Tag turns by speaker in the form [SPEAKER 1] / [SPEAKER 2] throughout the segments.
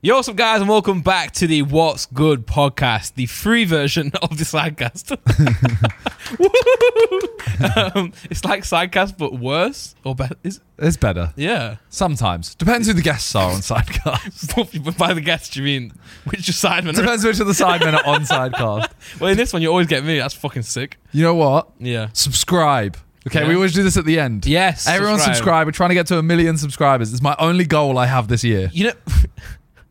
[SPEAKER 1] Yo, what's up, guys, and welcome back to the What's Good podcast, the free version of the sidecast. Woo! um, it's like sidecast, but worse or better. Is
[SPEAKER 2] It's better.
[SPEAKER 1] yeah.
[SPEAKER 2] Sometimes. Depends who the guests are on Sidecast.
[SPEAKER 1] By the guests, you mean which your sidemen? Are.
[SPEAKER 2] Depends which of the sidemen are on Sidecast.
[SPEAKER 1] Well, in this one, you always get me. That's fucking sick.
[SPEAKER 2] You know what?
[SPEAKER 1] Yeah.
[SPEAKER 2] Subscribe. Okay,
[SPEAKER 1] Yeah.
[SPEAKER 2] we always do this at the end.
[SPEAKER 1] Yes,
[SPEAKER 2] Everyone
[SPEAKER 1] subscribe.
[SPEAKER 2] subscribe. We're trying to get to a million subscribers. It's my only goal I have this year.
[SPEAKER 1] You know,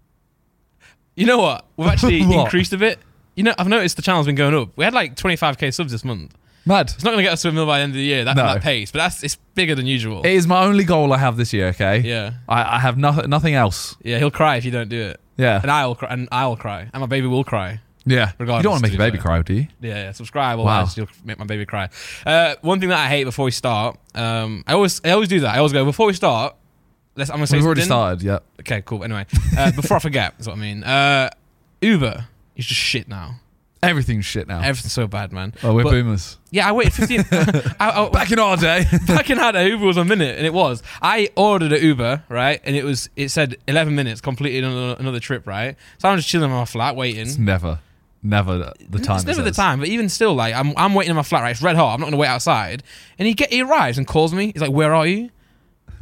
[SPEAKER 1] you know what? We've actually
[SPEAKER 2] What?
[SPEAKER 1] increased a bit. You know, I've noticed the channel's been going up. We had like 25k subs this month.
[SPEAKER 2] Mad.
[SPEAKER 1] It's not going to get us to a mil by the end of the year. That,
[SPEAKER 2] No.
[SPEAKER 1] that pace, but that's it's bigger than usual.
[SPEAKER 2] It is my only goal I have this year, okay?
[SPEAKER 1] yeah,
[SPEAKER 2] I, I have nothing nothing else.
[SPEAKER 1] yeah. He'll cry if you don't do it,
[SPEAKER 2] Yeah.
[SPEAKER 1] and I'll cry, and I'll cry, and my baby will cry.
[SPEAKER 2] Yeah. You
[SPEAKER 1] Regardless,
[SPEAKER 2] don't want to make
[SPEAKER 1] to
[SPEAKER 2] your
[SPEAKER 1] be
[SPEAKER 2] baby
[SPEAKER 1] fair.
[SPEAKER 2] cry, do you?
[SPEAKER 1] Yeah, yeah. Subscribe, otherwise you'll make my baby cry. Uh, one thing that I hate before we start, um, I always, I always do that. I always go before we start. Let's. I'm gonna say
[SPEAKER 2] We've already
[SPEAKER 1] something.
[SPEAKER 2] started, yeah.
[SPEAKER 1] Okay, cool. Anyway, uh, before I forget, is what I mean. Uh, Uber is just shit now.
[SPEAKER 2] Everything's shit now.
[SPEAKER 1] Everything's so bad, man.
[SPEAKER 2] oh, we're
[SPEAKER 1] But-
[SPEAKER 2] boomers.
[SPEAKER 1] Yeah, I waited 15. I, I, back,
[SPEAKER 2] Back in our day.
[SPEAKER 1] back in how the Uber was a minute, and it was. I ordered an Uber, right? And it was. It said 11 minutes, completed another, another trip, right? So I'm just chilling in my flat, waiting.
[SPEAKER 2] it's never, never the time.
[SPEAKER 1] It's
[SPEAKER 2] it
[SPEAKER 1] never the
[SPEAKER 2] says.
[SPEAKER 1] time, but even still, like I'm, I'm waiting in my flat, right? It's red hot. I'm not gonna wait outside. And he get he arrives and calls me. He's like, "Where are you?"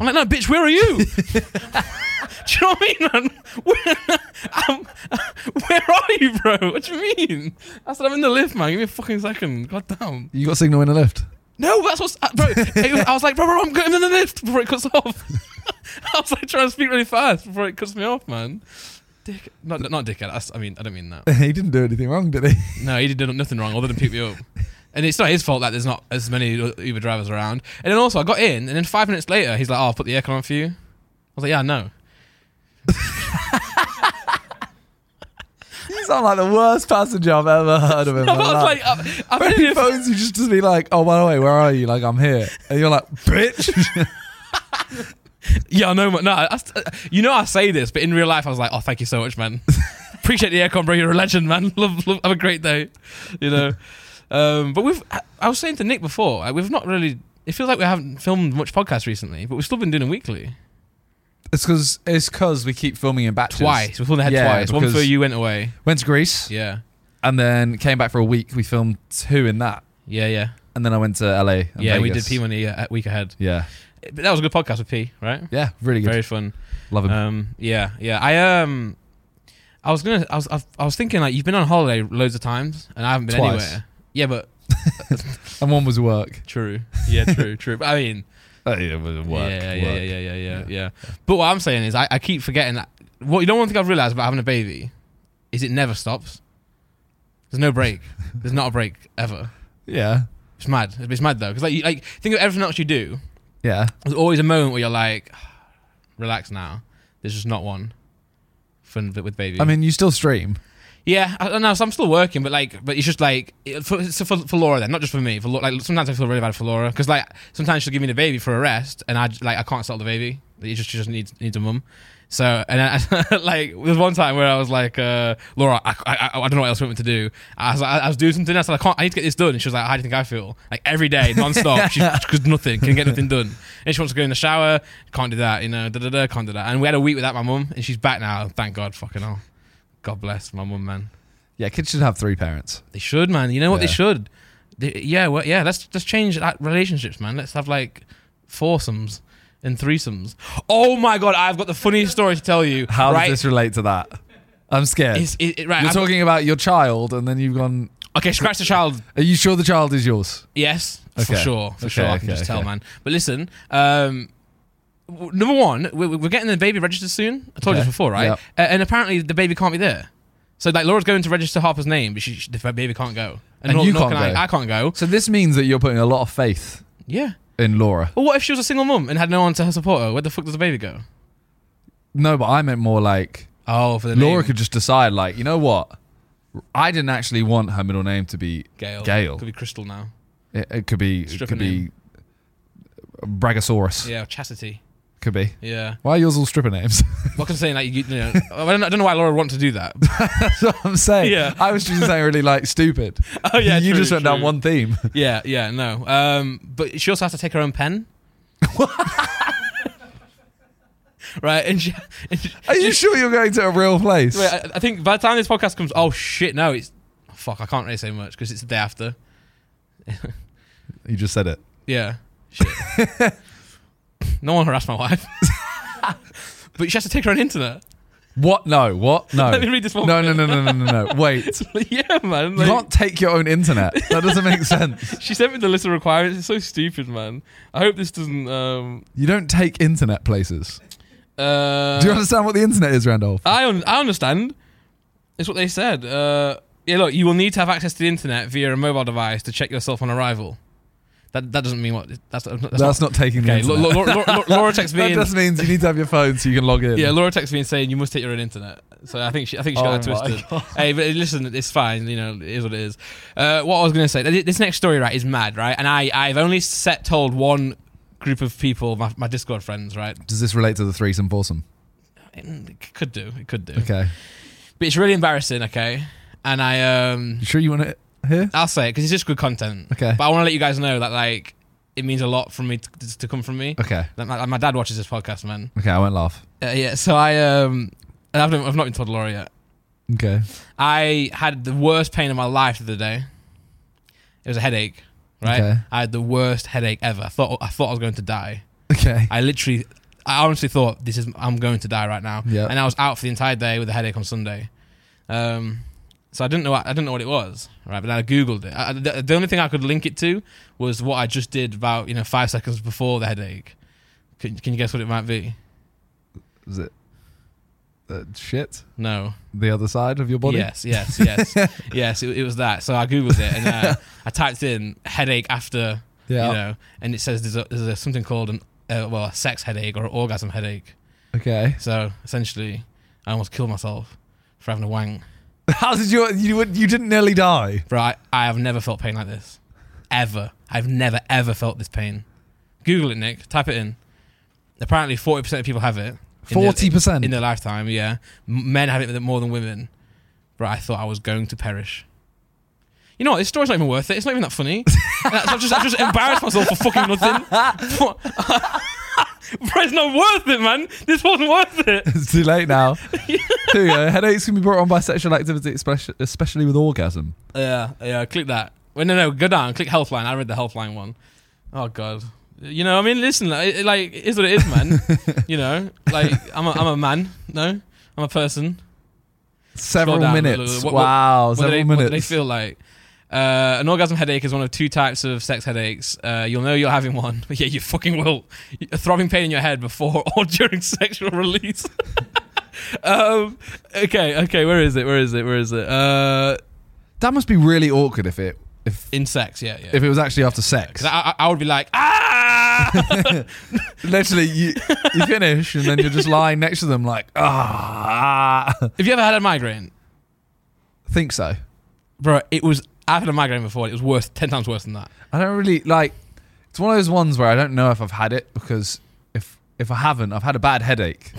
[SPEAKER 1] I'm like, "No, bitch, where are you?" Do you know what I mean? Man? Where, I'm, where are you, bro? What do you mean? I said, "I'm in the lift, man. Give me a fucking second. God damn.
[SPEAKER 2] You got signal in the lift.
[SPEAKER 1] No, that's what's uh, bro. it was- I was like, "Bro, bro, I'm going in the lift before it cuts off." I was like trying to speak really fast before it cuts me off, man. Dick, not not dickhead. That's- I mean, I don't mean that.
[SPEAKER 2] he didn't do anything wrong, did he?
[SPEAKER 1] No, he did nothing wrong other than pick me up. And it's not his fault that there's not as many Uber drivers around. And then also, I got in, and then five minutes later, he's like, oh, I'll put the aircon on for you. I was like, yeah, I know.
[SPEAKER 2] You sound like the worst passenger I've ever heard of in my
[SPEAKER 1] I was
[SPEAKER 2] life.
[SPEAKER 1] like, I've, I've
[SPEAKER 2] when
[SPEAKER 1] been
[SPEAKER 2] he
[SPEAKER 1] in a-
[SPEAKER 2] phones you just to be like, oh, by the way, where are you? Like, I'm here. And you're like, bitch.
[SPEAKER 1] yeah, I know. man. No, I, I- you know I say this, but in real life, I was like, oh, thank you so much, man. Appreciate the aircon, bro. You're a legend, man. Love, love, have a great day. You know. Um, but we've, I, I was saying to Nick before, uh, we've not really, it feels like we haven't filmed much podcast recently, but we've still been doing them weekly.
[SPEAKER 2] it's because it's cause we keep filming in batches.
[SPEAKER 1] Twice. We've filmed ahead
[SPEAKER 2] Yeah,
[SPEAKER 1] twice. One
[SPEAKER 2] because-
[SPEAKER 1] for you went away.
[SPEAKER 2] Went to Greece
[SPEAKER 1] Yeah.
[SPEAKER 2] and then came back for a week. We filmed two in that.
[SPEAKER 1] Yeah, yeah.
[SPEAKER 2] And then I went to LA. And
[SPEAKER 1] yeah, we did
[SPEAKER 2] Vegas.
[SPEAKER 1] P Money a uh, week ahead.
[SPEAKER 2] Yeah.
[SPEAKER 1] But that was a good podcast with P, right?
[SPEAKER 2] Yeah. Really good.
[SPEAKER 1] Very fun.
[SPEAKER 2] Love him.
[SPEAKER 1] Um, yeah, yeah. I um, I was gonna, I was, I've- I was thinking like you've been on holiday loads of times, and I haven't been
[SPEAKER 2] Twice.
[SPEAKER 1] anywhere. Yeah, but
[SPEAKER 2] and one was work.
[SPEAKER 1] true. Yeah, true, true. But I mean,
[SPEAKER 2] Oh, yeah, it was work.
[SPEAKER 1] yeah, yeah,
[SPEAKER 2] work.
[SPEAKER 1] yeah, yeah, yeah, yeah,
[SPEAKER 2] Yeah.
[SPEAKER 1] yeah. But what I'm saying is, I, I keep forgetting that. What you don't want to think I've realized about having a baby is it never stops. There's no break. There's not a break ever.
[SPEAKER 2] Yeah.
[SPEAKER 1] It's mad. It's mad though, because like, you, like think of everything else you do.
[SPEAKER 2] Yeah.
[SPEAKER 1] there's always a moment where you're like, relax now. There's just not one. Fun with baby.
[SPEAKER 2] I mean, you still stream.
[SPEAKER 1] yeah, I don't know. So I'm still working, but like, but it's just like it- for, so for, for Laura then, not just for me. For Lau- like, sometimes I feel really bad for Laura because like sometimes she'll give me the baby for a rest, and I j- like I can't settle the baby. It just she just needs needs a mum. So and I, like there was one time where I was like, uh, Laura, I, I, I I don't know what else we want to do. I was, I, I was doing something. I said, I can't. I need to get this done. And she was like, How do you think I feel? Like every day, nonstop. she because nothing can get nothing done. And she wants to go in the shower. Can't do that. You know, da da da. Can't do that. And we had a week without my mum, and she's back now. Thank God, fucking hell. God bless my mum, man.
[SPEAKER 2] Yeah, kids should have three parents.
[SPEAKER 1] They should, man. You know what
[SPEAKER 2] Yeah.
[SPEAKER 1] they should? They, yeah, well, yeah. Let's let's change that relationships, man. Let's have like foursomes and threesomes. Oh my god, I've got the funniest story to tell you.
[SPEAKER 2] How
[SPEAKER 1] right?
[SPEAKER 2] does this relate to that? I'm scared.
[SPEAKER 1] It's- it- it- right,
[SPEAKER 2] You're
[SPEAKER 1] I've-
[SPEAKER 2] talking about your child, and then you've gone.
[SPEAKER 1] okay, scratch the child.
[SPEAKER 2] Are you sure the child is yours?
[SPEAKER 1] Yes, for
[SPEAKER 2] Okay.
[SPEAKER 1] sure, for
[SPEAKER 2] Okay,
[SPEAKER 1] sure. I can
[SPEAKER 2] okay,
[SPEAKER 1] just tell,
[SPEAKER 2] okay.
[SPEAKER 1] man. But listen, um, w- number one, we're, we're getting the baby registered soon. I told you
[SPEAKER 2] Okay.
[SPEAKER 1] this before, right?
[SPEAKER 2] Yep.
[SPEAKER 1] A- and apparently the baby can't be there. So like Laura's going to register Harper's name, but she, she, the baby can't go.
[SPEAKER 2] And
[SPEAKER 1] nor-
[SPEAKER 2] you
[SPEAKER 1] nor
[SPEAKER 2] can't
[SPEAKER 1] can
[SPEAKER 2] go.
[SPEAKER 1] I, I can't go.
[SPEAKER 2] So this means that you're putting a lot of faith
[SPEAKER 1] Yeah.
[SPEAKER 2] in Laura.
[SPEAKER 1] Well, what if she was a single mum and had no one to support her? Where the fuck does the baby go?
[SPEAKER 2] No, but I meant more like
[SPEAKER 1] Oh, for the
[SPEAKER 2] Laura
[SPEAKER 1] name.
[SPEAKER 2] could just decide, like, you know what? I didn't actually want her middle name to be.
[SPEAKER 1] Gale.
[SPEAKER 2] Gale.
[SPEAKER 1] Could be Crystal now.
[SPEAKER 2] It, it could be. It
[SPEAKER 1] Strip
[SPEAKER 2] could
[SPEAKER 1] a name.
[SPEAKER 2] be. Bragasaurus.
[SPEAKER 1] Yeah, or Chastity.
[SPEAKER 2] Could be.
[SPEAKER 1] Yeah.
[SPEAKER 2] Why are yours all stripper names?
[SPEAKER 1] What can I say? Like, you, you know, I don't, know- I don't know why Laura would want to do that.
[SPEAKER 2] That's what I'm saying.
[SPEAKER 1] Yeah.
[SPEAKER 2] I was just saying really like stupid.
[SPEAKER 1] Oh
[SPEAKER 2] you just went down one theme.
[SPEAKER 1] Yeah, yeah, no. Um, but she also has to take her own pen. right? And she, and she-
[SPEAKER 2] Are you
[SPEAKER 1] she-
[SPEAKER 2] sure you're going to a real place?
[SPEAKER 1] wait, I, I think by the time this podcast comes, oh shit, no, it's fuck. I can't really say much because it's the day after.
[SPEAKER 2] you just said it.
[SPEAKER 1] Yeah. Shit. no one harassed my wife. but she has to take her own internet.
[SPEAKER 2] What? No. What? No.
[SPEAKER 1] Let me read this one
[SPEAKER 2] No, no, no, no, no, no, no. Wait.
[SPEAKER 1] yeah, man.
[SPEAKER 2] You
[SPEAKER 1] like-
[SPEAKER 2] can't take your own internet. That doesn't make sense.
[SPEAKER 1] she sent me the list of requirements. It's so stupid, man. I hope this doesn't. Um,
[SPEAKER 2] You don't take internet places.
[SPEAKER 1] uh,
[SPEAKER 2] Do you understand what the internet is, Randolph?
[SPEAKER 1] I un- I understand. It's what they said. Uh, yeah, look, you will need to have access to the internet via a mobile device to check yourself on arrival. That that doesn't mean what. That's that's,
[SPEAKER 2] That's,
[SPEAKER 1] not.
[SPEAKER 2] not, taking the
[SPEAKER 1] Okay,
[SPEAKER 2] internet.
[SPEAKER 1] Laura, Laura, Laura, Laura texts me.
[SPEAKER 2] that
[SPEAKER 1] and,
[SPEAKER 2] just means you need to have your phone so you can log in.
[SPEAKER 1] yeah, Laura texts me and saying you must take your own internet. So I think she, I think she got that
[SPEAKER 2] Oh my
[SPEAKER 1] twisted. Hey, but listen, it's fine. You know, it is what it is. Uh, what I was going to say, th- this next story, right, is mad, right? And I, I've only set told one group of people, my, my Discord friends, right?
[SPEAKER 2] Does this relate to the threesome foursome?
[SPEAKER 1] It could do, it could do.
[SPEAKER 2] Okay.
[SPEAKER 1] But it's really embarrassing, okay? And I, um,
[SPEAKER 2] You sure you want it here?
[SPEAKER 1] I'll say it because it's just good content.
[SPEAKER 2] Okay.
[SPEAKER 1] But I want to let you guys know that, like, it means a lot for me to, to come from me.
[SPEAKER 2] Okay.
[SPEAKER 1] Like, My, my dad watches this podcast, man.
[SPEAKER 2] Okay, I won't laugh.
[SPEAKER 1] Uh, yeah, so I, um, and I've, not- I've not been told Laura yet.
[SPEAKER 2] Okay.
[SPEAKER 1] I had the worst pain of my life the other day. It was a headache, right?
[SPEAKER 2] Okay.
[SPEAKER 1] I had the worst headache ever. I thought I thought I was going to die.
[SPEAKER 2] Okay.
[SPEAKER 1] I literally, I honestly thought this is I'm going to die right now.
[SPEAKER 2] Yeah.
[SPEAKER 1] And I was out for the entire day with a headache on Sunday. Um, so I didn't know I didn't know what it was, right? But then I googled it. I, I- the, the only thing I could link it to was what I just did about you know five seconds before the headache. Can, can you guess what it might be?
[SPEAKER 2] Is it uh, shit?
[SPEAKER 1] No.
[SPEAKER 2] The other side of your body?
[SPEAKER 1] Yes, yes, yes, yes. It, it was that. So I googled it and uh, I typed in headache after
[SPEAKER 2] Yeah.
[SPEAKER 1] you know, and it says there's a, there's a, something called an uh, well a sex headache or an orgasm headache.
[SPEAKER 2] Okay.
[SPEAKER 1] So essentially, I almost killed myself for having a wank.
[SPEAKER 2] How did you you would- you didn't nearly die?
[SPEAKER 1] Bro, I, I have never felt pain like this, ever. I've never ever felt this pain. Google it, Nick. Type it in. Apparently, forty percent of people have it. in their-
[SPEAKER 2] 40%?
[SPEAKER 1] in their lifetime. Yeah, M- men have it more than women. Bro, I thought I was going to perish. You know what? This story's not even worth it. It's not even that funny. I've just, I've just embarrassed myself for fucking nothing. Bro, it's not worth it, man. This wasn't worth it.
[SPEAKER 2] It's too late now. Here we go. Headaches can be brought on by sexual activity, especially, especially with orgasm.
[SPEAKER 1] Yeah, yeah. Click that. Well, no, no. Go down. Click Healthline. I read the Healthline one. Oh God. You know, I mean, listen. Like, it, like, it is what it is, man. you know, like I'm a, I'm a man. No, I'm a person.
[SPEAKER 2] Several
[SPEAKER 1] down,
[SPEAKER 2] minutes.
[SPEAKER 1] look, look, what-
[SPEAKER 2] wow,
[SPEAKER 1] What do,
[SPEAKER 2] several
[SPEAKER 1] they, what do
[SPEAKER 2] minutes.
[SPEAKER 1] they feel like? Uh, an orgasm headache is one of two types of sex headaches. Uh, you'll know you're having one, but yeah, you fucking will. A throbbing pain in your head before or during sexual release. um, okay, okay, where is it? Where is it? Where is it? Uh,
[SPEAKER 2] that must be really awkward if it if
[SPEAKER 1] in sex, yeah, yeah.
[SPEAKER 2] if it was actually after sex.
[SPEAKER 1] 'Cause I, I, I would be like, ah!
[SPEAKER 2] Literally, you, you finish and then you're just lying next to them like, ah. I
[SPEAKER 1] Have you ever had a migraine?
[SPEAKER 2] think so.
[SPEAKER 1] Bro, it was. I've had a migraine before. It was worse, 10 times worse than that.
[SPEAKER 2] I don't really like. It's one of those ones where I don't know if I've had it because if if I haven't, I've had a bad headache,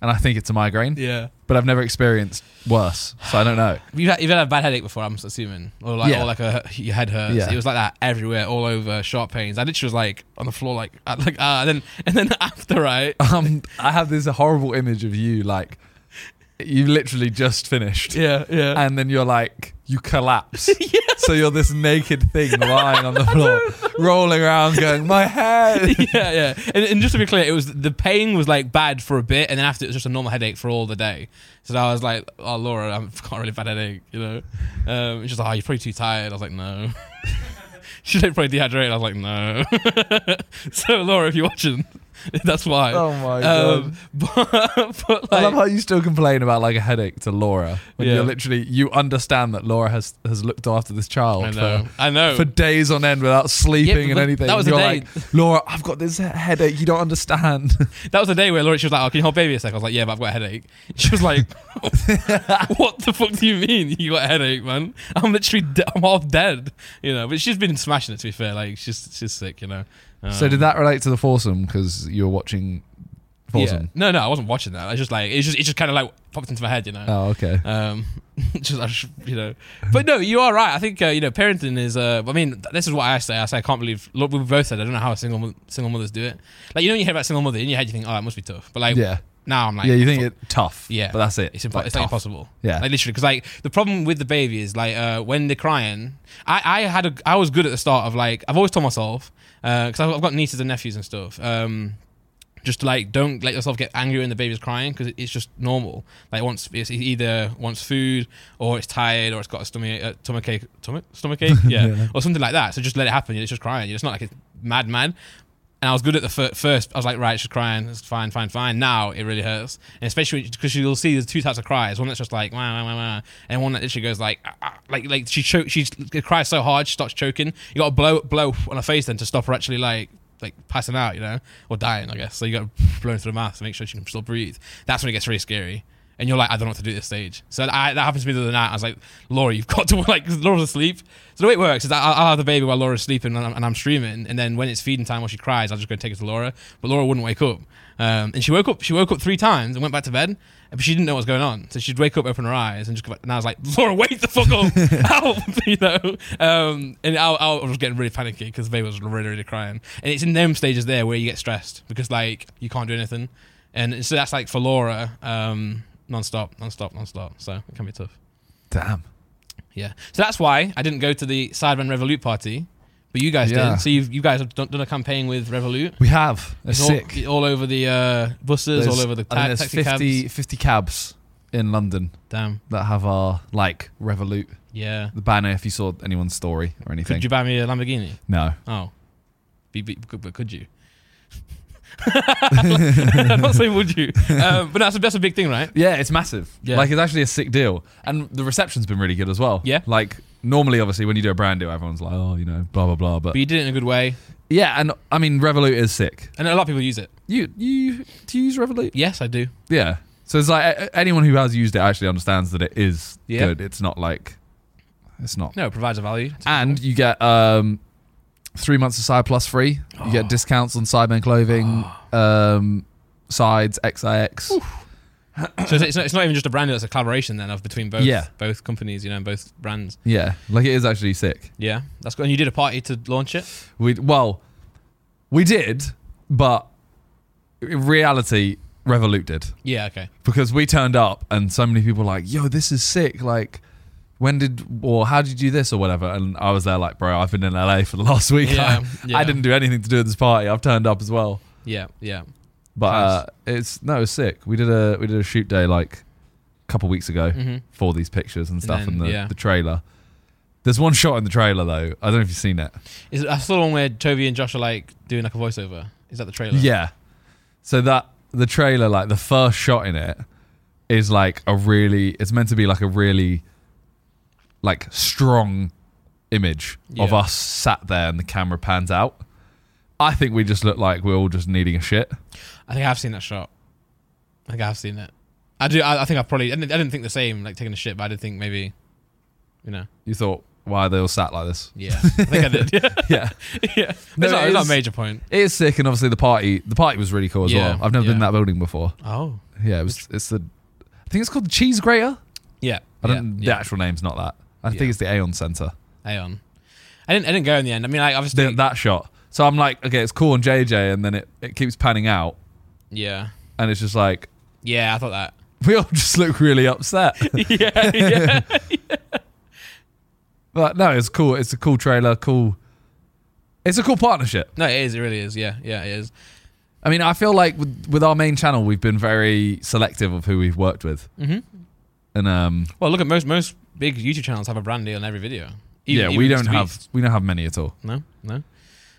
[SPEAKER 2] and I think it's a migraine,
[SPEAKER 1] Yeah.
[SPEAKER 2] but I've never experienced worse, so I don't know.
[SPEAKER 1] You've had, you've had a bad headache before, I'm assuming. Or like,
[SPEAKER 2] Yeah.
[SPEAKER 1] or like a, your head hurts.
[SPEAKER 2] Yeah.
[SPEAKER 1] It was like that everywhere, all over, sharp pains. I literally was like on the floor, like, I- like ah. And then, and then after, right?
[SPEAKER 2] Um, I have this horrible image of you like you literally just finished,
[SPEAKER 1] Yeah, yeah.
[SPEAKER 2] and then you're like you collapse. So you're this naked thing lying on the floor, rolling around, going, "My head."
[SPEAKER 1] yeah, yeah. And, and just to be clear, it was the pain was like bad for a bit, and then after it was just a normal headache for all the day. So I was like, "Oh, Laura, I've got a really bad headache," you know. Um, she's like, "Oh, you're probably too tired." I was like, "No." she's like, "Probably dehydrated." I was like, "No." so Laura, if you're watching, that's why.
[SPEAKER 2] Oh my god.
[SPEAKER 1] um, but, but
[SPEAKER 2] I
[SPEAKER 1] like,
[SPEAKER 2] love how you still complain about like a headache to Laura when
[SPEAKER 1] Yeah.
[SPEAKER 2] you're literally you understand that Laura has has looked after this
[SPEAKER 1] I
[SPEAKER 2] child
[SPEAKER 1] know,
[SPEAKER 2] for,
[SPEAKER 1] I know.
[SPEAKER 2] for days on end without sleeping and
[SPEAKER 1] but
[SPEAKER 2] anything.
[SPEAKER 1] that was
[SPEAKER 2] you're
[SPEAKER 1] a day-
[SPEAKER 2] like, Laura, I've got this he- headache. You don't understand.
[SPEAKER 1] That was the day where Laura she was like, "Oh, can you hold baby a sec?" I was like, "Yeah, but I've got a headache." She was like, "What the fuck do you mean you got a headache, man? I'm literally de- I'm half dead, you know." But she's been smashing it. To be fair, like she's she's sick, you know. Um,
[SPEAKER 2] so did that relate to the foursome because you were watching
[SPEAKER 1] Yeah.
[SPEAKER 2] foursome?
[SPEAKER 1] No, no, I wasn't watching that. I was just like, it's just it just kind of like popped into my head, you know.
[SPEAKER 2] Oh, okay.
[SPEAKER 1] Um, just, I just- you know, but no, you are right. I think uh, you know, parenting is. Uh, I mean, th- this is what I say. I say I can't believe. Look, we both said I don't know how single mo- single mothers do it. Like you know, when you hear about single mother in your head, you think, oh, it must be tough. But like,
[SPEAKER 2] yeah.
[SPEAKER 1] Now I'm like,
[SPEAKER 2] yeah, you think it's tough.
[SPEAKER 1] Yeah.
[SPEAKER 2] But that's it.
[SPEAKER 1] It's, impo-
[SPEAKER 2] Like,
[SPEAKER 1] it's like
[SPEAKER 2] tough.
[SPEAKER 1] impossible.
[SPEAKER 2] Yeah.
[SPEAKER 1] Like literally, because like the problem with the baby is like uh, when they're crying. I I had a I was good at the start of like I've always told myself because I've I've got nieces and nephews and stuff. Um, just to, like don't let yourself get angry when the baby's crying because it's just normal. Like once it's it either wants food or it's tired or it's got a stomach uh, stomach ache stomach stomach ache yeah.
[SPEAKER 2] Yeah.
[SPEAKER 1] or something like that. So just let it happen. It's just crying. It's not like it's mad mad. And I was good at the fir- first. I was like, right, she's crying. It's fine, fine, fine. Now it really hurts, and especially because you'll see there's two types of cries. One that's just like wah wah wah, wah and one that literally goes like ah, ah, like like she cho- she cries so hard she starts choking. You got to blow blow on her face then to stop her actually like like passing out, you know, or dying, I guess. So you got to blow through the mouth to make sure she can still breathe. That's when it gets really scary. And you're like, I don't know what to do at this stage. So I, that happened to me the other night. I was like, Laura, you've got to like, 'cause Laura's asleep. So the way it works is that I'll, I'll have the baby while Laura's sleeping and I'm, and I'm streaming. And then when it's feeding time, while she cries, I'll just go take it to Laura. But Laura wouldn't wake up. Um, and she woke up. She woke up three times and went back to bed, but she didn't know what was going on. So she'd wake up, open her eyes, and just go back. And I was like, "Laura, wake the fuck up!" Help, you know. Um, and I, I was getting really panicky because they was really, really crying. And it's in them stages there where you get stressed because like you can't do anything, and so that's like for Laura, um, non-stop, non-stop, non-stop. So it can be tough.
[SPEAKER 2] Damn.
[SPEAKER 1] Yeah. So that's why I didn't go to the Sidemen Revolut party, but you guys
[SPEAKER 2] Yeah.
[SPEAKER 1] did. So you've, you guys have done, done a campaign with Revolut.
[SPEAKER 2] We have. They're
[SPEAKER 1] It's all,
[SPEAKER 2] sick.
[SPEAKER 1] all over the uh, buses, all
[SPEAKER 2] There's-
[SPEAKER 1] over the
[SPEAKER 2] I think
[SPEAKER 1] ta-
[SPEAKER 2] there's
[SPEAKER 1] taxi cabs.
[SPEAKER 2] 50, 50 cabs in London
[SPEAKER 1] Damn.
[SPEAKER 2] that have our like Revolut
[SPEAKER 1] Yeah.
[SPEAKER 2] the banner. If you saw anyone's story or anything,
[SPEAKER 1] Could you buy me a Lamborghini?
[SPEAKER 2] no,
[SPEAKER 1] Oh. Be, be, could- but could you? I'm not saying would you, um, but that's a, that's a big thing, right?
[SPEAKER 2] yeah, it's massive.
[SPEAKER 1] Yeah.
[SPEAKER 2] Like it's actually a sick deal, and the reception's been really good as well.
[SPEAKER 1] Yeah.
[SPEAKER 2] like normally, obviously, when you do a brand deal, everyone's like, oh, you know, blah blah blah. But,
[SPEAKER 1] But you did it in a good way,
[SPEAKER 2] yeah, and I mean, Revolut is sick.
[SPEAKER 1] and a lot of people use it.
[SPEAKER 2] You you do you use Revolut?
[SPEAKER 1] Yes, I do.
[SPEAKER 2] Yeah. So it's like a- anyone who has used it actually understands that it is
[SPEAKER 1] Yeah.
[SPEAKER 2] good. It's not like it's not
[SPEAKER 1] No, it provides a value.
[SPEAKER 2] And you get um, three months of side plus free. You
[SPEAKER 1] Oh.
[SPEAKER 2] get discounts on Sidemen clothing,
[SPEAKER 1] Ah.
[SPEAKER 2] um, sides XIX.
[SPEAKER 1] so it's, it's, not, it's not even just a brand; deal, it's a collaboration then of between both
[SPEAKER 2] Yeah.
[SPEAKER 1] both companies, you know, and both brands.
[SPEAKER 2] Yeah, like it is actually sick.
[SPEAKER 1] Yeah, that's good. And you did a party to launch it.
[SPEAKER 2] We well, we did, but in reality, Revolut did
[SPEAKER 1] Yeah. Okay.
[SPEAKER 2] because we turned up and so many people were like, "Yo, this is sick!" Like. When did or how did you do this or whatever? And I was there like, bro, I've been in LA for the last week.
[SPEAKER 1] Yeah, yeah.
[SPEAKER 2] I didn't do anything to do with this party. I've turned up as well.
[SPEAKER 1] Yeah. Yeah.
[SPEAKER 2] But
[SPEAKER 1] Class.
[SPEAKER 2] uh, it's no, it's sick. We did a we did a shoot day like a couple weeks ago
[SPEAKER 1] hmm
[SPEAKER 2] for these pictures and stuff
[SPEAKER 1] then,
[SPEAKER 2] and, the,
[SPEAKER 1] yeah.
[SPEAKER 2] the trailer. There's one shot in the trailer though. I don't know if you've seen it.
[SPEAKER 1] Is I saw the one where Toby and Josh are like doing like a voiceover. Is that the trailer?
[SPEAKER 2] Yeah. So that the trailer, like the first shot in it, is like a really. It's meant to be like a really, like strong image of
[SPEAKER 1] Yeah.
[SPEAKER 2] us sat there and the camera pans out. I think we just look like we're all just needing a shit.
[SPEAKER 1] I think I've seen that shot. I think I've seen it. I do. I, I think I probably. I didn't, I didn't think the same, like taking a shit, but I did think maybe, you know.
[SPEAKER 2] You thought, why are they all sat like this?
[SPEAKER 1] Yeah. I think I did. Yeah.
[SPEAKER 2] Yeah.
[SPEAKER 1] yeah. That's
[SPEAKER 2] No,
[SPEAKER 1] not,
[SPEAKER 2] it
[SPEAKER 1] it's not a
[SPEAKER 2] is-
[SPEAKER 1] major point.
[SPEAKER 2] It is sick, and obviously the party the party was really cool as
[SPEAKER 1] Yeah,
[SPEAKER 2] well. I've never been in
[SPEAKER 1] yeah.
[SPEAKER 2] that building before.
[SPEAKER 1] Oh.
[SPEAKER 2] Yeah, it was. It's the I think it's called the Cheese Grater.
[SPEAKER 1] Yeah.
[SPEAKER 2] I don't.
[SPEAKER 1] Yeah.
[SPEAKER 2] The actual name's not that. I
[SPEAKER 1] Yeah.
[SPEAKER 2] think it's the Aeon Center.
[SPEAKER 1] Hang on. I didn't. I didn't go in the end. I mean, like obviously.
[SPEAKER 2] Then that shot. So I'm like, okay, it's cool on JJ, and then it, it keeps panning out,
[SPEAKER 1] yeah.
[SPEAKER 2] and it's just like
[SPEAKER 1] Yeah. I thought that.
[SPEAKER 2] we all just look really upset.
[SPEAKER 1] yeah. Yeah.
[SPEAKER 2] but no, it's cool. It's a cool trailer. Cool. It's a cool partnership.
[SPEAKER 1] No, it is. It really is. Yeah. Yeah. It is.
[SPEAKER 2] I mean, I feel like with, with our main channel, we've been very selective of who we've worked with,
[SPEAKER 1] Mm-hmm.
[SPEAKER 2] and um,
[SPEAKER 1] Well, look at most most big YouTube channels have a brand deal in every video. Even-
[SPEAKER 2] yeah,
[SPEAKER 1] even
[SPEAKER 2] we
[SPEAKER 1] just
[SPEAKER 2] don't
[SPEAKER 1] tweets.
[SPEAKER 2] have we don't have many at all.
[SPEAKER 1] no, no.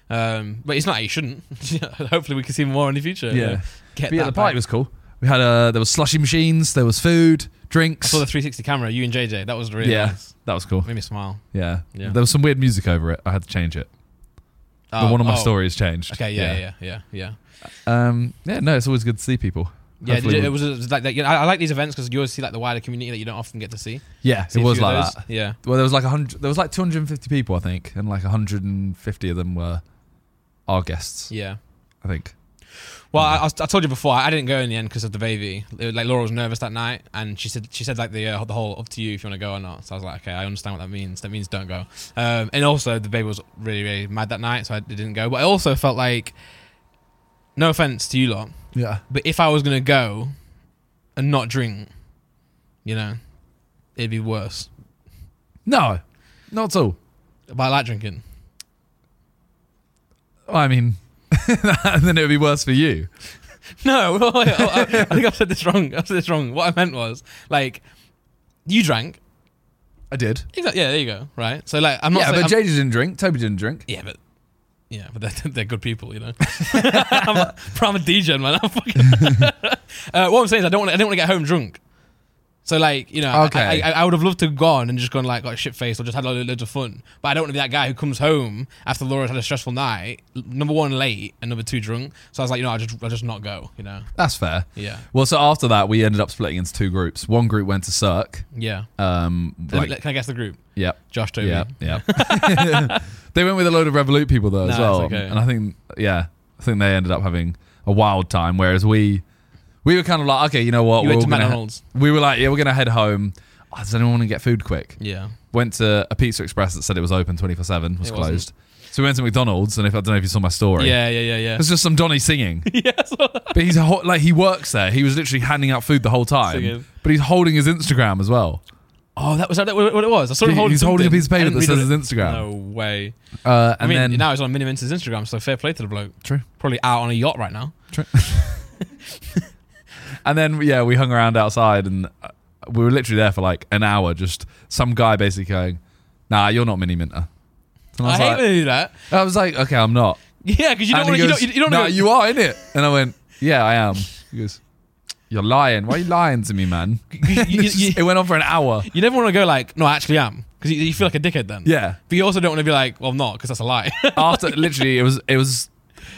[SPEAKER 1] Um, but it's not that you shouldn't. Hopefully, we can see more in the future. you know. get
[SPEAKER 2] But yeah,
[SPEAKER 1] that
[SPEAKER 2] the party
[SPEAKER 1] back.
[SPEAKER 2] was cool. We had uh, there was slushy machines, there was food,
[SPEAKER 1] I
[SPEAKER 2] drinks.
[SPEAKER 1] saw the 360 camera. You and JJ. That was really
[SPEAKER 2] Yeah.
[SPEAKER 1] nice.
[SPEAKER 2] that was cool.
[SPEAKER 1] Made me smile.
[SPEAKER 2] Yeah.
[SPEAKER 1] Yeah.
[SPEAKER 2] there was some weird music over it. I had to change it.
[SPEAKER 1] Oh,
[SPEAKER 2] The one of my
[SPEAKER 1] oh.
[SPEAKER 2] stories changed.
[SPEAKER 1] Okay. Yeah. Yeah. Yeah. Yeah.
[SPEAKER 2] yeah. Um, yeah, no, it's always good to see people.
[SPEAKER 1] Yeah.
[SPEAKER 2] Hopefully
[SPEAKER 1] it,
[SPEAKER 2] we-
[SPEAKER 1] was, it was like that. You know, I, I like these events because you always see like the wider community that you don't often get to see.
[SPEAKER 2] yeah,
[SPEAKER 1] See
[SPEAKER 2] it
[SPEAKER 1] a
[SPEAKER 2] was
[SPEAKER 1] few of
[SPEAKER 2] like
[SPEAKER 1] those.
[SPEAKER 2] that.
[SPEAKER 1] Yeah.
[SPEAKER 2] Well, there was like a hundred. There was like 250 people, I think, and like 150 of them were our guests.
[SPEAKER 1] Yeah.
[SPEAKER 2] I think.
[SPEAKER 1] Well, I, I was- I told you before I didn't go in the end because of the baby. It was Like Laura was nervous that night, and she said she said like the uh, the whole up to you if you want to go or not. So I was like, okay, I understand what that means. That means don't go. Um, and also the baby was really really mad that night, so I didn't go. But I also felt like no offense to you lot,
[SPEAKER 2] Yeah.
[SPEAKER 1] but if I was gonna go and not drink, you know, it'd be worse.
[SPEAKER 2] No, not at all.
[SPEAKER 1] But I like drinking.
[SPEAKER 2] I mean, then it would be worse for you.
[SPEAKER 1] No, oh, I, I think I've said this wrong. I've said this wrong. What I meant was like you drank.
[SPEAKER 2] I did.
[SPEAKER 1] Exactly. Yeah, there you go. Right. So like I'm not.
[SPEAKER 2] yeah,
[SPEAKER 1] saying,
[SPEAKER 2] but
[SPEAKER 1] I'm-
[SPEAKER 2] JJ didn't drink. Toby didn't drink.
[SPEAKER 1] Yeah, but yeah, but they're, they're good people, you know. I'm, a, but I'm a DJ, man. I'm fucking uh, what I'm saying is, I don't want. I didn't want to get home drunk. So like, you know, I-
[SPEAKER 2] Okay.
[SPEAKER 1] I, I, I would have loved to have gone and just gone like got shit faced or just had lo- loads of fun. But I don't want to be that guy who comes home after Laura's had a stressful night. l- Number one, late, and number two, drunk. So I was like, you know, I just I just not go. You know.
[SPEAKER 2] That's fair.
[SPEAKER 1] Yeah.
[SPEAKER 2] Well, so after that, we ended up splitting into two groups. One group went to Cirque.
[SPEAKER 1] Yeah.
[SPEAKER 2] Um,
[SPEAKER 1] Let Oh, me-
[SPEAKER 2] like,
[SPEAKER 1] can I guess the group?
[SPEAKER 2] yep.
[SPEAKER 1] Josh Toby.
[SPEAKER 2] Yeah, yeah. they went with a load of Revolut people though as
[SPEAKER 1] No,
[SPEAKER 2] well,
[SPEAKER 1] it's okay.
[SPEAKER 2] and I think yeah, I think they ended up having a wild time. Whereas we, we were kind of like, okay, you know what?
[SPEAKER 1] You
[SPEAKER 2] we're
[SPEAKER 1] went to
[SPEAKER 2] all gonna
[SPEAKER 1] McDonald's.
[SPEAKER 2] we were like, yeah, we're gonna head home. Oh, does anyone want to get food quick?
[SPEAKER 1] Yeah.
[SPEAKER 2] Went to a Pizza Express that said it was open twenty four seven, was
[SPEAKER 1] It wasn't.
[SPEAKER 2] closed. So we went to McDonald's, and if I don't know if you saw my story,
[SPEAKER 1] Yeah. Yeah. Yeah. Yeah.
[SPEAKER 2] it's just some Donny singing.
[SPEAKER 1] yeah. so-
[SPEAKER 2] but he's a ho- like he works there. He was literally handing out food the whole time,
[SPEAKER 1] Singing.
[SPEAKER 2] but he's holding his Instagram as well.
[SPEAKER 1] Oh, that was that what it was. I saw him
[SPEAKER 2] He-
[SPEAKER 1] holding
[SPEAKER 2] he's holding a
[SPEAKER 1] something.
[SPEAKER 2] piece of paper
[SPEAKER 1] I didn't
[SPEAKER 2] that
[SPEAKER 1] read it.
[SPEAKER 2] says his Instagram.
[SPEAKER 1] No way.
[SPEAKER 2] Uh, and
[SPEAKER 1] I mean,
[SPEAKER 2] then
[SPEAKER 1] now he's on Mini Mince's Instagram, so fair play to the bloke.
[SPEAKER 2] True.
[SPEAKER 1] Probably out on a yacht right now.
[SPEAKER 2] And then yeah, we hung around outside, and uh, we were literally there for like an hour. Just some guy basically going, "Nah, you're not Mini Minter." And
[SPEAKER 1] I
[SPEAKER 2] I was,
[SPEAKER 1] hate
[SPEAKER 2] like,
[SPEAKER 1] when they do that.
[SPEAKER 2] I was like, "Okay, I'm not."
[SPEAKER 1] Yeah, because you don't
[SPEAKER 2] and
[SPEAKER 1] want
[SPEAKER 2] he
[SPEAKER 1] to. You
[SPEAKER 2] goes,
[SPEAKER 1] don't, you, don't
[SPEAKER 2] "Nah,
[SPEAKER 1] wanna-
[SPEAKER 2] you are in it." And I went, "Yeah, I am." He goes, "You're lying. Why are you lying to me, man?"
[SPEAKER 1] you- you-
[SPEAKER 2] This is- it went on for an hour.
[SPEAKER 1] you never want to go like, no, I actually am, because you, you feel like a dickhead then.
[SPEAKER 2] Yeah.
[SPEAKER 1] But you also don't want to be like, well, I'm not, because that's a lie.
[SPEAKER 2] After literally, it was it was.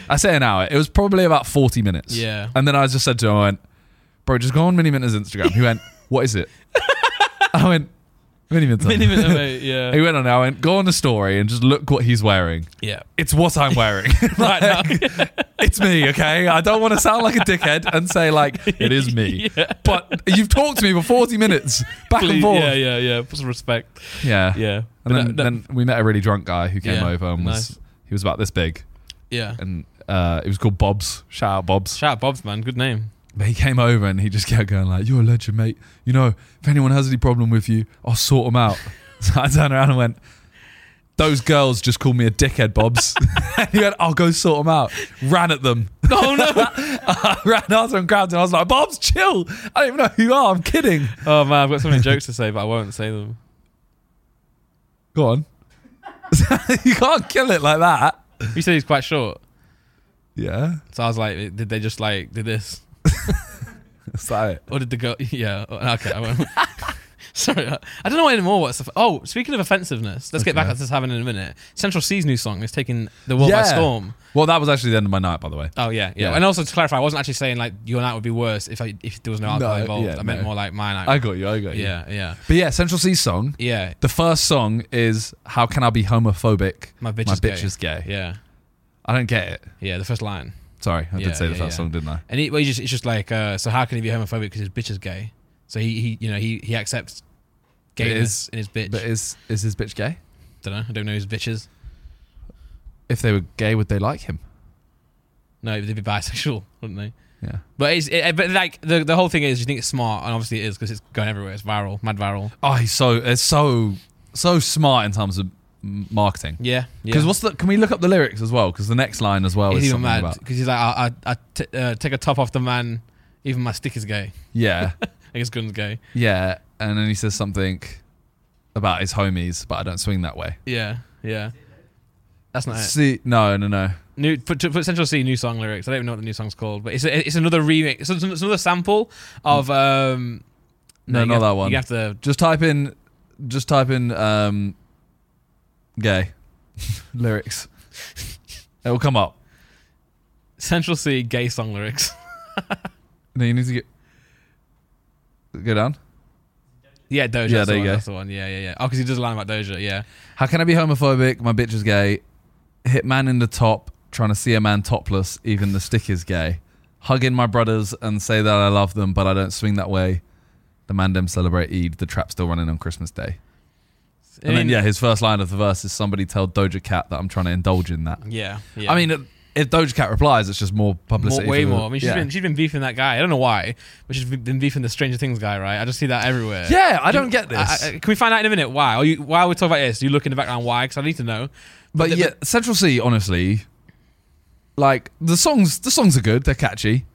[SPEAKER 2] I say an hour. It was probably about forty minutes.
[SPEAKER 1] Yeah.
[SPEAKER 2] And then I just said to him, I went, "Bro, just go on Mini Minter's Instagram." He went, "What is it?" I went, "Mini Minter."
[SPEAKER 1] Mini Minter, mate, yeah.
[SPEAKER 2] He went on now and go on the story and just look what he's wearing.
[SPEAKER 1] Yeah.
[SPEAKER 2] It's what I'm wearing.
[SPEAKER 1] Right now.
[SPEAKER 2] it's me, okay? I don't want to sound like a dickhead and say like it is me. But you've talked to me for 40 minutes back and
[SPEAKER 1] Please,
[SPEAKER 2] forth.
[SPEAKER 1] yeah, yeah, yeah. Put some respect.
[SPEAKER 2] Yeah.
[SPEAKER 1] Yeah. But
[SPEAKER 2] And then,
[SPEAKER 1] that- that-
[SPEAKER 2] then we met a really drunk guy who came
[SPEAKER 1] Yeah,
[SPEAKER 2] over and was
[SPEAKER 1] nice.
[SPEAKER 2] he was about this big
[SPEAKER 1] yeah.
[SPEAKER 2] and uh, it was called Bob's. Shout out Bob's.
[SPEAKER 1] Shout out Bob's, man. Good name.
[SPEAKER 2] But he came over and he just kept going like, "You're a legend, mate. You know, if anyone has any problem with you, I'll sort them out." So I turned around and went, "Those girls just called me a dickhead, Bob's." and he went, "I'll go sort them out." Ran at them.
[SPEAKER 1] Oh, no.
[SPEAKER 2] I ran after him, grabbed him. I was like, "Bob's, chill. I don't even know who you are. I'm kidding."
[SPEAKER 1] oh, man. I've got so many jokes to say, but I won't say them.
[SPEAKER 2] Go on. you can't kill it like that.
[SPEAKER 1] You said he's quite short.
[SPEAKER 2] Yeah,
[SPEAKER 1] So I was like, did they just like do this,
[SPEAKER 2] that's that.
[SPEAKER 1] or did the girl? Yeah, oh, okay. I won't. Sorry, I I don't know anymore. What's off- oh, speaking of offensiveness, let's get back
[SPEAKER 2] Okay.
[SPEAKER 1] to this having in a minute. Central C's new song is taking the world by
[SPEAKER 2] Yeah.
[SPEAKER 1] storm.
[SPEAKER 2] Well, that was actually the end of my night, by the way.
[SPEAKER 1] Oh yeah, yeah,
[SPEAKER 2] Yeah.
[SPEAKER 1] And also to clarify, I wasn't actually saying like your night would be worse if I, if there was no alcohol
[SPEAKER 2] No,
[SPEAKER 1] involved.
[SPEAKER 2] yeah,
[SPEAKER 1] I meant
[SPEAKER 2] no.
[SPEAKER 1] more like my night.
[SPEAKER 2] I got you. I got you.
[SPEAKER 1] yeah, yeah,
[SPEAKER 2] But yeah, Central C song.
[SPEAKER 1] yeah.
[SPEAKER 2] The first song is "How can I be homophobic?
[SPEAKER 1] My bitch,
[SPEAKER 2] My
[SPEAKER 1] is,
[SPEAKER 2] bitch
[SPEAKER 1] gay.
[SPEAKER 2] is gay."
[SPEAKER 1] Yeah,
[SPEAKER 2] I don't get it.
[SPEAKER 1] yeah. The first line,
[SPEAKER 2] Sorry, I
[SPEAKER 1] Yeah,
[SPEAKER 2] did say the
[SPEAKER 1] yeah,
[SPEAKER 2] first
[SPEAKER 1] yeah.
[SPEAKER 2] song, didn't I?
[SPEAKER 1] and he, well, he just, it's just like, uh, so how can he be homophobic because his bitch is gay? So he, he you know, he he accepts gayness
[SPEAKER 2] is-
[SPEAKER 1] in his bitch.
[SPEAKER 2] But is is his bitch gay?
[SPEAKER 1] don't know. I don't know his bitches.
[SPEAKER 2] If they were gay, would they like him?
[SPEAKER 1] No, they'd be bisexual, wouldn't they?
[SPEAKER 2] Yeah.
[SPEAKER 1] But it's it, but like the the whole thing is you think it's smart, and obviously it is because it's going everywhere. It's viral, mad viral.
[SPEAKER 2] Oh, he's so it's so so smart in terms of m- marketing.
[SPEAKER 1] Yeah, yeah.
[SPEAKER 2] Because what's the? Can we look up the lyrics as well? Because the next line as well
[SPEAKER 1] he's
[SPEAKER 2] is
[SPEAKER 1] even
[SPEAKER 2] something
[SPEAKER 1] mad
[SPEAKER 2] about
[SPEAKER 1] because he's like, I, I, I t- uh, take a top off the man. Even my stick is gay.
[SPEAKER 2] yeah,
[SPEAKER 1] I guess gun's gay.
[SPEAKER 2] yeah. And then he says something about his homies, but I don't swing that way.
[SPEAKER 1] Yeah, yeah. That's not it.
[SPEAKER 2] See, no, no, no.
[SPEAKER 1] New put, put Central C new song lyrics. I don't even know what the new song's called, but it's a, it's another remix. It's, it's another sample of um.
[SPEAKER 2] Mm. No,
[SPEAKER 1] you
[SPEAKER 2] not
[SPEAKER 1] have-
[SPEAKER 2] that one.
[SPEAKER 1] You have to.
[SPEAKER 2] Just type in, just type in, um, gay lyrics. It will come up.
[SPEAKER 1] Central C gay song lyrics.
[SPEAKER 2] No, you need to get go down.
[SPEAKER 1] Yeah, Doja.
[SPEAKER 2] Yeah,
[SPEAKER 1] that's the
[SPEAKER 2] there you
[SPEAKER 1] one,
[SPEAKER 2] go.
[SPEAKER 1] That's the one. Yeah, yeah, yeah. Oh, because he does a line about Doja. Yeah.
[SPEAKER 2] How can I be homophobic? My bitch is gay. Hit man in the top, trying to see a man topless. Even the stick is gay. Hugging my brothers and say that I love them, but I don't swing that way. The man dem celebrate Eid. The trap still running on Christmas Day.
[SPEAKER 1] I
[SPEAKER 2] And then
[SPEAKER 1] mean-
[SPEAKER 2] yeah, his first line of the verse is somebody tell Doja Cat that I'm trying to indulge in that.
[SPEAKER 1] Yeah, yeah.
[SPEAKER 2] I mean, if Doja Cat replies, it's just more
[SPEAKER 1] More,
[SPEAKER 2] publicity.
[SPEAKER 1] way
[SPEAKER 2] for the-
[SPEAKER 1] more. I mean, she's
[SPEAKER 2] yeah.
[SPEAKER 1] been she's been beefing that guy. I don't know why, but she's been beefing the Stranger Things guy, right? I just see that everywhere.
[SPEAKER 2] Yeah, I don't get this.
[SPEAKER 1] I- I- can we find out in a minute why? Are you, why are we talking about this? You look in the background why? Because I need to know.
[SPEAKER 2] but
[SPEAKER 1] the-
[SPEAKER 2] yeah, Central C, honestly, like the songs, the songs are good. They're catchy,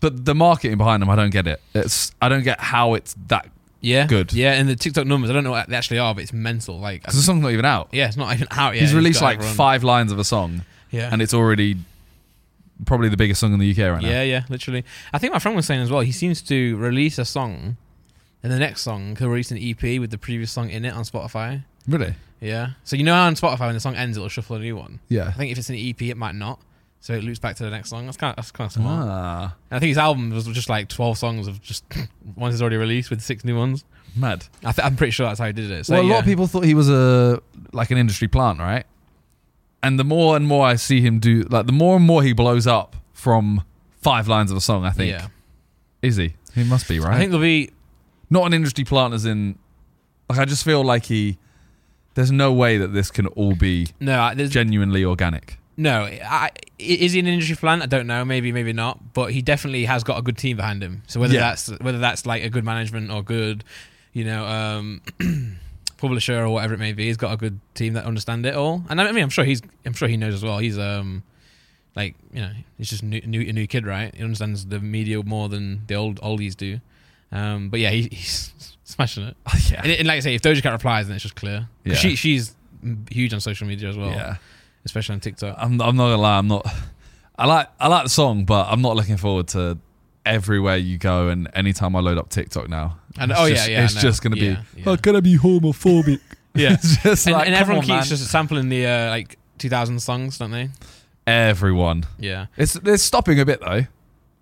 [SPEAKER 2] but the marketing behind them, I don't get it. It's I don't get how it's that
[SPEAKER 1] Yeah,
[SPEAKER 2] Good.
[SPEAKER 1] Yeah, and the TikTok numbers. I don't know what they actually are, but it's mental. Like,
[SPEAKER 2] because the song's not even out.
[SPEAKER 1] yeah, it's not even out yet.
[SPEAKER 2] he's
[SPEAKER 1] and
[SPEAKER 2] released
[SPEAKER 1] got
[SPEAKER 2] like
[SPEAKER 1] everyone-
[SPEAKER 2] five lines of a song,
[SPEAKER 1] Yeah,
[SPEAKER 2] and it's already probably the biggest song in the UK right now.
[SPEAKER 1] Yeah, yeah, literally. I think my friend was saying as well. He seems to release a song, and the next song he'll release an EP with the previous song in it on Spotify.
[SPEAKER 2] Really?
[SPEAKER 1] Yeah. So you know how on Spotify when the song ends, it'll shuffle a new one. I
[SPEAKER 2] Yeah.
[SPEAKER 1] think if it's an EP, it might not. So it loops back to the next song. That's kind of that's kind of smart.
[SPEAKER 2] Ah,
[SPEAKER 1] And I think his album was just like twelve songs of just ones he's already released with six new ones.
[SPEAKER 2] mad.
[SPEAKER 1] I th- I'm pretty sure that's how he did it. So,
[SPEAKER 2] well, a
[SPEAKER 1] yeah.
[SPEAKER 2] lot of people thought he was a like an industry plant, right? And the more and more I see him do, like the more and more he blows up from five lines of a song. I think
[SPEAKER 1] Yeah.
[SPEAKER 2] is he? He must be right.
[SPEAKER 1] I think there'll be
[SPEAKER 2] Not an industry plant as in, like I just feel like he. There's no way that this can all be
[SPEAKER 1] no. I- There's
[SPEAKER 2] genuinely organic.
[SPEAKER 1] No, I, is he an industry plant? I don't know. Maybe, maybe not. But he definitely has got a good team behind him. So whether
[SPEAKER 2] Yeah.
[SPEAKER 1] that's whether that's like a good management or good, you know, um, publisher or whatever it may be, he's got a good team that understand it all. And I mean, I'm sure he's, I'm sure he knows as well. He's um, like you know, he's just new, new a new kid, right? He understands the media more than the old oldies do. Um, but yeah, he, he's smashing it.
[SPEAKER 2] yeah.
[SPEAKER 1] And, and like I say, if Doja Cat replies, then it's just clear. 'Cause
[SPEAKER 2] Yeah.
[SPEAKER 1] She she's huge on social media as well,
[SPEAKER 2] yeah.
[SPEAKER 1] especially on TikTok.
[SPEAKER 2] I'm, I'm not gonna lie. I'm not. I like I like the song, but I'm not looking forward to everywhere you go and anytime I load up TikTok now.
[SPEAKER 1] And-
[SPEAKER 2] it's
[SPEAKER 1] oh, yeah,
[SPEAKER 2] just,
[SPEAKER 1] yeah, I
[SPEAKER 2] It's
[SPEAKER 1] know.
[SPEAKER 2] just gonna be.
[SPEAKER 1] Yeah, yeah.
[SPEAKER 2] How can I be homophobic?
[SPEAKER 1] Yeah.
[SPEAKER 2] it's just
[SPEAKER 1] and,
[SPEAKER 2] like
[SPEAKER 1] and
[SPEAKER 2] come
[SPEAKER 1] everyone
[SPEAKER 2] on,
[SPEAKER 1] keeps
[SPEAKER 2] man.
[SPEAKER 1] just sampling the uh, like 2000 songs, don't they?
[SPEAKER 2] everyone.
[SPEAKER 1] Yeah,
[SPEAKER 2] It's they're stopping a bit though.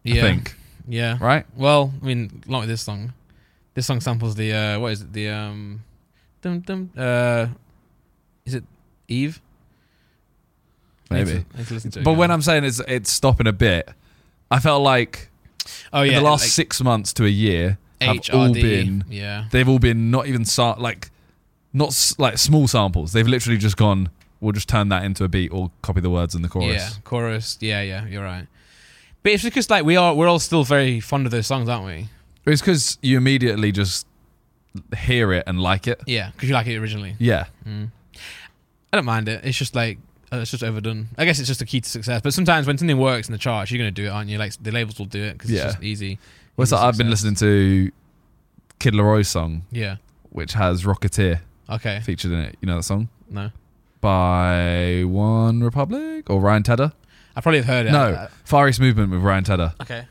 [SPEAKER 1] yeah,
[SPEAKER 2] I think
[SPEAKER 1] yeah.
[SPEAKER 2] right.
[SPEAKER 1] Well, I mean, not with this song. This song samples the uh, what is it? The um, dum dum. Uh, is it Eve? I need
[SPEAKER 2] Maybe.
[SPEAKER 1] to- I need to listen to it
[SPEAKER 2] But
[SPEAKER 1] again.
[SPEAKER 2] when I'm saying it's it's stopping a bit, I felt like
[SPEAKER 1] oh yeah,
[SPEAKER 2] in the last
[SPEAKER 1] like
[SPEAKER 2] six months to a year have
[SPEAKER 1] HRD,
[SPEAKER 2] all been
[SPEAKER 1] yeah,
[SPEAKER 2] they've all been not even sa- like not s- like small samples. They've literally just gone. We'll just turn that into a beat or copy the words in the chorus.
[SPEAKER 1] yeah, chorus, yeah, yeah. You're right. But it's because like we are, we're all still very fond of those songs, aren't we?
[SPEAKER 2] It's because you immediately just hear it and like it.
[SPEAKER 1] Yeah, because you like it originally.
[SPEAKER 2] Yeah,
[SPEAKER 1] I don't mind it. It's just like uh, it's just overdone. I guess it's just a key to success. But sometimes when something works in the charts, you're gonna do it, aren't you? Like the labels will do it because
[SPEAKER 2] Yeah.
[SPEAKER 1] it's just easy.
[SPEAKER 2] well, it's
[SPEAKER 1] easy
[SPEAKER 2] like I've been
[SPEAKER 1] success.
[SPEAKER 2] listening to Kid Leroy's song,
[SPEAKER 1] Yeah.
[SPEAKER 2] which has Rocketeer
[SPEAKER 1] Okay.
[SPEAKER 2] featured in it. You know that song
[SPEAKER 1] No.
[SPEAKER 2] by One Republic or Ryan Tedder?
[SPEAKER 1] I probably have heard it.
[SPEAKER 2] no,
[SPEAKER 1] Uh,
[SPEAKER 2] Far East Movement with Ryan Tedder.
[SPEAKER 1] okay.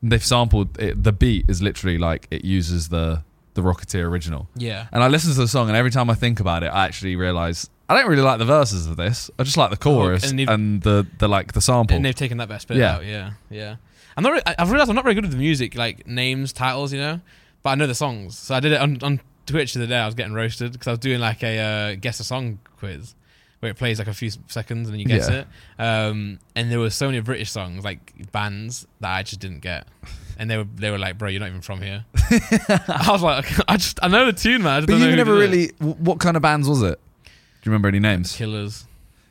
[SPEAKER 2] And They've sampled it, the beat is literally like it uses the the Rocketeer original.
[SPEAKER 1] Yeah.
[SPEAKER 2] And I listen to the song, and every time I think about it, I actually realize I don't really like the verses of this. I just like the chorus
[SPEAKER 1] and
[SPEAKER 2] and,
[SPEAKER 1] they've-
[SPEAKER 2] the the like the sample.
[SPEAKER 1] And they've taken that best bit
[SPEAKER 2] Yeah.
[SPEAKER 1] out. Yeah. Yeah. I'm not. Re- I- I've realized I'm not very good with the music, like names, titles, you know. But I know the songs. So I did it on, on Twitch the other day. I was getting roasted because I was doing like a uh, guess a song quiz. Where it plays like a few s- seconds and then you guess
[SPEAKER 2] Yeah.
[SPEAKER 1] it, um, and there were so many British songs like bands that I just didn't get, and they were they were like, "Bro, you're not even from here." I was like, "I just I know the tune, man." I just
[SPEAKER 2] But
[SPEAKER 1] don't know
[SPEAKER 2] you
[SPEAKER 1] who
[SPEAKER 2] never
[SPEAKER 1] did it."
[SPEAKER 2] really. w- What kind of bands was it? Do you remember any names?
[SPEAKER 1] Killers.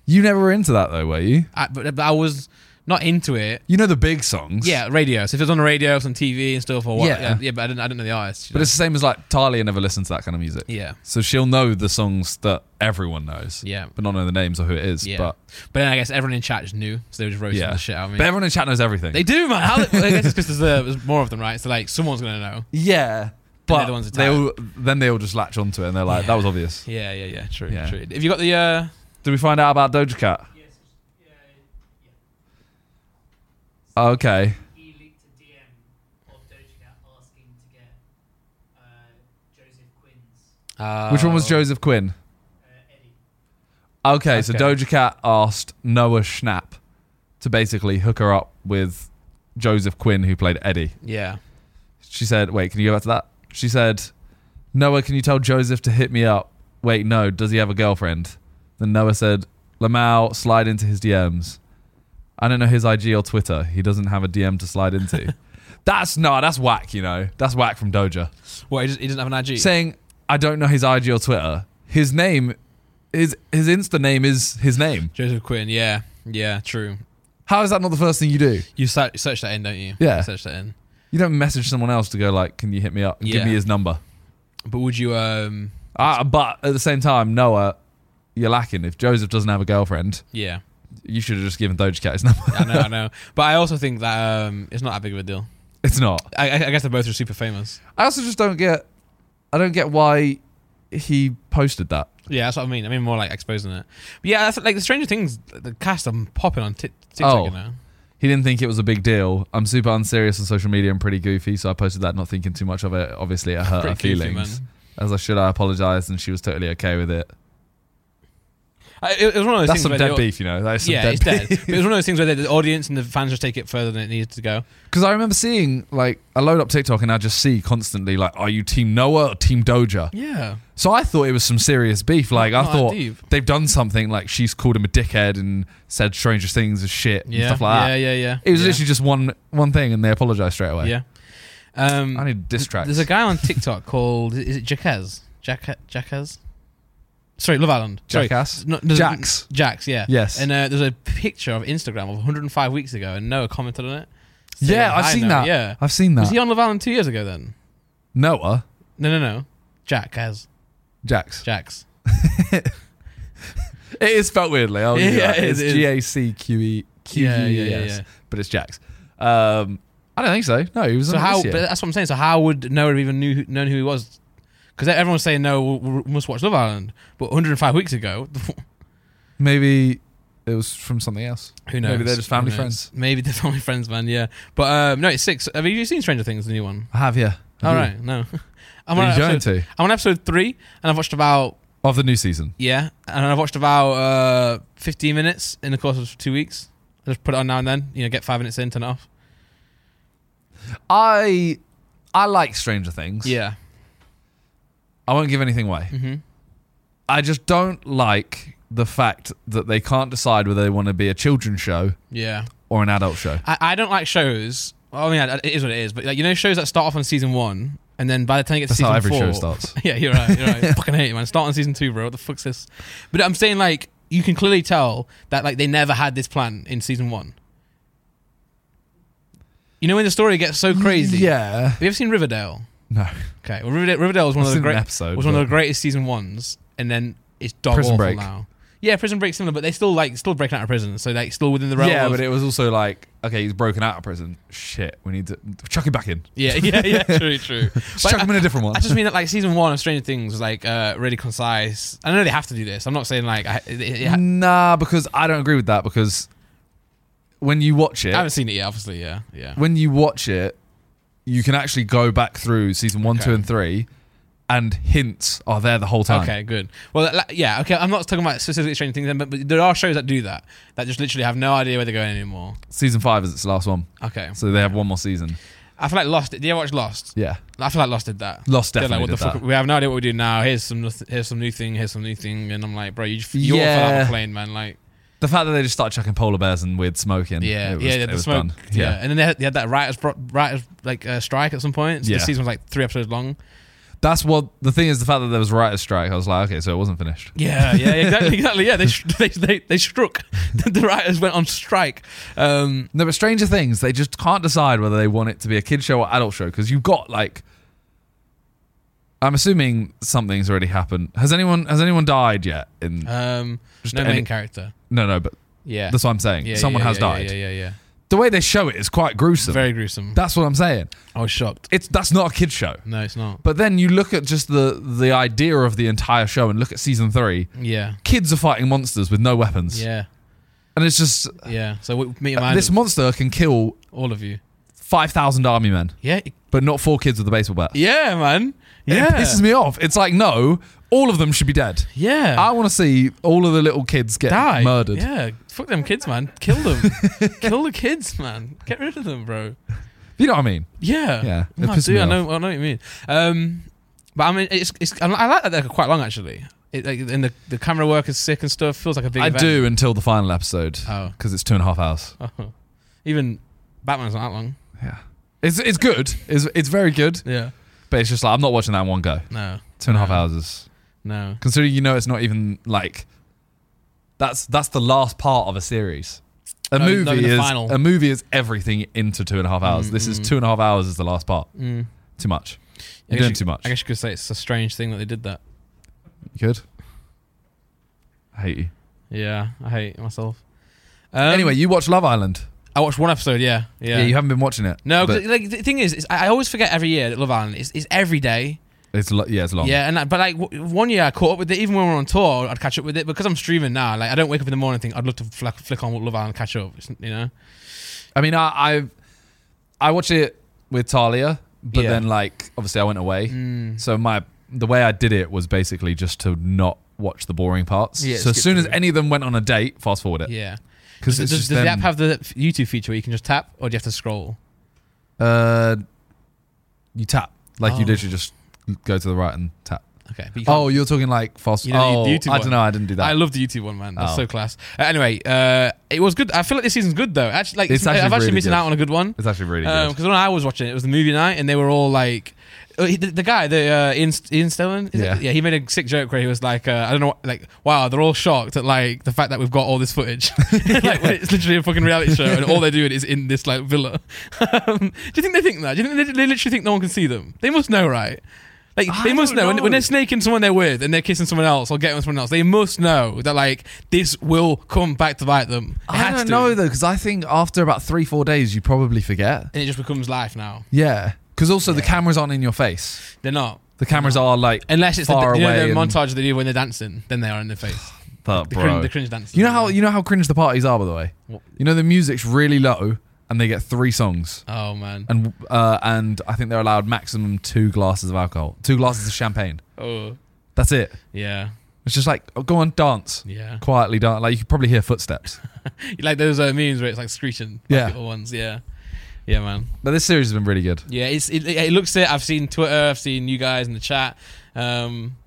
[SPEAKER 2] You never were into that though, were you?
[SPEAKER 1] I, but, but I was not into it.
[SPEAKER 2] You know the big songs.
[SPEAKER 1] Yeah, radio. So if it was on the radio, it's on TV and stuff, or what? Yeah,
[SPEAKER 2] Yeah.
[SPEAKER 1] yeah, but I didn't, I didn't know the artist. you
[SPEAKER 2] But
[SPEAKER 1] know?
[SPEAKER 2] it's the same as like Talia never listened to that kind of music.
[SPEAKER 1] yeah,
[SPEAKER 2] So she'll know the songs that everyone knows,
[SPEAKER 1] yeah,
[SPEAKER 2] but not know the names or who it is.
[SPEAKER 1] yeah. But,
[SPEAKER 2] But
[SPEAKER 1] then I guess everyone in chat just knew, so they were just roasting
[SPEAKER 2] Yeah.
[SPEAKER 1] the shit out of me.
[SPEAKER 2] but everyone in chat knows everything.
[SPEAKER 1] they do, man. How, well, I guess it's because there's, uh, there's more of them, right? So like someone's gonna know.
[SPEAKER 2] yeah, but
[SPEAKER 1] they're the ones that
[SPEAKER 2] they
[SPEAKER 1] tell.
[SPEAKER 2] all, then they all just latch onto it and they're like,
[SPEAKER 1] Yeah.
[SPEAKER 2] "That was obvious."
[SPEAKER 1] Yeah, yeah, yeah. True,
[SPEAKER 2] Yeah.
[SPEAKER 1] true. Have you got the? uh
[SPEAKER 2] Did we find out about Doja Cat? Okay.
[SPEAKER 3] he leaked a DM of Doja Cat asking to get uh, Joseph Quinn's
[SPEAKER 1] uh
[SPEAKER 2] Which one was Joseph Quinn?
[SPEAKER 3] uh, Eddie.
[SPEAKER 2] Okay, so
[SPEAKER 1] Okay.
[SPEAKER 2] Doja Cat asked Noah Schnapp to basically hook her up with Joseph Quinn, who played Eddie.
[SPEAKER 1] Yeah,
[SPEAKER 2] She said, "Wait, can you go back to that?" She said, "Noah, can you tell Joseph to hit me up?" Wait, no. Does he have a girlfriend? Then Noah said, "Lamau, slide into his DMs." I don't know his IG or Twitter. He doesn't have a DM to slide into. that's no, that's whack. You know, that's whack from Doja
[SPEAKER 1] what he, just, he doesn't have an IG.
[SPEAKER 2] saying, "I don't know his IG or Twitter." His name, his his Insta name is his name.
[SPEAKER 1] Joseph Quinn. Yeah, yeah, true.
[SPEAKER 2] How is that not the first thing you do?
[SPEAKER 1] You search, search that in, don't you?
[SPEAKER 2] Yeah.
[SPEAKER 1] Search that in.
[SPEAKER 2] You don't message someone else to go like, "Can you hit me up? and Give
[SPEAKER 1] Yeah.
[SPEAKER 2] me his number."
[SPEAKER 1] But would you? Um.
[SPEAKER 2] Uh, but at the same time, Noah, you're lacking. If Joseph doesn't have a girlfriend,
[SPEAKER 1] Yeah.
[SPEAKER 2] you should have just given Doja Cat his number.
[SPEAKER 1] I know. I know. But I also think that um, it's not that big of a deal.
[SPEAKER 2] it's not.
[SPEAKER 1] I, I I guess they're both are super famous.
[SPEAKER 2] I also just don't get. I don't get why he posted that.
[SPEAKER 1] Yeah, that's what I mean. I mean, more like exposing it. But yeah, that's like the Stranger Things. The cast are popping on Tik TikTok
[SPEAKER 2] Oh.
[SPEAKER 1] you know.
[SPEAKER 2] He didn't think it was a big deal. I'm super unserious on social media and pretty goofy, so I posted that not thinking too much of it. Obviously, it hurt her
[SPEAKER 1] Pretty goofy,
[SPEAKER 2] feelings.
[SPEAKER 1] man.
[SPEAKER 2] As I should, I apologized, and she was totally okay with it.
[SPEAKER 1] I, it, it was one of those
[SPEAKER 2] That's
[SPEAKER 1] things
[SPEAKER 2] some
[SPEAKER 1] where
[SPEAKER 2] dead
[SPEAKER 1] they-
[SPEAKER 2] beef, you know. That's some
[SPEAKER 1] yeah,
[SPEAKER 2] dead
[SPEAKER 1] it's dead.
[SPEAKER 2] beef.
[SPEAKER 1] but it was one of those things where the, the audience and the fans just take it further than it needs to go.
[SPEAKER 2] Because I remember seeing like I load up TikTok and I just see constantly like, are you Team Noah or Team Doja?
[SPEAKER 1] Yeah.
[SPEAKER 2] So I thought it was some serious beef. Like I
[SPEAKER 1] Not that
[SPEAKER 2] thought
[SPEAKER 1] deep.
[SPEAKER 2] they've done something like she's called him a dickhead and said stranger things as shit and
[SPEAKER 1] Yeah.
[SPEAKER 2] stuff like
[SPEAKER 1] yeah.
[SPEAKER 2] that.
[SPEAKER 1] Yeah. Yeah.
[SPEAKER 2] It was
[SPEAKER 1] yeah.
[SPEAKER 2] literally just one one thing and they apologized straight away.
[SPEAKER 1] Yeah. Um,
[SPEAKER 2] I need diss tracks.
[SPEAKER 1] There's a guy on TikTok called is it Jacquez? Jack Jacquez? Sorry, Love Island. Sorry.
[SPEAKER 2] Jackass.
[SPEAKER 1] No, there's-
[SPEAKER 2] Jax.
[SPEAKER 1] Jax, yeah.
[SPEAKER 2] Yes.
[SPEAKER 1] And uh, there's a picture of Instagram of 105 weeks ago, and Noah commented on it. saying,
[SPEAKER 2] Yeah, I've
[SPEAKER 1] "Hi,
[SPEAKER 2] seen
[SPEAKER 1] Noah."
[SPEAKER 2] that.
[SPEAKER 1] Yeah.
[SPEAKER 2] I've seen
[SPEAKER 1] Was
[SPEAKER 2] that.
[SPEAKER 1] he on Love Island two years ago then?
[SPEAKER 2] Noah,
[SPEAKER 1] No, no, no. Jack has
[SPEAKER 2] Jax.
[SPEAKER 1] Jack's.
[SPEAKER 2] It is spelled weirdly. I'll give you
[SPEAKER 1] Yeah,
[SPEAKER 2] that.
[SPEAKER 1] it
[SPEAKER 2] It's
[SPEAKER 1] is.
[SPEAKER 2] G A C Q E Q U
[SPEAKER 1] Yeah, yeah,
[SPEAKER 2] E
[SPEAKER 1] yeah,
[SPEAKER 2] S,
[SPEAKER 1] yeah.
[SPEAKER 2] but it's Jax. Um, I don't think so. No, he was
[SPEAKER 1] So
[SPEAKER 2] on
[SPEAKER 1] how?
[SPEAKER 2] This
[SPEAKER 1] But
[SPEAKER 2] year.
[SPEAKER 1] that's what I'm saying. So how would Noah have even knew who, known who he was? Because everyone's saying no, we we must watch Love Island, but 105 weeks ago,
[SPEAKER 2] Maybe it was from something else.
[SPEAKER 1] who knows?
[SPEAKER 2] Maybe they're just family
[SPEAKER 1] Who knows?
[SPEAKER 2] friends.
[SPEAKER 1] Maybe they're family friends, man. Yeah, but um, no, it's six. Have you seen Stranger Things, the new one?
[SPEAKER 2] I have, yeah.
[SPEAKER 1] All right, no. I'm
[SPEAKER 2] Are
[SPEAKER 1] on
[SPEAKER 2] you going
[SPEAKER 1] episode-
[SPEAKER 2] to?
[SPEAKER 1] I'm on episode three, and I've watched about
[SPEAKER 2] Of the new season.
[SPEAKER 1] yeah, and I've watched about uh 15 minutes in the course of two weeks. I just put it on now and then. You know, get five minutes in, turn it off.
[SPEAKER 2] I I like Stranger Things.
[SPEAKER 1] Yeah.
[SPEAKER 2] I won't give anything away.
[SPEAKER 1] Mm-hmm.
[SPEAKER 2] I just don't like the fact that they can't decide whether they want to be a children's show
[SPEAKER 1] Yeah.
[SPEAKER 2] or an adult show.
[SPEAKER 1] I, I don't like shows. Well, I mean, I- it is what it is. But like, you know, shows that start off on season one, and then by the time you get
[SPEAKER 2] That's
[SPEAKER 1] to season
[SPEAKER 2] how every
[SPEAKER 1] four,
[SPEAKER 2] show starts.
[SPEAKER 1] yeah, you're right. You're right. Fucking hate it, man. Start on season two, bro. What the fuck's this? But I'm saying like you can clearly tell that like they never had this plan in season one. You know when the story gets so crazy.
[SPEAKER 2] Yeah.
[SPEAKER 1] Have you ever seen Riverdale?
[SPEAKER 2] No.
[SPEAKER 1] Okay. Well, Riverdale, Riverdale was one
[SPEAKER 2] I've
[SPEAKER 1] of the
[SPEAKER 2] seen
[SPEAKER 1] great
[SPEAKER 2] an episode,
[SPEAKER 1] was one of
[SPEAKER 2] but-
[SPEAKER 1] the greatest season ones, and then it's dog
[SPEAKER 2] Prison
[SPEAKER 1] awful
[SPEAKER 2] Break.
[SPEAKER 1] now. Yeah, Prison Break similar, but they still like still breaking out of prison, so like still within the realm.
[SPEAKER 2] Yeah,
[SPEAKER 1] of,
[SPEAKER 2] but it was also like, okay, he's broken out of prison. Shit, we need to chuck him back in.
[SPEAKER 1] yeah, yeah, yeah, true, true.
[SPEAKER 2] Just
[SPEAKER 1] But
[SPEAKER 2] chuck him in a different one.
[SPEAKER 1] I just mean that like season one of Stranger Things was like uh, really concise. I know they have to do this. I'm not saying like I, it, it, ha-
[SPEAKER 2] nah, because I don't agree with that because when you watch it,
[SPEAKER 1] I haven't seen it yet. Obviously, yeah, yeah.
[SPEAKER 2] when you watch it, you can actually go back through season one,
[SPEAKER 1] Okay.
[SPEAKER 2] two, and three, and hints are there the whole time.
[SPEAKER 1] Okay, good. Well, like, yeah, okay. I'm not talking about specifically Stranger Things, then, but, but there are shows that do that that just literally have no idea where they're going anymore.
[SPEAKER 2] Season five is its last one,
[SPEAKER 1] Okay,
[SPEAKER 2] so they have one more season.
[SPEAKER 1] I feel like Lost. Did you ever watch Lost?
[SPEAKER 2] Yeah,
[SPEAKER 1] I feel like Lost did that.
[SPEAKER 2] Lost
[SPEAKER 1] They're
[SPEAKER 2] definitely
[SPEAKER 1] like, what the
[SPEAKER 2] did
[SPEAKER 1] fuck?
[SPEAKER 2] that.
[SPEAKER 1] We have no idea what we do now. Here's some here's some new thing. Here's some new thing, and I'm like, bro, you you
[SPEAKER 2] Yeah.
[SPEAKER 1] all fell out of the plane, man. Like,
[SPEAKER 2] The fact that they just started chucking polar bears and weird smoke in,
[SPEAKER 1] yeah,
[SPEAKER 2] it was,
[SPEAKER 1] yeah, yeah,
[SPEAKER 2] it
[SPEAKER 1] the
[SPEAKER 2] was
[SPEAKER 1] smoke,
[SPEAKER 2] done.
[SPEAKER 1] yeah. and then they had, they had that writers bro- writers like uh, strike at some point. So
[SPEAKER 2] Yeah.
[SPEAKER 1] The season was like three episodes long.
[SPEAKER 2] that's what the thing is. The fact that there was a writer's strike, I was like, okay, so it wasn't finished.
[SPEAKER 1] Yeah, yeah, exactly, exactly. Yeah, they sh- they, they they struck. the writers went on strike. Um,
[SPEAKER 2] No, but Stranger Things, they just can't decide whether they want it to be a kid show or adult show because you've got like. I'm assuming something's already happened. Has anyone has anyone died yet? In
[SPEAKER 1] um,
[SPEAKER 2] Just
[SPEAKER 1] no
[SPEAKER 2] any-
[SPEAKER 1] main character.
[SPEAKER 2] no, no, but
[SPEAKER 1] Yeah,
[SPEAKER 2] that's what I'm saying.
[SPEAKER 1] yeah,
[SPEAKER 2] Someone
[SPEAKER 1] yeah,
[SPEAKER 2] has
[SPEAKER 1] yeah,
[SPEAKER 2] died.
[SPEAKER 1] Yeah, yeah, yeah.
[SPEAKER 2] The way they show it is quite gruesome.
[SPEAKER 1] Very gruesome.
[SPEAKER 2] that's what I'm saying.
[SPEAKER 1] I was shocked.
[SPEAKER 2] It's that's not a kid show.
[SPEAKER 1] No, it's not.
[SPEAKER 2] But then you look at just the the idea of the entire show and look at season three.
[SPEAKER 1] Yeah,
[SPEAKER 2] Kids are fighting monsters with no weapons,
[SPEAKER 1] yeah,
[SPEAKER 2] and it's just
[SPEAKER 1] yeah. So we, me and mine,
[SPEAKER 2] uh, this monster can kill
[SPEAKER 1] all of you.
[SPEAKER 2] five thousand army men,
[SPEAKER 1] Yeah,
[SPEAKER 2] but not four kids with a baseball bat.
[SPEAKER 1] yeah, man.
[SPEAKER 2] It
[SPEAKER 1] Yeah,
[SPEAKER 2] pisses me off. It's like, no, all of them should be dead.
[SPEAKER 1] yeah.
[SPEAKER 2] I want to see all of the little kids get
[SPEAKER 1] die
[SPEAKER 2] murdered.
[SPEAKER 1] Yeah, fuck them kids, man. Kill them. Kill the kids, man. Get rid of them, bro.
[SPEAKER 2] You know what I mean?
[SPEAKER 1] Yeah.
[SPEAKER 2] Yeah, it
[SPEAKER 1] No, I
[SPEAKER 2] pissed
[SPEAKER 1] do.
[SPEAKER 2] me
[SPEAKER 1] I know. I know what you mean. Um, but I mean, it's, it's I like that they're quite long actually. It, like, and the, the camera work is sick and stuff. Feels like a big.
[SPEAKER 2] I
[SPEAKER 1] event.
[SPEAKER 2] do until the final episode
[SPEAKER 1] Oh.
[SPEAKER 2] because it's two and a half hours.
[SPEAKER 1] Oh. Even Batman's not that long.
[SPEAKER 2] Yeah, it's it's good. It's it's very good,
[SPEAKER 1] Yeah.
[SPEAKER 2] but it's just like I'm not watching that in one go.
[SPEAKER 1] No.
[SPEAKER 2] Two and a half
[SPEAKER 1] No.
[SPEAKER 2] hours is
[SPEAKER 1] No.
[SPEAKER 2] considering you know it's not even like that's that's the last part of a series. A
[SPEAKER 1] No,
[SPEAKER 2] movie
[SPEAKER 1] no, in the
[SPEAKER 2] is
[SPEAKER 1] final.
[SPEAKER 2] a movie is everything into two and a half hours. this is two and a half hours is the last part.
[SPEAKER 1] Mm.
[SPEAKER 2] Too much.
[SPEAKER 1] I
[SPEAKER 2] You're
[SPEAKER 1] guess
[SPEAKER 2] doing
[SPEAKER 1] you-
[SPEAKER 2] too much.
[SPEAKER 1] I guess you could say it's a strange thing that they did that.
[SPEAKER 2] you could. I hate you.
[SPEAKER 1] Yeah, I hate myself. Um,
[SPEAKER 2] anyway, you watch Love Island.
[SPEAKER 1] I watched one episode. Yeah,
[SPEAKER 2] Yeah.
[SPEAKER 1] yeah.
[SPEAKER 2] you haven't been watching it.
[SPEAKER 1] no,
[SPEAKER 2] but
[SPEAKER 1] 'cause, like the thing is, is I I always forget every year that Love Island is, is every day.
[SPEAKER 2] it's lo- yeah, it's long.
[SPEAKER 1] Yeah, and I- but like w- one year I caught up with it. Even when we were on tour, I'd catch up with it because I'm streaming now. Like I don't wake up in the morning and think I'd love to flick, flick on Love Island, and catch up. It's- you know,
[SPEAKER 2] I mean, I I, I watch it with Talia, but
[SPEAKER 1] Yeah. Mm.
[SPEAKER 2] then like obviously I went away, so my the way I did it was basically just to not watch the boring parts.
[SPEAKER 1] Yeah,
[SPEAKER 2] so as
[SPEAKER 1] skip
[SPEAKER 2] soon as
[SPEAKER 1] through.
[SPEAKER 2] any of them went on a date, fast forward it.
[SPEAKER 1] yeah.
[SPEAKER 2] Because
[SPEAKER 1] Does,
[SPEAKER 2] it's
[SPEAKER 1] does
[SPEAKER 2] just
[SPEAKER 1] the
[SPEAKER 2] them-
[SPEAKER 1] app have the YouTube feature where you can just tap, or do you have to scroll?
[SPEAKER 2] uh, you tap like you
[SPEAKER 1] Oh.
[SPEAKER 2] literally just go to the right and tap.
[SPEAKER 1] Okay. But you can't-
[SPEAKER 2] Oh, you're talking like fast.
[SPEAKER 1] You know,
[SPEAKER 2] oh,
[SPEAKER 1] the YouTube
[SPEAKER 2] I
[SPEAKER 1] one.
[SPEAKER 2] don't know. I didn't do that.
[SPEAKER 1] I love the YouTube one, man. That's
[SPEAKER 2] Oh.
[SPEAKER 1] so class. Uh, anyway, uh, it was good. I feel like this season's good though. Actually, like
[SPEAKER 2] It's
[SPEAKER 1] I've
[SPEAKER 2] actually
[SPEAKER 1] actually
[SPEAKER 2] really
[SPEAKER 1] missing
[SPEAKER 2] good.
[SPEAKER 1] out on a good one.
[SPEAKER 2] it's actually really
[SPEAKER 1] Because
[SPEAKER 2] good.
[SPEAKER 1] Um, when I was watching it, it was the movie night, and they were all like, uh, he- the, the guy, the uh, Ian, St- Ian Stellan, is it?
[SPEAKER 2] Yeah.
[SPEAKER 1] yeah, he made a sick joke where he was like, uh, I don't know, like, wow, they're all shocked at like the fact that we've got all this footage. like, when it's literally a fucking reality show, and all they're doing is in this like villa. um, do you think they think that? Do you think they, they literally think no one can see them? They must know, right? Like
[SPEAKER 2] I
[SPEAKER 1] they must
[SPEAKER 2] don't
[SPEAKER 1] know, When, when
[SPEAKER 2] know.
[SPEAKER 1] they're snaking someone they're with and they're kissing someone else or getting with someone else, they must know that like this will come back to bite them. It
[SPEAKER 2] I
[SPEAKER 1] has
[SPEAKER 2] don't
[SPEAKER 1] to.
[SPEAKER 2] know though, because I think after about three, four days, you probably forget.
[SPEAKER 1] and it just becomes life now.
[SPEAKER 2] Yeah, because also the
[SPEAKER 1] Yeah.
[SPEAKER 2] cameras aren't in your face.
[SPEAKER 1] They're not.
[SPEAKER 2] The cameras are like
[SPEAKER 1] Unless it's
[SPEAKER 2] far
[SPEAKER 1] the, you know,
[SPEAKER 2] away
[SPEAKER 1] the
[SPEAKER 2] and-
[SPEAKER 1] montage they do when they're dancing, then they are in their face.
[SPEAKER 2] Oh,
[SPEAKER 1] The,
[SPEAKER 2] bro.
[SPEAKER 1] cringe, the cringe dancing.
[SPEAKER 2] you know how you know how cringe the parties are, by the way.
[SPEAKER 1] What?
[SPEAKER 2] You know the music's really low, and they get three songs,
[SPEAKER 1] Oh man.
[SPEAKER 2] and uh, and I think they're allowed maximum two glasses of alcohol, two glasses of champagne.
[SPEAKER 1] Oh
[SPEAKER 2] That's it.
[SPEAKER 1] yeah,
[SPEAKER 2] It's just like oh, go on, dance
[SPEAKER 1] yeah.
[SPEAKER 2] quietly, dance. Like you could probably hear footsteps.
[SPEAKER 1] Like those uh, memes where it's like screeching. like
[SPEAKER 2] Yeah.
[SPEAKER 1] Little ones. Yeah. Yeah, man.
[SPEAKER 2] But this series has been really good.
[SPEAKER 1] Yeah, it's it, it looks it. I've seen Twitter. I've seen you guys in the chat. Um,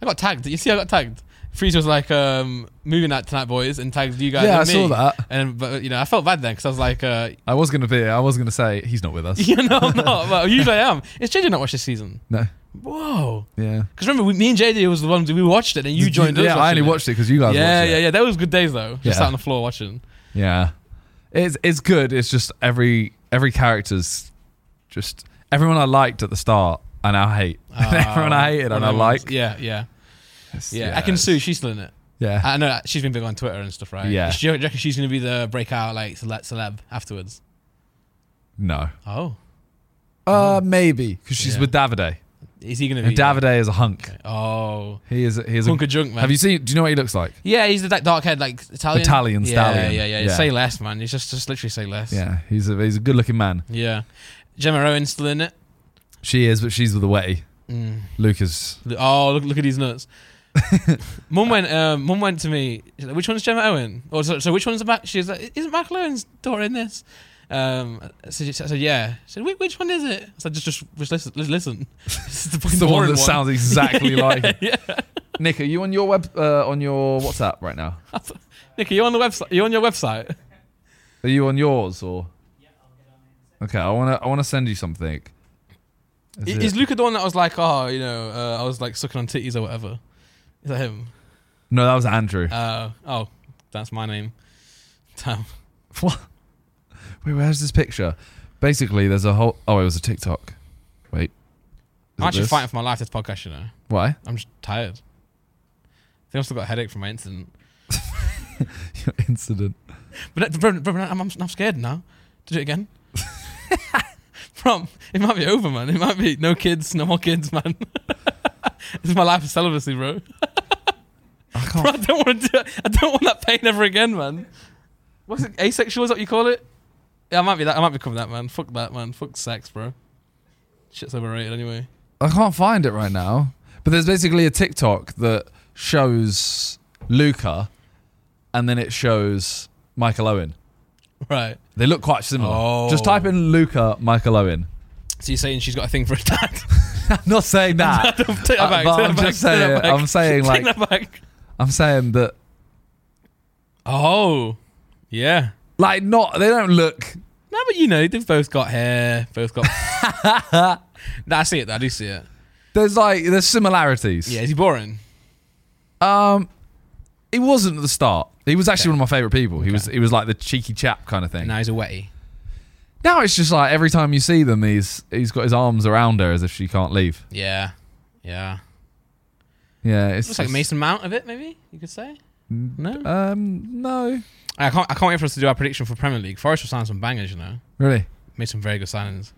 [SPEAKER 1] I got tagged. You see, I got tagged. Freeze was like um, moving night tonight, boys, and tagged you guys.
[SPEAKER 2] yeah, I
[SPEAKER 1] and me.
[SPEAKER 2] saw that.
[SPEAKER 1] And but you know, I felt bad then because I was like, uh,
[SPEAKER 2] I was gonna be. I was gonna say he's not with us.
[SPEAKER 1] you know, I'm not. But usually I am. It's JJ not watched this season.
[SPEAKER 2] No.
[SPEAKER 1] Whoa.
[SPEAKER 2] Yeah.
[SPEAKER 1] Because remember, we, me and JD was the ones we watched it, and you joined us.
[SPEAKER 2] Yeah, I only
[SPEAKER 1] watching
[SPEAKER 2] watched it because you
[SPEAKER 1] It.
[SPEAKER 2] guys.
[SPEAKER 1] Yeah,
[SPEAKER 2] watched
[SPEAKER 1] yeah,
[SPEAKER 2] it.
[SPEAKER 1] yeah. That was good days though. Just
[SPEAKER 2] Yeah.
[SPEAKER 1] sat on the floor watching.
[SPEAKER 2] Yeah. It's it's good. It's just every every character's just everyone I liked at the start I now hate. And everyone I hated and I like.
[SPEAKER 1] Yeah, yeah,
[SPEAKER 2] It's-
[SPEAKER 1] Ah, yeah. I can
[SPEAKER 2] it's-
[SPEAKER 1] sue. Ah. She's still in it.
[SPEAKER 2] Yeah.
[SPEAKER 1] I know that she's been big on Twitter and stuff, right?
[SPEAKER 2] Yeah.
[SPEAKER 1] Do you reckon she's going to be the breakout like celeb, celeb afterwards?
[SPEAKER 2] no.
[SPEAKER 1] Oh,
[SPEAKER 2] Uh maybe because she's
[SPEAKER 1] Mm. Yeah.
[SPEAKER 2] with Davide.
[SPEAKER 1] is he going to be?
[SPEAKER 2] And Davide is a hunk.
[SPEAKER 1] Okay. Oh,
[SPEAKER 2] He is a, he is a,
[SPEAKER 1] hunk of junk man.
[SPEAKER 2] Have you seen do you know what he looks like?
[SPEAKER 1] Yeah, he's the dark head like Italian.
[SPEAKER 2] Italian
[SPEAKER 1] yeah,
[SPEAKER 2] stallion.
[SPEAKER 1] Yeah, yeah,
[SPEAKER 2] Yeah.
[SPEAKER 1] yeah. Say less, man. He's just just literally say less.
[SPEAKER 2] Yeah, he's a he's a good-looking man.
[SPEAKER 1] Yeah. Gemma Owen's still in it.
[SPEAKER 2] She is, but she's with the wetty.
[SPEAKER 1] Mm.
[SPEAKER 2] Lucas.
[SPEAKER 1] Oh, look, look at these nuts. mum went. Um, mum went to me. She's like, which one's Gemma Owen? Or so, so which one's Mac? She's like, isn't Mac Lowen's daughter in this? Um, so she, I said, yeah. She said, which, which one is it? I said, just just, just listen. Just listen. This is the,
[SPEAKER 2] It's
[SPEAKER 1] fucking
[SPEAKER 2] the one
[SPEAKER 1] boring
[SPEAKER 2] that sounds exactly
[SPEAKER 1] Yeah,
[SPEAKER 2] like. him.
[SPEAKER 1] Yeah.
[SPEAKER 2] Nick, are you on your web uh, on your WhatsApp right now?
[SPEAKER 1] Nick, are you on the website? Are you on your website?
[SPEAKER 2] Are you on yours or? Okay, I wanna I wanna send you something. Is
[SPEAKER 1] Is,
[SPEAKER 2] it-
[SPEAKER 1] Luca the one that was like, oh, you know, uh, I was like sucking on titties or whatever? Is that him?
[SPEAKER 2] no, that was Andrew.
[SPEAKER 1] Uh, oh, that's my name. Damn.
[SPEAKER 2] Wait, where's this picture? Basically, there's a whole. Oh, it was a TikTok. Wait. Is
[SPEAKER 1] I'm
[SPEAKER 2] it
[SPEAKER 1] actually
[SPEAKER 2] this?
[SPEAKER 1] fighting for my life this podcast, you know.
[SPEAKER 2] Why?
[SPEAKER 1] I'm just tired. I think I've still got a headache from my incident.
[SPEAKER 2] Your incident.
[SPEAKER 1] But uh, bro, bro, bro, I'm, I'm, I'm scared now. To do it again. From it might be over, man. It might be no kids, no more kids, man. this is my life of celibacy, bro.
[SPEAKER 2] I can't.
[SPEAKER 1] bro I don't want to. Do it. I don't want that pain ever again, man. What's it? Asexual is what you call it? Yeah, I might be that. I might become that, man. Fuck that, man. Fuck sex, bro. Shit's overrated anyway.
[SPEAKER 2] I can't find it right now. But there's basically a TikTok that shows Luca, and then it shows Michael Owen.
[SPEAKER 1] Right.
[SPEAKER 2] They look quite similar.
[SPEAKER 1] Oh.
[SPEAKER 2] Just type in Luca Michael Owen.
[SPEAKER 1] So you're saying she's got a thing for a dad?
[SPEAKER 2] I'm not saying that.
[SPEAKER 1] Take that
[SPEAKER 2] Uh,
[SPEAKER 1] back.
[SPEAKER 2] but
[SPEAKER 1] take that back,
[SPEAKER 2] I'm just
[SPEAKER 1] take that
[SPEAKER 2] saying-
[SPEAKER 1] back.
[SPEAKER 2] I'm saying, like-
[SPEAKER 1] Take that back.
[SPEAKER 2] I'm saying that
[SPEAKER 1] Oh, yeah.
[SPEAKER 2] like not they don't look
[SPEAKER 1] No, but you know, they've both got hair, both got. no, I see it. though, I do see it.
[SPEAKER 2] there's like there's similarities.
[SPEAKER 1] Yeah, is he boring?
[SPEAKER 2] Um, it wasn't at the start. He was actually one of my favorite people. He was he was like the cheeky chap kind of thing.
[SPEAKER 1] Now he's a wetty.
[SPEAKER 2] Now it's just like every time you see them, he's he's got his arms around her as if she can't leave.
[SPEAKER 1] Yeah, yeah.
[SPEAKER 2] Yeah, it's
[SPEAKER 1] Looks like
[SPEAKER 2] just-
[SPEAKER 1] Mason Mount of it, maybe you could say. No,
[SPEAKER 2] Um, no,
[SPEAKER 1] I can't. I can't wait for us to do our prediction for Premier League. Forest will sign some bangers, you know.
[SPEAKER 2] really.
[SPEAKER 1] Made some very good signings.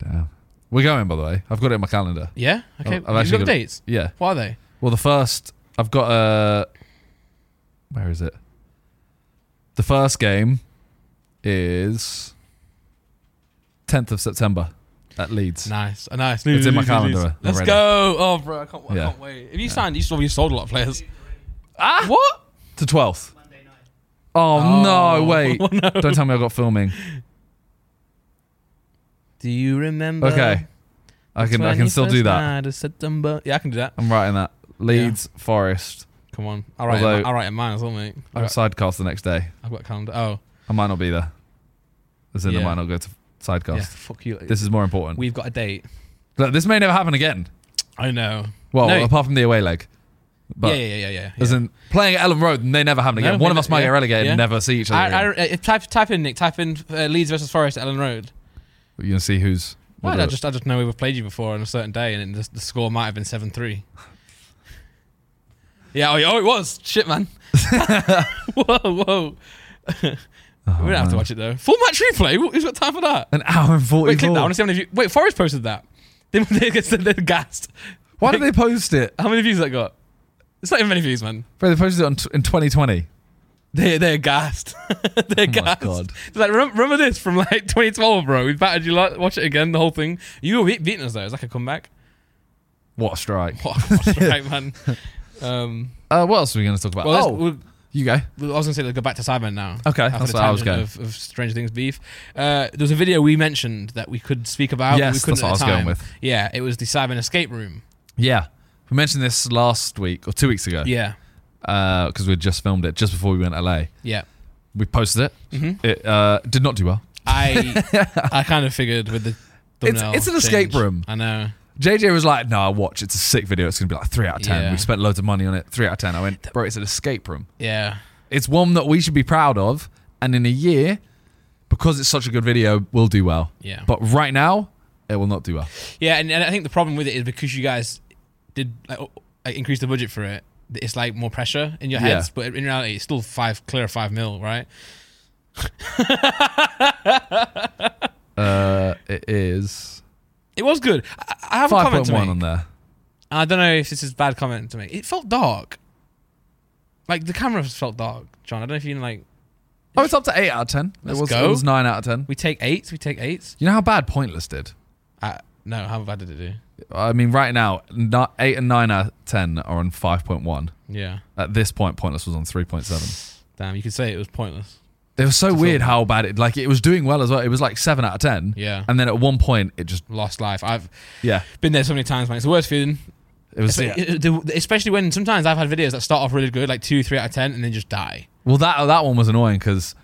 [SPEAKER 2] Damn, we're going by the way. I've got it in my calendar.
[SPEAKER 1] Yeah. Okay.
[SPEAKER 2] I've actually
[SPEAKER 1] You've
[SPEAKER 2] got-
[SPEAKER 1] got dates.
[SPEAKER 2] Yeah.
[SPEAKER 1] What are they?
[SPEAKER 2] Well, the first I've got uh where is it? The first game is 10th of September at Leeds.
[SPEAKER 1] Nice. Uh, nice.
[SPEAKER 2] It's in my
[SPEAKER 1] Leeds, Leeds,
[SPEAKER 2] calendar
[SPEAKER 1] Leeds.
[SPEAKER 2] already.
[SPEAKER 1] Let's go. Oh, bro, I can't, I
[SPEAKER 2] Yeah.
[SPEAKER 1] can't wait. If you signed, you sold, you sold a lot of players.
[SPEAKER 2] Ah, what? To 12th.
[SPEAKER 3] Monday night.
[SPEAKER 2] Oh,
[SPEAKER 1] Oh.
[SPEAKER 2] no, wait. Don't tell me I got filming.
[SPEAKER 1] Do you remember?
[SPEAKER 2] Okay. I can I can still do that.
[SPEAKER 1] September. Yeah, I can do that.
[SPEAKER 2] I'm writing that. Leeds Forest.
[SPEAKER 1] Come on. I'll write.
[SPEAKER 2] Although-
[SPEAKER 1] it, in my- I'll write it in mine as well, mate.
[SPEAKER 2] I got sidecast the next day.
[SPEAKER 1] I've got a calendar. Oh,
[SPEAKER 2] I might not be there. As in I
[SPEAKER 1] Yeah.
[SPEAKER 2] might not go to
[SPEAKER 1] yeah.
[SPEAKER 2] sidecast.
[SPEAKER 1] Fuck you.
[SPEAKER 2] This is more important.
[SPEAKER 1] We've got a date.
[SPEAKER 2] Look, this may never happen again.
[SPEAKER 1] I know.
[SPEAKER 2] Well,
[SPEAKER 1] No.
[SPEAKER 2] apart from the away leg. But
[SPEAKER 1] yeah, yeah, yeah, yeah. yeah.
[SPEAKER 2] As in playing at Ellen Road, and they never happen
[SPEAKER 1] No,
[SPEAKER 2] again. One of
[SPEAKER 1] they-
[SPEAKER 2] us might
[SPEAKER 1] yeah,
[SPEAKER 2] get relegated and
[SPEAKER 1] yeah.
[SPEAKER 2] never see each other.
[SPEAKER 1] I, I,
[SPEAKER 2] again.
[SPEAKER 1] if type type in Nick. Type in uh, Leeds versus Forest, at Ellen Road.
[SPEAKER 2] You're gonna see who's.
[SPEAKER 1] Why
[SPEAKER 2] we'll
[SPEAKER 1] did I
[SPEAKER 2] do it.
[SPEAKER 1] just I just know we've played you before on a certain day, and the, the score might have been seven three. yeah, oh, yeah, oh, it was shit, man. whoa, whoa.
[SPEAKER 2] Oh,
[SPEAKER 1] we don't have to
[SPEAKER 2] man.
[SPEAKER 1] watch it though. Full match replay. Who- Who's got time for that?
[SPEAKER 2] An hour and forty.
[SPEAKER 1] Wait, click that. I want to see how many views. Wait, Forrest posted that. They they get they're gassed.
[SPEAKER 2] Why did they post it?
[SPEAKER 1] How many views that got? It's not even many views, man.
[SPEAKER 2] Bro, they posted it on t- in 2020.
[SPEAKER 1] They they're gassed. they're
[SPEAKER 2] Oh my
[SPEAKER 1] gassed.
[SPEAKER 2] God.
[SPEAKER 1] It's Like remember, remember this from like 2012, bro. We battered you. Lot. Watch it again. The whole thing. You were be- beating us though. It's like a comeback.
[SPEAKER 2] What a strike.
[SPEAKER 1] What, what's right, man? Um,
[SPEAKER 2] Uh, what else are we going to talk about?
[SPEAKER 1] well,
[SPEAKER 2] oh,
[SPEAKER 1] let's- we'll-
[SPEAKER 2] you go.
[SPEAKER 1] I was gonna say let's go back to Cyberman now.
[SPEAKER 2] Okay, that's
[SPEAKER 1] the
[SPEAKER 2] what I was
[SPEAKER 1] tangent Of, of Stranger Things beef. Uh, there was a video we mentioned that we could speak about. but we
[SPEAKER 2] yes, that's
[SPEAKER 1] couldn't
[SPEAKER 2] what I
[SPEAKER 1] at
[SPEAKER 2] was
[SPEAKER 1] the
[SPEAKER 2] going
[SPEAKER 1] time.
[SPEAKER 2] with.
[SPEAKER 1] Yeah, it was the Cyberman escape room.
[SPEAKER 2] Yeah. We mentioned this last week or two weeks ago
[SPEAKER 1] Yeah,
[SPEAKER 2] because we'd just filmed it just before we went to LA.
[SPEAKER 1] yeah.
[SPEAKER 2] We posted it.
[SPEAKER 1] hmm
[SPEAKER 2] It uh, did not do well.
[SPEAKER 1] I I kind of figured with the
[SPEAKER 2] It's-
[SPEAKER 1] thumbnail
[SPEAKER 2] it's an escape
[SPEAKER 1] change.
[SPEAKER 2] room.
[SPEAKER 1] I know.
[SPEAKER 2] JJ was like, no, watch. It's a sick video. It's going to be like 3 out of 10.
[SPEAKER 1] Yeah.
[SPEAKER 2] We spent loads of money on it. 3 out of 10. I went, bro, it's an escape room.
[SPEAKER 1] Yeah,
[SPEAKER 2] It's one that we should be proud of, and in a year, because it's such a good video, will do well.
[SPEAKER 1] yeah,
[SPEAKER 2] But right now, it will not do well.
[SPEAKER 1] yeah. And, and I think the problem with it is because you guys did like, o- like increase the budget for it. It's like more pressure in your
[SPEAKER 2] Yeah.
[SPEAKER 1] heads, but in reality, it's still five clear of five mil, right?
[SPEAKER 2] Uh, it is
[SPEAKER 1] It was good. I, I have a
[SPEAKER 2] five
[SPEAKER 1] comment
[SPEAKER 2] point
[SPEAKER 1] to make.
[SPEAKER 2] one on there.
[SPEAKER 1] I don't know if this is a bad comment to make. It felt dark. Like the camera felt dark, John. I don't know if you can, like
[SPEAKER 2] Oh, it's up to eight out of ten.
[SPEAKER 1] Let's
[SPEAKER 2] it was
[SPEAKER 1] go.
[SPEAKER 2] it was nine out of ten.
[SPEAKER 1] we take eights, we take eights.
[SPEAKER 2] You know how bad Pointless did.
[SPEAKER 1] Uh, no, how bad did it do?
[SPEAKER 2] I mean, right now, not eight and nine out of ten are on five point one.
[SPEAKER 1] Yeah,
[SPEAKER 2] At this point, Pointless was on three point seven.
[SPEAKER 1] damn. You could say it was pointless.
[SPEAKER 2] It was so
[SPEAKER 1] To
[SPEAKER 2] weird
[SPEAKER 1] film.
[SPEAKER 2] how bad it. Like it was doing well as well. It was like seven out of ten,
[SPEAKER 1] Yeah,
[SPEAKER 2] and then at one point, it just
[SPEAKER 1] lost life. I've
[SPEAKER 2] yeah,
[SPEAKER 1] been there so many times, man. It's the worst feeling.
[SPEAKER 2] it was.
[SPEAKER 1] Espe- the- Especially when sometimes I've had videos that start off really good, like two, three out of ten, and then just die.
[SPEAKER 2] Well, that that one was annoying because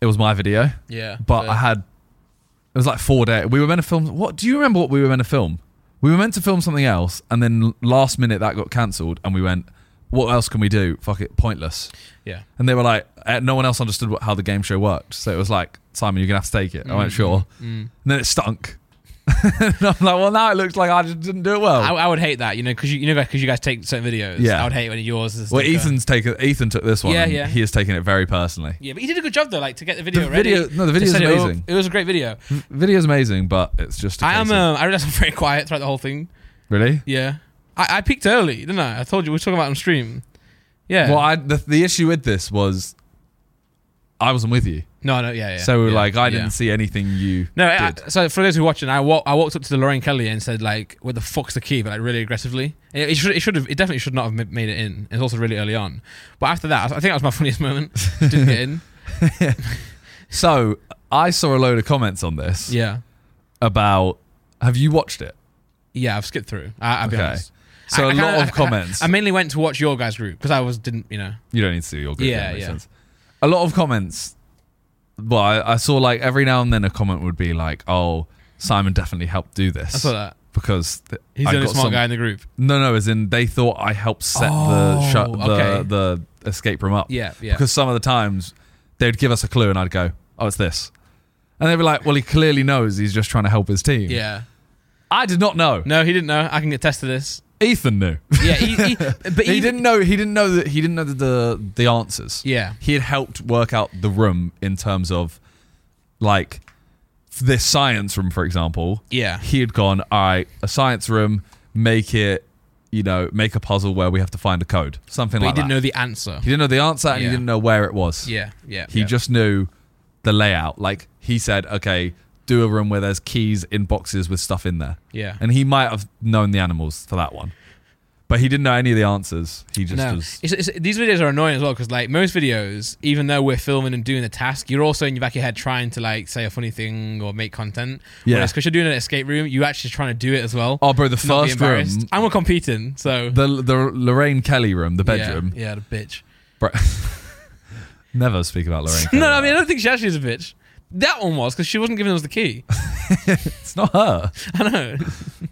[SPEAKER 2] it was my video,
[SPEAKER 1] Yeah,
[SPEAKER 2] but I had it was like four days. We were meant to film. What do you remember? What we were meant to film? We were meant to film something else, and then last minute that got cancelled, and we went, "What else can we do? Fuck it, pointless."
[SPEAKER 1] yeah,
[SPEAKER 2] And they were like, eh, "No one else understood what, how the game show worked." So it was like, "Simon, you're gonna have to take it." I
[SPEAKER 1] Mm.
[SPEAKER 2] went, "Sure." And then it stunk. and I'm like, "Well, now it looks like I just didn't do it well."
[SPEAKER 1] I, I would hate that, you know, because you, you know, because you guys take certain videos.
[SPEAKER 2] Yeah.
[SPEAKER 1] I would hate when yours is.
[SPEAKER 2] well,
[SPEAKER 1] like a-
[SPEAKER 2] Ethan's taken. Ethan took this one.
[SPEAKER 1] Yeah,
[SPEAKER 2] and
[SPEAKER 1] yeah.
[SPEAKER 2] He has taken it very personally.
[SPEAKER 1] Yeah, but he did a good job though, like to get the video
[SPEAKER 2] The
[SPEAKER 1] ready.
[SPEAKER 2] video- no,
[SPEAKER 1] to
[SPEAKER 2] the video's
[SPEAKER 1] set it up.
[SPEAKER 2] amazing.
[SPEAKER 1] It, was a great video.
[SPEAKER 2] Video's amazing, but it's just. I
[SPEAKER 1] I am. Um, I realized I'm very quiet throughout the whole thing.
[SPEAKER 2] really.
[SPEAKER 1] Yeah, I, I peaked early, didn't I? I told you we were talking about it on stream. Yeah.
[SPEAKER 2] Well, I, the, the issue with this was I wasn't with you.
[SPEAKER 1] no, no, yeah, yeah.
[SPEAKER 2] so,
[SPEAKER 1] yeah,
[SPEAKER 2] like, I
[SPEAKER 1] yeah.
[SPEAKER 2] didn't see anything you
[SPEAKER 1] No, I,
[SPEAKER 2] did.
[SPEAKER 1] I- so for those who are watching, I, wa- I walked up to Lorraine Kelly and said like, "Where the fuck's the key?" But like really aggressively. It, it should it should have it definitely should not have ma- made it in. It's also really early on. But after that, I think that was my funniest moment. Didn't get in.
[SPEAKER 2] so, I saw a load of comments on this
[SPEAKER 1] Yeah,
[SPEAKER 2] about have you watched it?
[SPEAKER 1] yeah. I've skipped through. I, I'll be
[SPEAKER 2] Okay.
[SPEAKER 1] honest.
[SPEAKER 2] So,
[SPEAKER 1] I-
[SPEAKER 2] a
[SPEAKER 1] I
[SPEAKER 2] lot
[SPEAKER 1] kinda-
[SPEAKER 2] of
[SPEAKER 1] I-
[SPEAKER 2] comments.
[SPEAKER 1] I mainly went to watch your guys' group because I was didn't you know.
[SPEAKER 2] you don't need to see your group.
[SPEAKER 1] Yeah,
[SPEAKER 2] that makes
[SPEAKER 1] yeah.
[SPEAKER 2] sense. A lot of comments. Well, I, I saw like every now and then a comment would be like, oh, Simon definitely helped do
[SPEAKER 1] I
[SPEAKER 2] this.
[SPEAKER 1] saw that.
[SPEAKER 2] Because th-
[SPEAKER 1] He's
[SPEAKER 2] I
[SPEAKER 1] the only
[SPEAKER 2] got
[SPEAKER 1] smart
[SPEAKER 2] some-
[SPEAKER 1] guy in the group.
[SPEAKER 2] No, no, as in they thought I helped set the,
[SPEAKER 1] Oh,
[SPEAKER 2] shut the,
[SPEAKER 1] okay.
[SPEAKER 2] the escape room up.
[SPEAKER 1] Yeah, yeah.
[SPEAKER 2] Because some of the times they'd give us a clue and I'd go, oh, it's this. And they'd be like, well, he clearly knows he's just trying to help his team.
[SPEAKER 1] yeah.
[SPEAKER 2] I did not know.
[SPEAKER 1] No, he didn't know. I can attest to this.
[SPEAKER 2] Ethan knew.
[SPEAKER 1] Yeah, he, he- but
[SPEAKER 2] he
[SPEAKER 1] even-
[SPEAKER 2] didn't know. He didn't know that. He didn't know the, the the answers.
[SPEAKER 1] Yeah.
[SPEAKER 2] he had helped work out the room in terms of, like, this science room, for example.
[SPEAKER 1] Yeah.
[SPEAKER 2] he had gone. All right, a science room. Make it, you know, make a puzzle where we have to find a code, something
[SPEAKER 1] But he
[SPEAKER 2] like
[SPEAKER 1] didn't
[SPEAKER 2] that.
[SPEAKER 1] know the answer.
[SPEAKER 2] he didn't know the answer, and
[SPEAKER 1] Yeah.
[SPEAKER 2] he didn't know where it was.
[SPEAKER 1] Yeah, yeah.
[SPEAKER 2] He
[SPEAKER 1] yeah.
[SPEAKER 2] just knew the layout. Like he said, okay, do a room where there's keys in boxes with stuff in there.
[SPEAKER 1] Yeah.
[SPEAKER 2] And he might have known the animals for that one. But he didn't know any of the answers. He just
[SPEAKER 1] no,
[SPEAKER 2] was
[SPEAKER 1] it's, it's, these videos are annoying as well because like most videos, even though we're filming and doing the task, you're also in your back of your head trying to like say a funny thing or make content.
[SPEAKER 2] Yeah.
[SPEAKER 1] because you're doing an escape room, you're actually trying to do it as well.
[SPEAKER 2] Oh bro, the
[SPEAKER 1] Not be
[SPEAKER 2] first
[SPEAKER 1] embarrassed.
[SPEAKER 2] room
[SPEAKER 1] and we're competing, so
[SPEAKER 2] the the Lorraine Kelly room, the
[SPEAKER 1] Yeah,
[SPEAKER 2] bedroom.
[SPEAKER 1] Yeah, the bitch.
[SPEAKER 2] Bro- Never speak about Lorraine Kelly.
[SPEAKER 1] no, I mean I don't think she actually is a bitch. That one was because she wasn't giving us the key.
[SPEAKER 2] it's not her.
[SPEAKER 1] I know.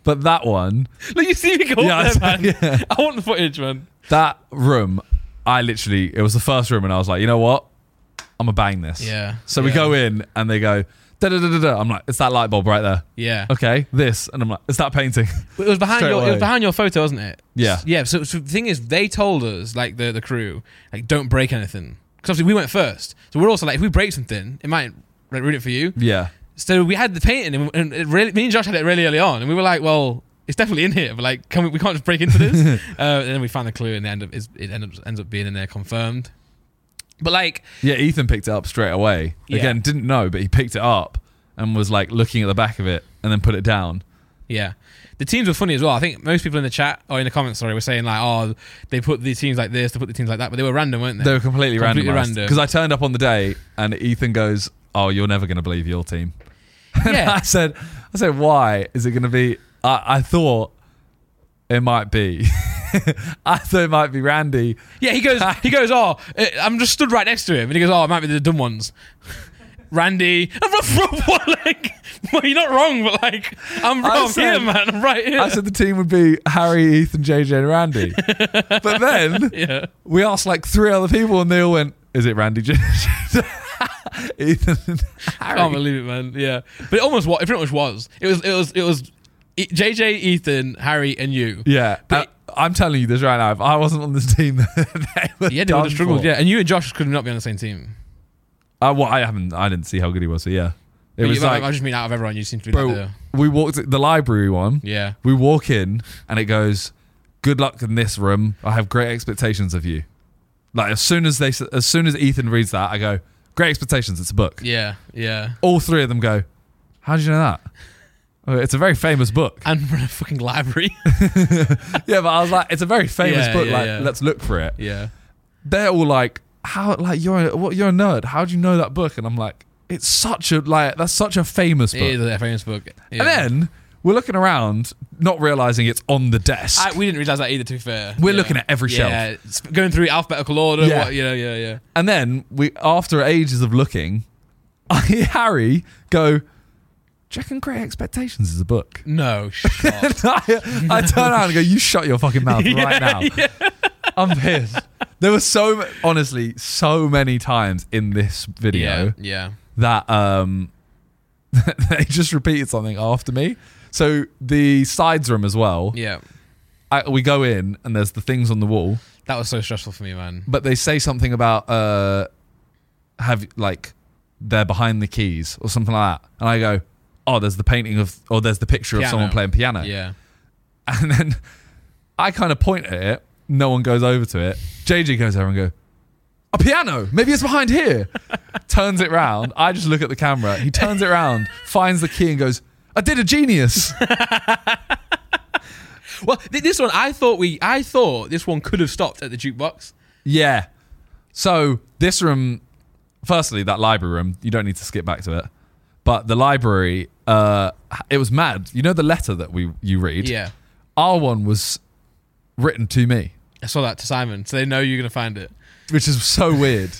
[SPEAKER 2] But that one
[SPEAKER 1] Look, you see me go
[SPEAKER 2] Yeah,
[SPEAKER 1] up there,
[SPEAKER 2] I-
[SPEAKER 1] man. I want the footage, man.
[SPEAKER 2] that room, I literally it was the first room and I was like, you know what? I'm gonna bang this.
[SPEAKER 1] Yeah,
[SPEAKER 2] So we
[SPEAKER 1] yeah.
[SPEAKER 2] go in and they go, da da da da da. I'm like, it's that light bulb right there.
[SPEAKER 1] Yeah.
[SPEAKER 2] Okay, this. And I'm like, it's that painting.
[SPEAKER 1] It was behind
[SPEAKER 2] Uh, Straight
[SPEAKER 1] your it
[SPEAKER 2] away.
[SPEAKER 1] was behind your photo, wasn't it?
[SPEAKER 2] Yeah.
[SPEAKER 1] S- Yeah. So, so the thing is, they told us like the the crew like don't break anything because obviously we went first, so we're also like if we break something, it might like, ruin it for you.
[SPEAKER 2] yeah.
[SPEAKER 1] So we had the painting, and, and it really, me and Josh had it really early on, and we were like, well. It's definitely in here, but like, can we, we can't just break into this. uh, and then we found the clue, and it end up is it end up, ends up being in there confirmed. But like,
[SPEAKER 2] Yeah, Ethan picked it up straight away.
[SPEAKER 1] Yeah.
[SPEAKER 2] Again, didn't know, but he picked it up and was like looking at the back of it and then put it down.
[SPEAKER 1] Yeah. The teams were funny as well. I think most people in the chat or in the comments, sorry, were saying like, "Oh, they put the teams like this, they put the teams like that," but they were random, weren't they?
[SPEAKER 2] They were completely,
[SPEAKER 1] Completely
[SPEAKER 2] random.
[SPEAKER 1] random.
[SPEAKER 2] Because I turned up on the day and Ethan goes, "Oh, you're never going to believe your team." And
[SPEAKER 1] yeah,
[SPEAKER 2] I said, "I said, why is it going to be?" I, I thought it might be. I thought it might be Randy.
[SPEAKER 1] yeah. He goes, he goes, "Oh, eh, I'm just stood right next to him," and he goes, "Oh, it might be the dumb ones." Randy, I'm from what? Like, well, you're not wrong, but like, I'm
[SPEAKER 2] I
[SPEAKER 1] from
[SPEAKER 2] said-
[SPEAKER 1] here, man. I'm right here.
[SPEAKER 2] I said the team would be Harry, Ethan, JJ, and Randy. but then
[SPEAKER 1] yeah,
[SPEAKER 2] we asked like three other people, and they all went, "Is it Randy, JJ, Ethan, and
[SPEAKER 1] I
[SPEAKER 2] Harry?"
[SPEAKER 1] can't believe it, man. Yeah, but it almost was. It pretty much was. It was. It was. It was. E- JJ, Ethan, Harry, and you.
[SPEAKER 2] Yeah,
[SPEAKER 1] But-
[SPEAKER 2] I, am telling you this right now. If I wasn't on this team, they were
[SPEAKER 1] Yeah, they would
[SPEAKER 2] done
[SPEAKER 1] have struggled.
[SPEAKER 2] for.
[SPEAKER 1] Yeah, and you and Josh could not be on the same team.
[SPEAKER 2] I, well, I haven't. I didn't see how good he was. So yeah, it
[SPEAKER 1] But
[SPEAKER 2] was
[SPEAKER 1] you- I
[SPEAKER 2] like,
[SPEAKER 1] just mean out of everyone, you seem to be like
[SPEAKER 2] bro,
[SPEAKER 1] the,
[SPEAKER 2] we walked the library one.
[SPEAKER 1] yeah.
[SPEAKER 2] We walk in and it goes, "Good luck in this room. I have great expectations of you." Like as soon as they, s- as soon as Ethan reads that, I go, "Great expectations." It's a book.
[SPEAKER 1] Yeah, yeah.
[SPEAKER 2] All three of them go, "How did you know that?" Oh, It's a very famous book.
[SPEAKER 1] And we're in a fucking library.
[SPEAKER 2] yeah, but I was like, "It's a very famous
[SPEAKER 1] Yeah,
[SPEAKER 2] book.
[SPEAKER 1] yeah,
[SPEAKER 2] like,
[SPEAKER 1] yeah.
[SPEAKER 2] let's look for it."
[SPEAKER 1] yeah.
[SPEAKER 2] they're all like, "How? Like you're a, what? You're a nerd. How do you know that book?" And I'm like, "It's such a like that's such a famous book."
[SPEAKER 1] It is a famous book. Yeah.
[SPEAKER 2] And then we're looking around, not realizing it's on the desk.
[SPEAKER 1] I, we didn't realize that either. To be fair,
[SPEAKER 2] We're
[SPEAKER 1] Yeah.
[SPEAKER 2] looking at every shelf.
[SPEAKER 1] Yeah, it's going through alphabetical order.
[SPEAKER 2] Yeah.
[SPEAKER 1] What, you know, yeah, yeah.
[SPEAKER 2] and then we, after ages of looking, I hear Harry go, "Jack and Great Expectations is a book."
[SPEAKER 1] No shot.
[SPEAKER 2] And I, I turn around and go, "You shut your fucking mouth right now." I'm pissed. There were so ma- honestly so many times in this video
[SPEAKER 1] yeah, yeah.
[SPEAKER 2] that um they just repeated something after me. So the sides room as well.
[SPEAKER 1] Yeah.
[SPEAKER 2] I, we go in and there's the things on the wall,
[SPEAKER 1] That was so stressful for me, man.
[SPEAKER 2] but they say something about uh have like they're behind the keys or something like that, and I go, oh, there's the painting of or there's the picture of
[SPEAKER 1] Piano.
[SPEAKER 2] someone playing piano,
[SPEAKER 1] Yeah.
[SPEAKER 2] and then I kind of point at it. No one goes over to it. JJ goes over and go, a piano. Maybe it's behind here. turns it round. I just look at the camera. He turns it round, finds the key, and goes, I did a genius.
[SPEAKER 1] Well, th- this one, I thought we, I thought this one could have stopped at the jukebox.
[SPEAKER 2] yeah. So this room, firstly, that library room. You don't need to skip back to it. But the library, uh, it was mad. You know the letter that we you read.
[SPEAKER 1] Yeah.
[SPEAKER 2] Our one was written to me,
[SPEAKER 1] I saw that to Simon, so they know you're gonna find it.
[SPEAKER 2] which is so weird.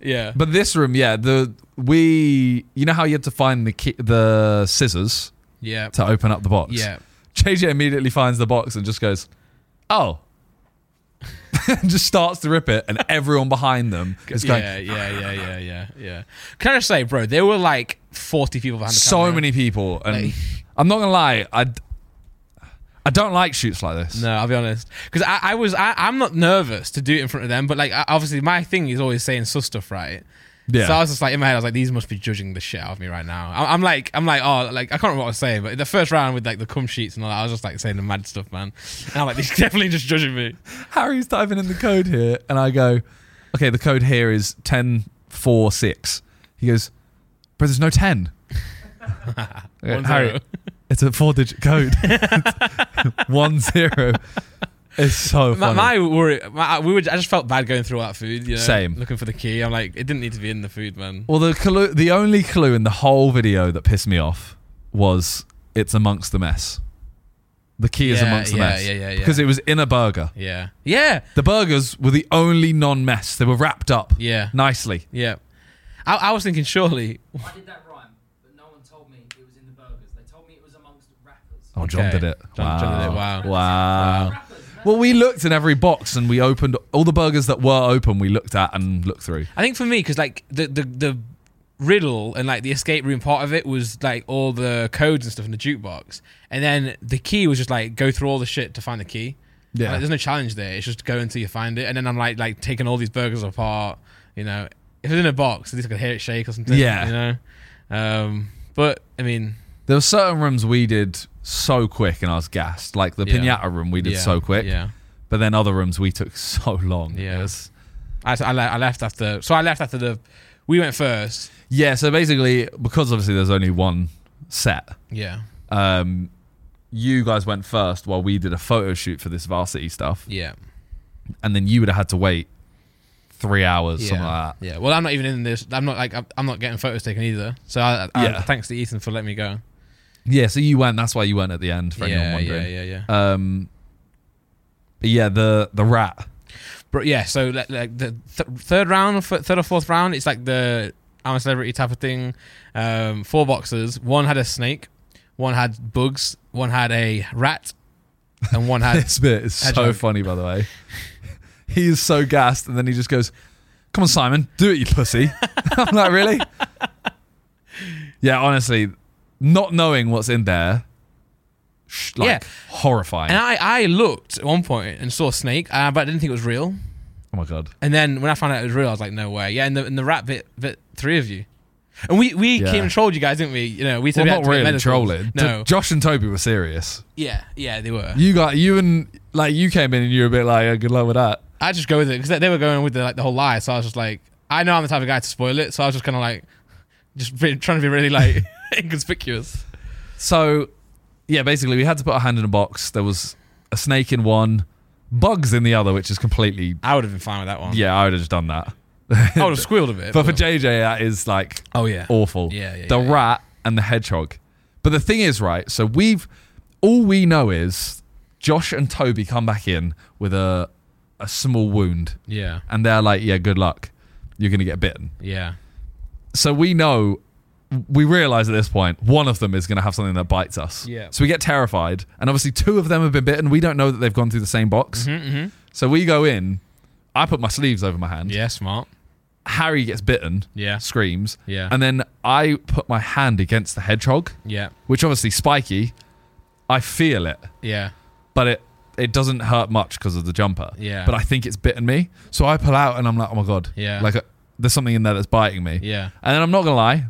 [SPEAKER 1] Yeah.
[SPEAKER 2] But this room, yeah, the we you know how you had to find the key, the scissors
[SPEAKER 1] yeah.
[SPEAKER 2] to open up the box.
[SPEAKER 1] Yeah.
[SPEAKER 2] JJ immediately finds the box and just goes, "Oh, just starts to rip it, and everyone behind them is going.
[SPEAKER 1] yeah, yeah, yeah, yeah, yeah, yeah. Can I just say, bro? There were like forty people behind the
[SPEAKER 2] So
[SPEAKER 1] camera.
[SPEAKER 2] many people, and
[SPEAKER 1] Like-
[SPEAKER 2] I'm not gonna lie, I I don't like shoots like this.
[SPEAKER 1] No, I'll be honest. Because I, I was, I, I'm not nervous to do it in front of them, but like, I, obviously, my thing is always saying sus stuff, right?
[SPEAKER 2] Yeah.
[SPEAKER 1] So I was just like, in my head, I was like, these must be judging the shit out of me right now. I, I'm like, I'm like, oh, like, I can't remember what I was saying, but the first round with like the cum sheets and all that, I was just like saying the mad stuff, man. And I'm like, these definitely just judging me.
[SPEAKER 2] Harry's typing in the code here, and I go, okay, the code here is 1046. He goes, but there's no 10. I go,
[SPEAKER 1] One
[SPEAKER 2] Harry,
[SPEAKER 1] zero.
[SPEAKER 2] it's a four digit code. One zero. It's so
[SPEAKER 1] My,
[SPEAKER 2] funny.
[SPEAKER 1] my worry, my, we were, I just felt bad going through all that food, you know?
[SPEAKER 2] Same.
[SPEAKER 1] Looking for the key. I'm like, it didn't need to be in the food, man.
[SPEAKER 2] well, the, clue, the only clue in the whole video that pissed me off was it's amongst the mess. The key is
[SPEAKER 1] Yeah,
[SPEAKER 2] amongst the
[SPEAKER 1] yeah,
[SPEAKER 2] mess.
[SPEAKER 1] yeah, yeah, yeah.
[SPEAKER 2] Because it was in a burger.
[SPEAKER 1] Yeah. Yeah.
[SPEAKER 2] The burgers were the only non mess. They were wrapped up
[SPEAKER 1] Yeah.
[SPEAKER 2] nicely.
[SPEAKER 1] Yeah. I, I was thinking, surely.
[SPEAKER 3] I did that rhyme, but no one told me it was in the burgers. They told me it was amongst rappers.
[SPEAKER 2] Oh, John
[SPEAKER 1] Okay.
[SPEAKER 2] did it.
[SPEAKER 1] John-
[SPEAKER 2] wow.
[SPEAKER 1] John did it. Wow.
[SPEAKER 2] Wow.
[SPEAKER 3] Rappers, man.
[SPEAKER 2] Well, we looked in every box and we opened all the burgers that were open, we looked at and looked through.
[SPEAKER 1] I think for me, because like the, the the riddle and like the escape room part of it was like all the codes and stuff in the jukebox, and then the key was just like go through all the shit to find the key.
[SPEAKER 2] Yeah.
[SPEAKER 1] Like, there's no challenge there. It's just go until you find it, and then I'm like like taking all these burgers apart. You know, if it's in a box, at least I could hear it shake or something.
[SPEAKER 2] Yeah.
[SPEAKER 1] you know. Um, but I mean,
[SPEAKER 2] There were certain rooms we did so quick and I was gassed. Like the
[SPEAKER 1] Yeah.
[SPEAKER 2] pinata room we did
[SPEAKER 1] yeah,
[SPEAKER 2] so quick.
[SPEAKER 1] Yeah,
[SPEAKER 2] But then other rooms we took so long.
[SPEAKER 1] Yeah.
[SPEAKER 2] It was-
[SPEAKER 1] I, I, le- I left after. So I left after the. We went first.
[SPEAKER 2] yeah, so basically because obviously there's only one set,
[SPEAKER 1] Yeah,
[SPEAKER 2] um, you guys went first while we did a photo shoot for this varsity stuff.
[SPEAKER 1] yeah.
[SPEAKER 2] And then you would have had to wait three hours,
[SPEAKER 1] yeah.
[SPEAKER 2] something like that.
[SPEAKER 1] Yeah. Well, I'm not even in this. I'm not like I'm, I'm not getting photos taken either. So I, I,
[SPEAKER 2] Yeah.
[SPEAKER 1] thanks to Ethan for letting me go.
[SPEAKER 2] Yeah, so you went, that's why you went at the end for anyone
[SPEAKER 1] Yeah,
[SPEAKER 2] wondering.
[SPEAKER 1] yeah, yeah, yeah.
[SPEAKER 2] Um, but yeah, the the rat.
[SPEAKER 1] But yeah, so like, like the th- third round, or f- third or fourth round, it's like the I'm a celebrity type of thing. Um, four boxes. One had a snake. One had bugs. One had a rat, and one had
[SPEAKER 2] This bit is so
[SPEAKER 1] Hedgehog.
[SPEAKER 2] funny, by the way. He is so gassed, and then he just goes, "Come on, Simon, do it, you pussy." I'm like, really? yeah, honestly, not knowing what's in there, sh- like
[SPEAKER 1] Yeah.
[SPEAKER 2] horrifying.
[SPEAKER 1] and I I looked at one point and saw a snake, uh, but I didn't think it was real.
[SPEAKER 2] oh my god.
[SPEAKER 1] And then when I found out it was real, I was like, no way. Yeah, and the and the rat bit bit three of you. And we, we
[SPEAKER 2] Yeah.
[SPEAKER 1] came and trolled you guys, didn't we? You know, we said
[SPEAKER 2] Well,
[SPEAKER 1] we had
[SPEAKER 2] not
[SPEAKER 1] to get
[SPEAKER 2] really
[SPEAKER 1] medicals.
[SPEAKER 2] trolling.
[SPEAKER 1] No,
[SPEAKER 2] T- Josh and Toby were serious.
[SPEAKER 1] Yeah, yeah, they were.
[SPEAKER 2] You got you and like you came in and you were a bit like, oh, "Good luck with that."
[SPEAKER 1] I just go with it because they, they were going with the, like the whole lie. So I was just like, I know I'm the type of guy to spoil it, so I was just kind of like, just be, trying to be really like inconspicuous.
[SPEAKER 2] So, yeah, basically, we had to put our hand in a box. There was a snake in one, bugs in the other, which is completely.
[SPEAKER 1] I would have been fine with that one.
[SPEAKER 2] Yeah, I would have just done that.
[SPEAKER 1] I would have squealed a bit.
[SPEAKER 2] But for JJ, that is like
[SPEAKER 1] oh yeah,
[SPEAKER 2] awful.
[SPEAKER 1] Yeah, yeah,
[SPEAKER 2] the
[SPEAKER 1] yeah, yeah.
[SPEAKER 2] rat and the hedgehog. But the thing is, right? So we've all we know is Josh and Toby come back in with a a small wound,
[SPEAKER 1] yeah,
[SPEAKER 2] and they're like, "Yeah, good luck. You're gonna get bitten."
[SPEAKER 1] yeah,
[SPEAKER 2] so we know we realize at this point one of them is going to have something that bites us
[SPEAKER 1] Yeah.
[SPEAKER 2] so we get terrified and obviously two of them have been bitten we don't know that they've gone through the same box
[SPEAKER 1] Mm-hmm.
[SPEAKER 2] so we go in i put my sleeves over my hand
[SPEAKER 1] yeah. Smart.
[SPEAKER 2] harry gets bitten
[SPEAKER 1] Yeah.
[SPEAKER 2] screams
[SPEAKER 1] Yeah.
[SPEAKER 2] and then i put my hand against the hedgehog
[SPEAKER 1] Yeah,
[SPEAKER 2] which obviously spiky i feel it
[SPEAKER 1] yeah,
[SPEAKER 2] but it it doesn't hurt much because of the jumper.
[SPEAKER 1] Yeah.
[SPEAKER 2] But I think it's bitten me, so I pull out and I'm like, oh my god.
[SPEAKER 1] Yeah.
[SPEAKER 2] Like uh, there's something in there that's biting me.
[SPEAKER 1] Yeah.
[SPEAKER 2] And then I'm not gonna lie,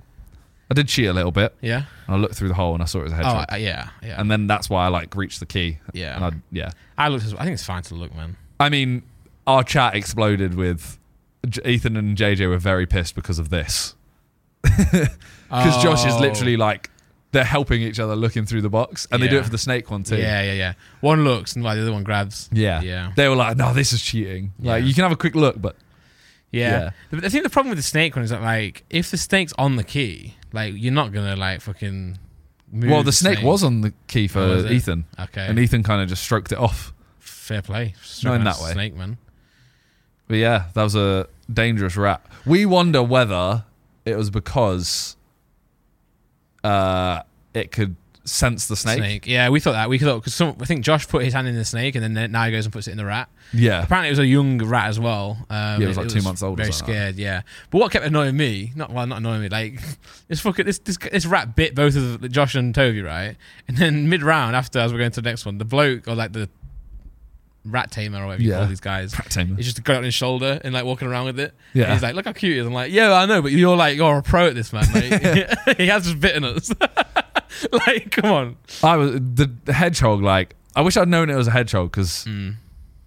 [SPEAKER 2] I did cheat a little bit.
[SPEAKER 1] yeah.
[SPEAKER 2] And I looked through the hole and I saw it was a
[SPEAKER 1] Oh
[SPEAKER 2] hedgehog.
[SPEAKER 1] I- yeah, yeah.
[SPEAKER 2] and then that's why I like reached the key.
[SPEAKER 1] Yeah.
[SPEAKER 2] And I, yeah.
[SPEAKER 1] I looked. As, I think it's fine to look, man.
[SPEAKER 2] I mean, our chat exploded with J- Ethan and JJ were very pissed because of this. Because Josh is
[SPEAKER 1] Oh.
[SPEAKER 2] literally like they're helping each other looking through the box, and they do
[SPEAKER 1] Yeah.
[SPEAKER 2] it for the snake one too.
[SPEAKER 1] Yeah, yeah, yeah. One looks and like the other one grabs.
[SPEAKER 2] Yeah.
[SPEAKER 1] yeah.
[SPEAKER 2] They were like, no, this is cheating. Like,
[SPEAKER 1] Yeah.
[SPEAKER 2] you can have a quick look, but
[SPEAKER 1] Yeah.
[SPEAKER 2] Yeah.
[SPEAKER 1] The- I think the problem with the snake one is that like if the snake's on the key, like you're not gonna like fucking move.
[SPEAKER 2] well, the snake was on the key for
[SPEAKER 1] Oh, was it?
[SPEAKER 2] Ethan,
[SPEAKER 1] Okay.
[SPEAKER 2] and Ethan kind of just stroked it off.
[SPEAKER 1] Fair play.
[SPEAKER 2] Not in
[SPEAKER 1] Straight
[SPEAKER 2] that way.
[SPEAKER 1] Snake man.
[SPEAKER 2] But yeah, that was a dangerous rat. We wonder whether it was because uh, it could sense the snake.
[SPEAKER 1] Yeah, we thought that. We thought because I think Josh put his hand in the snake, and then now he goes and puts it in the rat.
[SPEAKER 2] Yeah.
[SPEAKER 1] Apparently, it was a young rat as well. Um,
[SPEAKER 2] Yeah, it was like two months old or
[SPEAKER 1] Very
[SPEAKER 2] something like
[SPEAKER 1] scared. Yeah, but what kept annoying me? Not well, not annoying me. Like this fucking this this, this rat bit both of the, Josh and Toby, right? And then mid round, after as we're going to the next one, the bloke or like the rat tamer or whatever you
[SPEAKER 2] Yeah.
[SPEAKER 1] call these guys.
[SPEAKER 2] Rat tamer.
[SPEAKER 1] He's just got it on his shoulder and like walking around with it.
[SPEAKER 2] Yeah.
[SPEAKER 1] And he's like, look how cute he is. I'm like, yeah, I know, but you're like, you're a pro at this, man. Like, he has just bitten us. like, come on.
[SPEAKER 2] I was the, the hedgehog. Like I wish I'd known it was a hedgehog because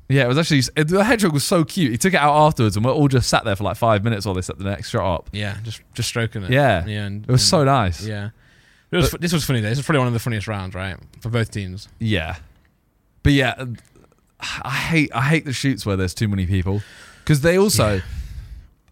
[SPEAKER 2] yeah, it was actually it- the hedgehog was so cute. He took it out afterwards, and we all just sat there for like five minutes while they set the next shot up.
[SPEAKER 1] Yeah, just just stroking it.
[SPEAKER 2] Yeah.
[SPEAKER 1] Yeah. And,
[SPEAKER 2] It was
[SPEAKER 1] and-
[SPEAKER 2] so nice.
[SPEAKER 1] Yeah. It was, this was funny though. This was probably one of the funniest rounds, right, for both teams.
[SPEAKER 2] Yeah. But yeah, I hate I hate the shoots where there's too many people because they also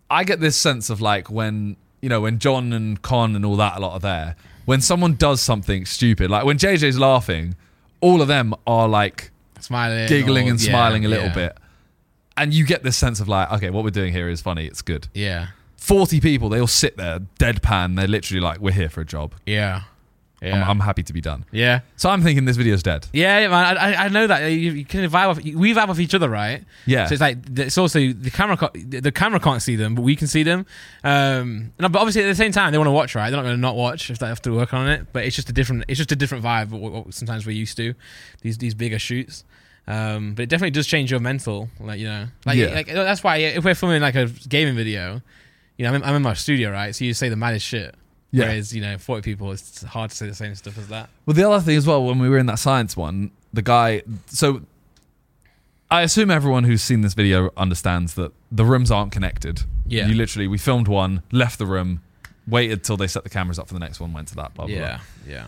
[SPEAKER 2] I get this sense of like when you know when John and Con and all that a lot are there when someone does something stupid like when JJ's laughing all of them are like
[SPEAKER 1] Smiling,
[SPEAKER 2] giggling
[SPEAKER 1] or-
[SPEAKER 2] and
[SPEAKER 1] yeah,
[SPEAKER 2] smiling a little
[SPEAKER 1] yeah,
[SPEAKER 2] bit and you get this sense of like okay what we're doing here is funny it's good
[SPEAKER 1] Yeah,
[SPEAKER 2] 40 people they all sit there deadpan they're literally like we're here for a job
[SPEAKER 1] yeah, yeah,
[SPEAKER 2] I'm, I'm happy to be done
[SPEAKER 1] yeah,
[SPEAKER 2] so I'm thinking this video's dead
[SPEAKER 1] yeah, yeah, man. I- I, I know that you, you can vibe off. We vibe off each other, right?
[SPEAKER 2] yeah
[SPEAKER 1] So it's like it's also the camera. ca- The camera can't see them, but we can see them. Um, and but obviously at the same time they want to watch, right? They're not going to not watch if they have to work on it. But it's just a different. It's just a different vibe. What, what sometimes we're used to these these bigger shoots. Um, but it definitely does change your mental. Like you know, like,
[SPEAKER 2] Yeah.
[SPEAKER 1] like that's why if we're filming like a gaming video, you know, I'm in, I'm in my studio, right? So you say the maddest shit.
[SPEAKER 2] Yeah.
[SPEAKER 1] Whereas you know, forty people, it's hard to say the same stuff as that.
[SPEAKER 2] Well, the other thing as well, when we were in that science one, the guy. So, I assume everyone who's seen this video understands that the rooms aren't connected.
[SPEAKER 1] Yeah.
[SPEAKER 2] You literally, we filmed one, left the room, waited till they set the cameras up for the next one, went to that, blah, blah, blah.
[SPEAKER 1] Yeah, yeah,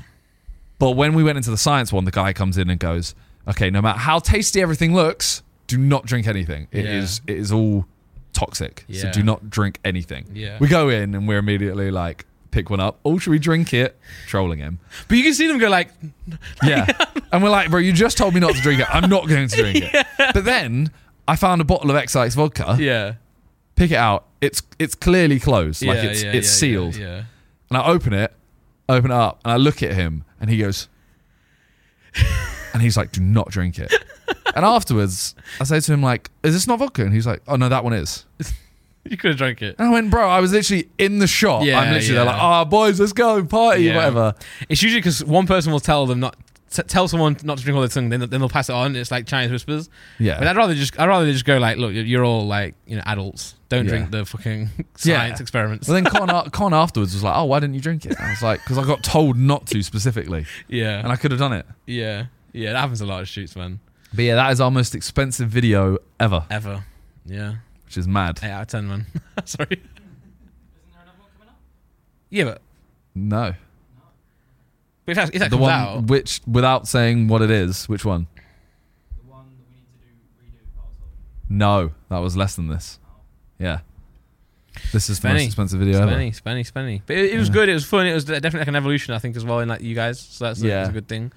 [SPEAKER 2] But when we went into the science one, the guy comes in and goes, okay, no matter how tasty everything looks, do not drink anything. It is
[SPEAKER 1] Yeah.
[SPEAKER 2] it is all toxic. So
[SPEAKER 1] Yeah.
[SPEAKER 2] do not drink anything.
[SPEAKER 1] Yeah.
[SPEAKER 2] We go in and we're immediately like, pick one up. Oh, should we drink it? Trolling him.
[SPEAKER 1] but you can see them go like,
[SPEAKER 2] Yeah. and we're like, bro, you just told me not to drink it. I'm not going to drink it. But then I found a bottle of XIX vodka.
[SPEAKER 1] yeah,
[SPEAKER 2] Pick it out. It's it's clearly closed. like
[SPEAKER 1] yeah,
[SPEAKER 2] it's
[SPEAKER 1] yeah,
[SPEAKER 2] it's
[SPEAKER 1] yeah,
[SPEAKER 2] sealed.
[SPEAKER 1] yeah.
[SPEAKER 2] And I open it, open it up, and I look at him and he goes and he's like, Do not drink it. And afterwards I say to him, like, is this not vodka? And he's like, Oh no, that one is.
[SPEAKER 1] You could have drunk it.
[SPEAKER 2] And I went, bro, I was literally in the shop.
[SPEAKER 1] Yeah,
[SPEAKER 2] I'm literally there
[SPEAKER 1] yeah.
[SPEAKER 2] like, oh boys, let's go, party,
[SPEAKER 1] Yeah.
[SPEAKER 2] whatever.
[SPEAKER 1] It's usually because one person will tell them not t- tell someone not to drink all their tongue, then then they'll pass it on. It's like Chinese whispers.
[SPEAKER 2] Yeah.
[SPEAKER 1] But I'd rather just I'd rather just go like, look, you're- you're all like you know adults. Don't
[SPEAKER 2] Yeah.
[SPEAKER 1] drink the fucking
[SPEAKER 2] Yeah.
[SPEAKER 1] science experiments.
[SPEAKER 2] Well, then Con, Con afterwards was like, "Oh, why didn't you drink it?" I was like, "Because I got told not to specifically,
[SPEAKER 1] Yeah,
[SPEAKER 2] and I could have done it."
[SPEAKER 1] yeah, yeah. That happens a lot of shoots, man.
[SPEAKER 2] But yeah, that is our most expensive video ever,
[SPEAKER 1] Ever. Yeah,
[SPEAKER 2] which is mad.
[SPEAKER 1] eight out of ten, man. Sorry.
[SPEAKER 3] Isn't there another one coming up?
[SPEAKER 1] Yeah, but,
[SPEAKER 2] No,
[SPEAKER 1] but if that, if that
[SPEAKER 2] the
[SPEAKER 1] comes
[SPEAKER 2] one
[SPEAKER 1] out,
[SPEAKER 2] which, without saying what it is, which one?
[SPEAKER 3] The one that we need to do redo parts of.
[SPEAKER 2] No, that was less than this. Yeah, this is the most
[SPEAKER 1] Spenny.
[SPEAKER 2] expensive video ever.
[SPEAKER 1] spenny, spenny, spenny. But it, it was
[SPEAKER 2] Yeah.
[SPEAKER 1] good. It was fun. It was definitely like an evolution, I think, as well in like you guys. So that's a,
[SPEAKER 2] Yeah.
[SPEAKER 1] that's a good thing.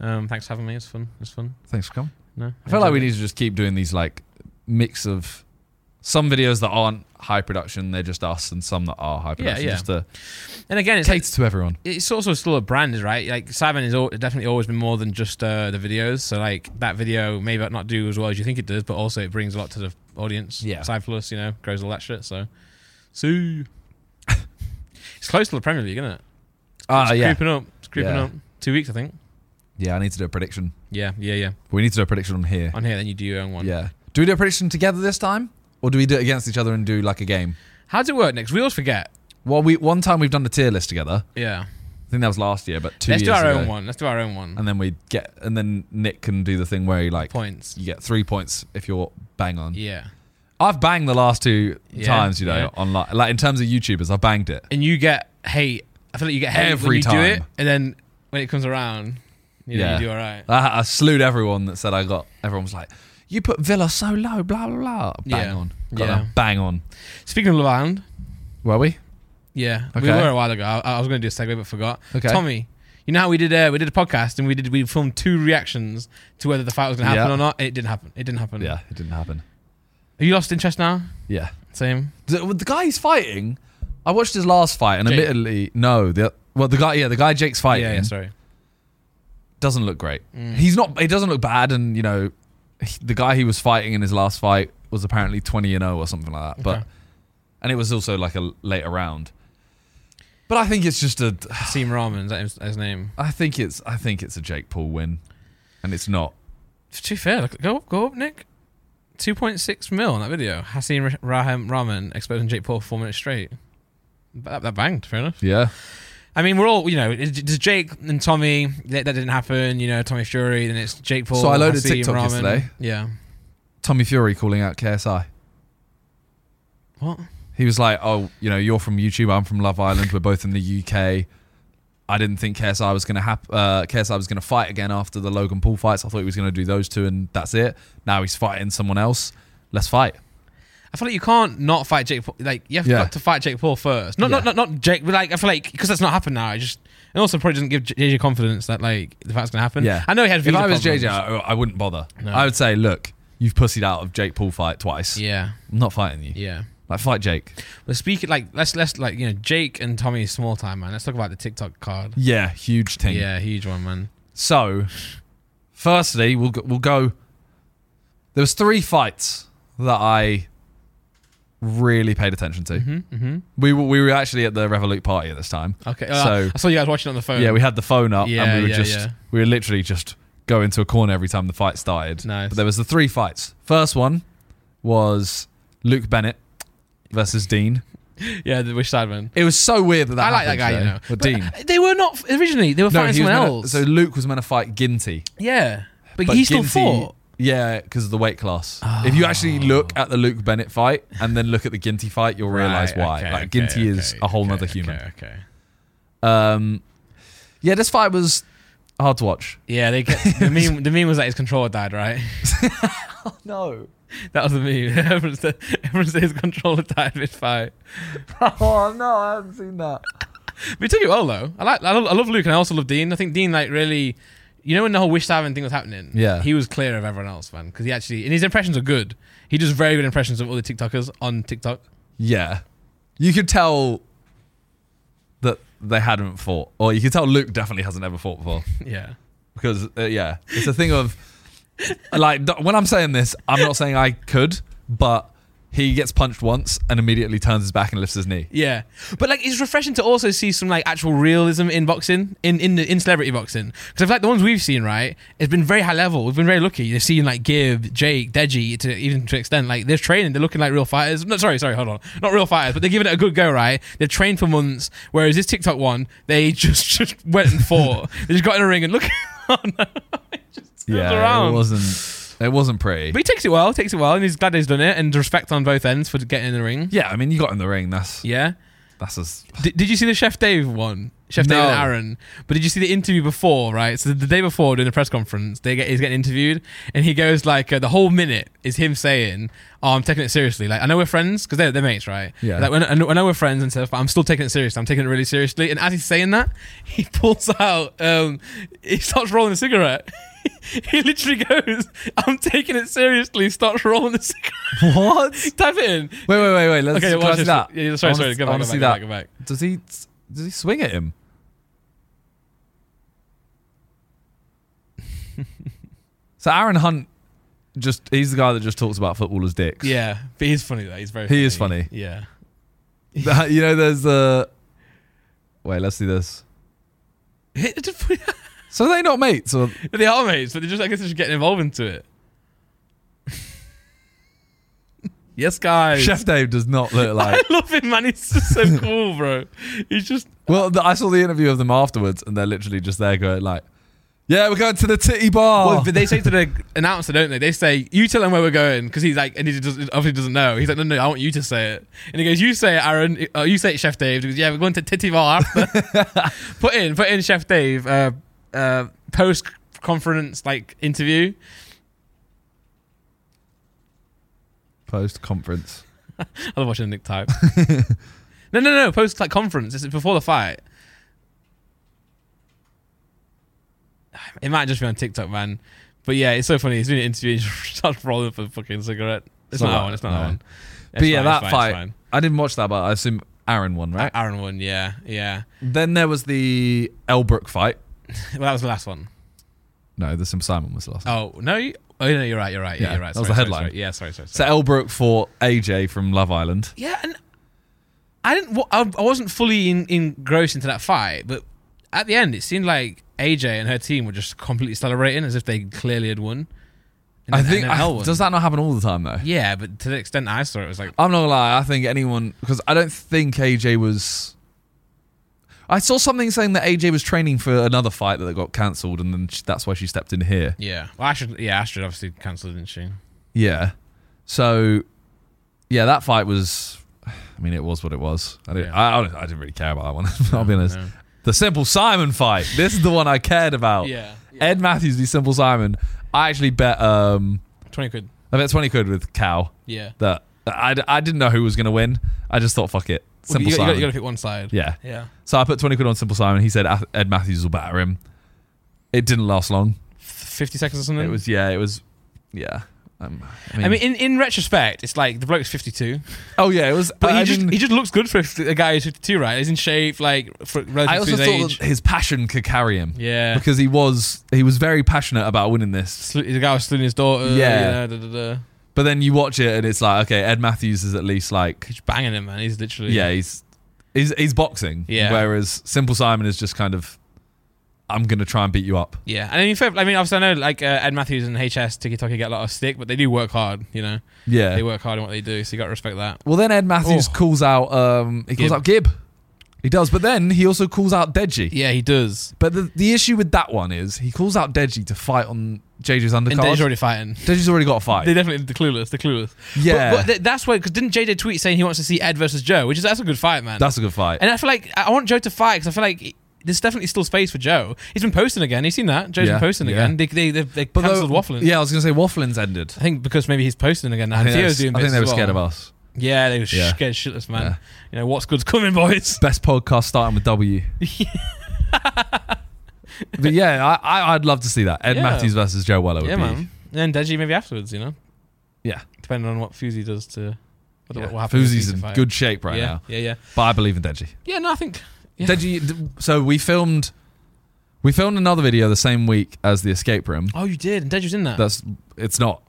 [SPEAKER 1] Um, thanks for having me. It's fun. It's fun.
[SPEAKER 2] Thanks for coming.
[SPEAKER 1] No,
[SPEAKER 2] I feel like we
[SPEAKER 1] enjoyed
[SPEAKER 2] need to just keep doing these like mix of some videos that aren't high production; they're just us, and some that are high production,
[SPEAKER 1] yeah.
[SPEAKER 2] just to
[SPEAKER 1] it. And again, it's like-
[SPEAKER 2] cater to everyone.
[SPEAKER 1] it's also still a brand, right? Like Simon has al- definitely always been more than just uh, the videos. So like that video may not do as well as you think it does, but also it brings a lot to the audience.
[SPEAKER 2] Yeah.
[SPEAKER 1] Side plus, you know, grows all that shit. So, so it's close to the Premier League, isn't it?
[SPEAKER 2] Ah,
[SPEAKER 1] It's
[SPEAKER 2] yeah,
[SPEAKER 1] creeping up. It's creeping
[SPEAKER 2] Yeah.
[SPEAKER 1] up. Two weeks, I think.
[SPEAKER 2] yeah. I need to do a prediction.
[SPEAKER 1] Yeah, yeah, yeah.
[SPEAKER 2] We need to do a prediction on here.
[SPEAKER 1] On here, then you do your own one.
[SPEAKER 2] Yeah. Do we do a prediction together this time, or do we do it against each other and do like a game?
[SPEAKER 1] How does it work next? We always forget.
[SPEAKER 2] Well, we one time we've done the tier list together.
[SPEAKER 1] Yeah.
[SPEAKER 2] I think that was last year, but 2
[SPEAKER 1] Let's do
[SPEAKER 2] years
[SPEAKER 1] our
[SPEAKER 2] ago.
[SPEAKER 1] own one. Let's do our own one.
[SPEAKER 2] And then we get, and then Nick can do the thing where you like
[SPEAKER 1] Points.
[SPEAKER 2] you get three points if you're bang on.
[SPEAKER 1] Yeah.
[SPEAKER 2] I've banged the last two
[SPEAKER 1] Yeah,
[SPEAKER 2] times, you know,
[SPEAKER 1] yeah.
[SPEAKER 2] on like, like in terms of YouTubers, I banged it.
[SPEAKER 1] And you get hate. I feel like you get hate
[SPEAKER 2] Every
[SPEAKER 1] when you do it,
[SPEAKER 2] time.
[SPEAKER 1] and then when it comes around, you know,
[SPEAKER 2] Yeah.
[SPEAKER 1] you do all right.
[SPEAKER 2] I, I slewed everyone that said I got. Everyone was like, "You put Villa so low, blah blah blah." Bang
[SPEAKER 1] Yeah.
[SPEAKER 2] on, got
[SPEAKER 1] Yeah.
[SPEAKER 2] them bang on.
[SPEAKER 1] Speaking of Love Island,
[SPEAKER 2] Were we?
[SPEAKER 1] yeah, we
[SPEAKER 2] Okay.
[SPEAKER 1] were a while ago. I, I was going to do a segue but forgot.
[SPEAKER 2] Okay.
[SPEAKER 1] Tommy, you know how we did uh, we did a podcast and we did we filmed two reactions to whether the fight was going to happen
[SPEAKER 2] Yeah.
[SPEAKER 1] or not, and it didn't happen. It didn't happen.
[SPEAKER 2] Yeah, it didn't happen.
[SPEAKER 1] Have you lost interest now?
[SPEAKER 2] Yeah.
[SPEAKER 1] Same.
[SPEAKER 2] The, with the guy he's fighting, I watched his last fight, and
[SPEAKER 1] Jake.
[SPEAKER 2] admittedly, no, the well, the guy, yeah, the guy Jake's fighting.
[SPEAKER 1] yeah, yeah. Sorry. Mm.
[SPEAKER 2] doesn't look great. He's not. He doesn't look bad, and you know, he- the guy he was fighting in his last fight was apparently twenty and zero or something like that. But
[SPEAKER 1] Okay.
[SPEAKER 2] and it was also like a later round. But I think it's just a.
[SPEAKER 1] Seam Rahman, is that his, his name?
[SPEAKER 2] I think it's. I think it's a Jake Paul win, and it's not.
[SPEAKER 1] To be fair, look, go go up, Nick. 2.6 mil on that video. Hasim Rahim Rahman exposing Jake Paul for four minutes straight. That, that banged, fair enough.
[SPEAKER 2] Yeah.
[SPEAKER 1] I mean, we're all, you know, it- does Jake and Tommy, that, that didn't happen, you know, Tommy Fury, then it's Jake Paul.
[SPEAKER 2] So I loaded
[SPEAKER 1] Hasim
[SPEAKER 2] TikTok
[SPEAKER 1] Rahman.
[SPEAKER 2] yesterday.
[SPEAKER 1] Yeah.
[SPEAKER 2] Tommy Fury calling out KSI.
[SPEAKER 1] What?
[SPEAKER 2] He was like, "Oh, you know, you're from YouTube. I'm from Love Island. We're both in the UK. I didn't think KSI was gonna hap- uh, KSI was gonna fight again after the Logan Paul fights. I thought he was gonna do those two, and that's it. Now he's fighting someone else. Let's fight.
[SPEAKER 1] I feel like you can't not fight Jake Paul. Like, you have
[SPEAKER 2] Yeah.
[SPEAKER 1] got to fight Jake Paul first. Not, not,
[SPEAKER 2] Yeah.
[SPEAKER 1] not, not Jake, but like, I feel like, because that's not happened now. It just, and also probably doesn't give JJ confidence that, like, the fight's going to happen. I know he had
[SPEAKER 2] If
[SPEAKER 1] visa
[SPEAKER 2] I was
[SPEAKER 1] problems.
[SPEAKER 2] JJ, I, I wouldn't bother.
[SPEAKER 1] No.
[SPEAKER 2] I would say, look, you've pussied out of Jake Paul fight twice.
[SPEAKER 1] Yeah.
[SPEAKER 2] I'm not fighting you.
[SPEAKER 1] Yeah.
[SPEAKER 2] Like fight Jake.
[SPEAKER 1] But speaking like let's let's like you know Jake and Tommy is small time man. Let's talk about the TikTok card.
[SPEAKER 2] Yeah, huge thing.
[SPEAKER 1] Yeah, huge one man.
[SPEAKER 2] So, firstly, we'll go, we'll go. There was three fights that I really paid attention to.
[SPEAKER 1] Mm-hmm.
[SPEAKER 2] We were, we were actually at the Revolut party at this time.
[SPEAKER 1] Okay,
[SPEAKER 2] So-
[SPEAKER 1] so I saw you guys watching on the phone.
[SPEAKER 2] Yeah, we had the phone up
[SPEAKER 1] Oh. Yeah,
[SPEAKER 2] and we were
[SPEAKER 1] yeah,
[SPEAKER 2] just
[SPEAKER 1] yeah.
[SPEAKER 2] we were literally just go into a corner every time the fight started.
[SPEAKER 1] Nice.
[SPEAKER 2] But there was the three fights. First one was Luke Bennett versus Dean.
[SPEAKER 1] yeah, the wish side man.
[SPEAKER 2] It was so weird that that
[SPEAKER 1] I like that guy,
[SPEAKER 2] happened,
[SPEAKER 1] you know.
[SPEAKER 2] though. But
[SPEAKER 1] But
[SPEAKER 2] Dean.
[SPEAKER 1] They were not originally. They were
[SPEAKER 2] No,
[SPEAKER 1] fighting
[SPEAKER 2] he was
[SPEAKER 1] someone
[SPEAKER 2] meant to-
[SPEAKER 1] else.
[SPEAKER 2] so Luke was meant to fight Ginty.
[SPEAKER 1] yeah, but, he still
[SPEAKER 2] Ginty-
[SPEAKER 1] fought. Oh.
[SPEAKER 2] Yeah, because of the weight class. If you actually look at the Luke Bennett fight and then look at the Ginty fight, you'll realize
[SPEAKER 1] Right,
[SPEAKER 2] why.
[SPEAKER 1] okay,
[SPEAKER 2] like
[SPEAKER 1] okay,
[SPEAKER 2] Ginty is
[SPEAKER 1] okay,
[SPEAKER 2] a whole
[SPEAKER 1] okay,
[SPEAKER 2] nother human.
[SPEAKER 1] Okay, okay.
[SPEAKER 2] Um, yeah, this fight was hard to watch.
[SPEAKER 1] Yeah, they kept, the meme. The meme was that his controller died, right?
[SPEAKER 2] No,
[SPEAKER 1] That was the meme. everyone, said, everyone said his controller died mid fight.
[SPEAKER 2] oh no, I haven't seen that.
[SPEAKER 1] We took it well though. I like I love, I love Luke and I also love Dean. I think Dean like really, you know, when the whole wish diving thing was happening,
[SPEAKER 2] Yeah.
[SPEAKER 1] he was clear of everyone else, man, because he actually and his impressions are good. He does very good impressions of other TikTokers on TikTok.
[SPEAKER 2] Yeah, you could tell that they hadn't fought, or you could tell Luke definitely hasn't ever fought before.
[SPEAKER 1] Yeah,
[SPEAKER 2] because uh, yeah, it's a thing of like th- when I'm saying this, I'm not saying I could, but he gets punched once and immediately turns his back and lifts his knee.
[SPEAKER 1] yeah, but like it's refreshing to also see some like actual realism in boxing, in in the, in celebrity boxing, because like the ones we've seen, right, it's been very high level. We've been very lucky. They've seen like Gibb, Jake, Deji, to even to extent like they're training. They're looking like real fighters. No, sorry, sorry, hold on, not real fighters, but they're giving it a good go, right? They've trained for months. Whereas this TikTok one, they just just went and fought. they just got in a ring and look.
[SPEAKER 2] Yeah, it
[SPEAKER 1] around.
[SPEAKER 2] wasn't. It wasn't pretty.
[SPEAKER 1] But he takes it well, takes it well, and he's glad he's done it, and respect on both ends for getting in the ring.
[SPEAKER 2] yeah, I mean, you got in the ring. That's
[SPEAKER 1] Yeah.
[SPEAKER 2] that's as
[SPEAKER 1] Did, did you see the Chef Dave one? Chef Dave
[SPEAKER 2] No.
[SPEAKER 1] and Aaron. But did you see the interview before? Right. So the day before, during the press conference, they get he's getting interviewed, and he goes like uh, the whole minute is him saying, "Oh, I'm taking it seriously. Like I know we're friends because they're, they're mates, right?
[SPEAKER 2] Yeah.
[SPEAKER 1] Like when, I, know, I know we're friends and stuff, but I'm still taking it seriously. I'm taking it really seriously." And as he's saying that, he pulls out. Um, he starts rolling a cigarette. he literally goes, "I'm taking it seriously." Starts rolling the cigarette.
[SPEAKER 2] what?
[SPEAKER 1] Type it in.
[SPEAKER 2] Wait, wait, wait, wait. Let's
[SPEAKER 1] Okay,
[SPEAKER 2] can I
[SPEAKER 1] watch
[SPEAKER 2] see
[SPEAKER 1] this.
[SPEAKER 2] that.
[SPEAKER 1] Yeah, sorry,
[SPEAKER 2] I wanna-
[SPEAKER 1] sorry. Go
[SPEAKER 2] I
[SPEAKER 1] back,
[SPEAKER 2] wanna
[SPEAKER 1] go
[SPEAKER 2] see
[SPEAKER 1] back,
[SPEAKER 2] that.
[SPEAKER 1] go back, go
[SPEAKER 2] Does he? Does he swing at him? so Aaron Hunt, just he's the guy that just talks about footballers' dicks.
[SPEAKER 1] Yeah, but he's funny though. He's very.
[SPEAKER 2] He is funny.
[SPEAKER 1] Yeah.
[SPEAKER 2] That- you know, there's the. Wait, let's see this. So they not mates, or
[SPEAKER 1] they are mates, but they just I guess they're just getting involved into it. yes, guys.
[SPEAKER 2] Chef Dave does not look like.
[SPEAKER 1] I love him, man. He's just so cool, bro. He's just
[SPEAKER 2] Well, th- I saw the interview of them afterwards, and they're literally just there going like, "Yeah, we're going to the titty bar."
[SPEAKER 1] Well, but they say to the announcer, don't they? They say, "You tell him where we're going," because he's like, and he does, obviously doesn't know. He's like, "No, no, I want you to say it." And he goes, "You say it, Aaron. Uh, you say it, Chef Dave." He goes, "Yeah, we're going to Titty Bar." after." put in, put in, Chef Dave. Uh, uh, Post conference like interview.
[SPEAKER 2] Post conference.
[SPEAKER 1] I love watching Nick type. no, no, no. Post like conference. This is before the fight. It might just be on TikTok, man. But yeah, it's so funny. He's doing an interview. and He just starts rolling for a fucking cigarette. It's, not, that one. It's not
[SPEAKER 2] no.
[SPEAKER 1] that one.
[SPEAKER 2] But
[SPEAKER 1] It's
[SPEAKER 2] yeah,
[SPEAKER 1] fine,
[SPEAKER 2] that
[SPEAKER 1] it's fine,
[SPEAKER 2] fight.
[SPEAKER 1] it's fine.
[SPEAKER 2] I didn't watch that, but I assume Aaron won, right?
[SPEAKER 1] Aaron won. Yeah, yeah.
[SPEAKER 2] Uh, then there was the Elbrook fight.
[SPEAKER 1] Well, that was the last one.
[SPEAKER 2] No, the Simple Simon was last.
[SPEAKER 1] Oh no! You, oh no, you're right. You're right. Yeah,
[SPEAKER 2] Yeah,
[SPEAKER 1] you're right.
[SPEAKER 2] that
[SPEAKER 1] Sorry,
[SPEAKER 2] was the
[SPEAKER 1] sorry,
[SPEAKER 2] headline.
[SPEAKER 1] sorry. Yeah, sorry, sorry.
[SPEAKER 2] So
[SPEAKER 1] sorry.
[SPEAKER 2] Elbrook for AJ from Love Island.
[SPEAKER 1] yeah, and I didn't. wa- I I wasn't fully in, engrossed into that fight, but at the end, it seemed like AJ and her team were just completely celebrating as if they clearly had won. And then-
[SPEAKER 2] I
[SPEAKER 1] and
[SPEAKER 2] think
[SPEAKER 1] then
[SPEAKER 2] I-
[SPEAKER 1] Hell won.
[SPEAKER 2] does that not happen all the time though?
[SPEAKER 1] Yeah, but to the extent I saw it, it was like
[SPEAKER 2] I'm not gonna lie. I think anyone because I don't think AJ was. I saw something saying that AJ was training for another fight that got cancelled, and then sh that's why she stepped in here.
[SPEAKER 1] yeah. Well, Astrid, yeah, Astrid obviously cancelled, didn't she?
[SPEAKER 2] Yeah. So, yeah, that fight was. I mean, it was what it was. I didn't.
[SPEAKER 1] Yeah.
[SPEAKER 2] I, I, don't- I didn't really care about that one. I'll be honest.
[SPEAKER 1] No.
[SPEAKER 2] The Simple Simon fight. This is the one I cared about.
[SPEAKER 1] Yeah,
[SPEAKER 2] Ed Matthews v Simple Simon. I actually bet. Um,
[SPEAKER 1] twenty quid.
[SPEAKER 2] I bet twenty quid with Cow
[SPEAKER 1] Yeah,
[SPEAKER 2] that I, I didn't know who was gonna win. I just thought, fuck it,
[SPEAKER 1] you, got-
[SPEAKER 2] Simple
[SPEAKER 1] you, got,
[SPEAKER 2] Simon.
[SPEAKER 1] you got to pick one side.
[SPEAKER 2] yeah.
[SPEAKER 1] yeah.
[SPEAKER 2] So I put 20 quid on Simple Simon. He said Ath- Ed Matthews will batter him. It didn't last long.
[SPEAKER 1] Fifty seconds or something.
[SPEAKER 2] It was, yeah, it was, yeah. Um,
[SPEAKER 1] Mm. I mean, in, in retrospect, it's like the bloke's fifty-two,
[SPEAKER 2] oh, yeah, it was.
[SPEAKER 1] but
[SPEAKER 2] I
[SPEAKER 1] he just
[SPEAKER 2] mean,
[SPEAKER 1] he just looks good for a a guy who's fifty-two, right? He's in shape, like for relative
[SPEAKER 2] I
[SPEAKER 1] to
[SPEAKER 2] also
[SPEAKER 1] his
[SPEAKER 2] thought
[SPEAKER 1] age.
[SPEAKER 2] that his passion could carry him
[SPEAKER 1] yeah,
[SPEAKER 2] because he was he was very passionate about winning this.
[SPEAKER 1] Slu- the guy was stealing his daughter.
[SPEAKER 2] Yeah.
[SPEAKER 1] you know, da, da, da.
[SPEAKER 2] But then you watch it and it's like, okay, Ed Matthews is at least like,
[SPEAKER 1] he's banging him, man. He's literally
[SPEAKER 2] yeah, he's he's, he's boxing.
[SPEAKER 1] Yeah.
[SPEAKER 2] Whereas Simple Simon is just kind of, I'm gonna try and beat you up.
[SPEAKER 1] yeah. And I mean, fair, I mean, obviously, I know like uh, Ed Matthews and HS Tiki Toki get a lot of stick, but they do work hard. You know,
[SPEAKER 2] Yeah.
[SPEAKER 1] they work hard in what they do, so you got to respect that.
[SPEAKER 2] Well, then Ed Matthews
[SPEAKER 1] Oh.
[SPEAKER 2] calls out. Um, he calls
[SPEAKER 1] Gibb.
[SPEAKER 2] out Gibb. He does, but then he also calls out Deji.
[SPEAKER 1] Yeah, he does.
[SPEAKER 2] But the, the issue with that one is he calls out Deji to fight on JJ's
[SPEAKER 1] And
[SPEAKER 2] undercard.
[SPEAKER 1] Deja's already fighting.
[SPEAKER 2] Deji's already got a fight.
[SPEAKER 1] They definitely the clueless, the clueless.
[SPEAKER 2] yeah,
[SPEAKER 1] but, but th- that's why because didn't JJ tweet saying he wants to see Ed versus Joe, which is that's a good fight, man.
[SPEAKER 2] that's a good fight.
[SPEAKER 1] and I feel like I I want Joe to fight because I feel like there's definitely still space for Joe. He's been posting again. You've seen that Joe's
[SPEAKER 2] Yeah,
[SPEAKER 1] been posting
[SPEAKER 2] yeah.
[SPEAKER 1] again. They they they, they
[SPEAKER 2] But
[SPEAKER 1] cancelled
[SPEAKER 2] though-
[SPEAKER 1] waffling.
[SPEAKER 2] Yeah, I was gonna say waffling's ended.
[SPEAKER 1] I think because maybe he's posting again now.
[SPEAKER 2] I
[SPEAKER 1] and
[SPEAKER 2] think,
[SPEAKER 1] Theo's
[SPEAKER 2] they
[SPEAKER 1] doing
[SPEAKER 2] was- I think
[SPEAKER 1] bits
[SPEAKER 2] they were
[SPEAKER 1] as well.
[SPEAKER 2] scared of us.
[SPEAKER 1] Yeah, they were
[SPEAKER 2] Yeah.
[SPEAKER 1] scared shitless, man.
[SPEAKER 2] Yeah.
[SPEAKER 1] You know what's good's coming, boys.
[SPEAKER 2] Best podcast starting with W. but yeah, I, I I'd love to see that Ed
[SPEAKER 1] Yeah.
[SPEAKER 2] Matthews versus Joe Weller. Would
[SPEAKER 1] yeah,
[SPEAKER 2] be,
[SPEAKER 1] man. And Deji maybe afterwards, you know,
[SPEAKER 2] Yeah,
[SPEAKER 1] depending on what Fuzi does to. What,
[SPEAKER 2] yeah.
[SPEAKER 1] what happens
[SPEAKER 2] Fuzi's
[SPEAKER 1] to
[SPEAKER 2] in
[SPEAKER 1] fight.
[SPEAKER 2] good shape right
[SPEAKER 1] yeah,
[SPEAKER 2] now,
[SPEAKER 1] Yeah, yeah,
[SPEAKER 2] but I believe in Deji.
[SPEAKER 1] yeah. No, I think Yeah.
[SPEAKER 2] Did you? d- So we filmed, we filmed another video the same week as the escape room.
[SPEAKER 1] Oh, you did. And Deju's in that.
[SPEAKER 2] That's it's not.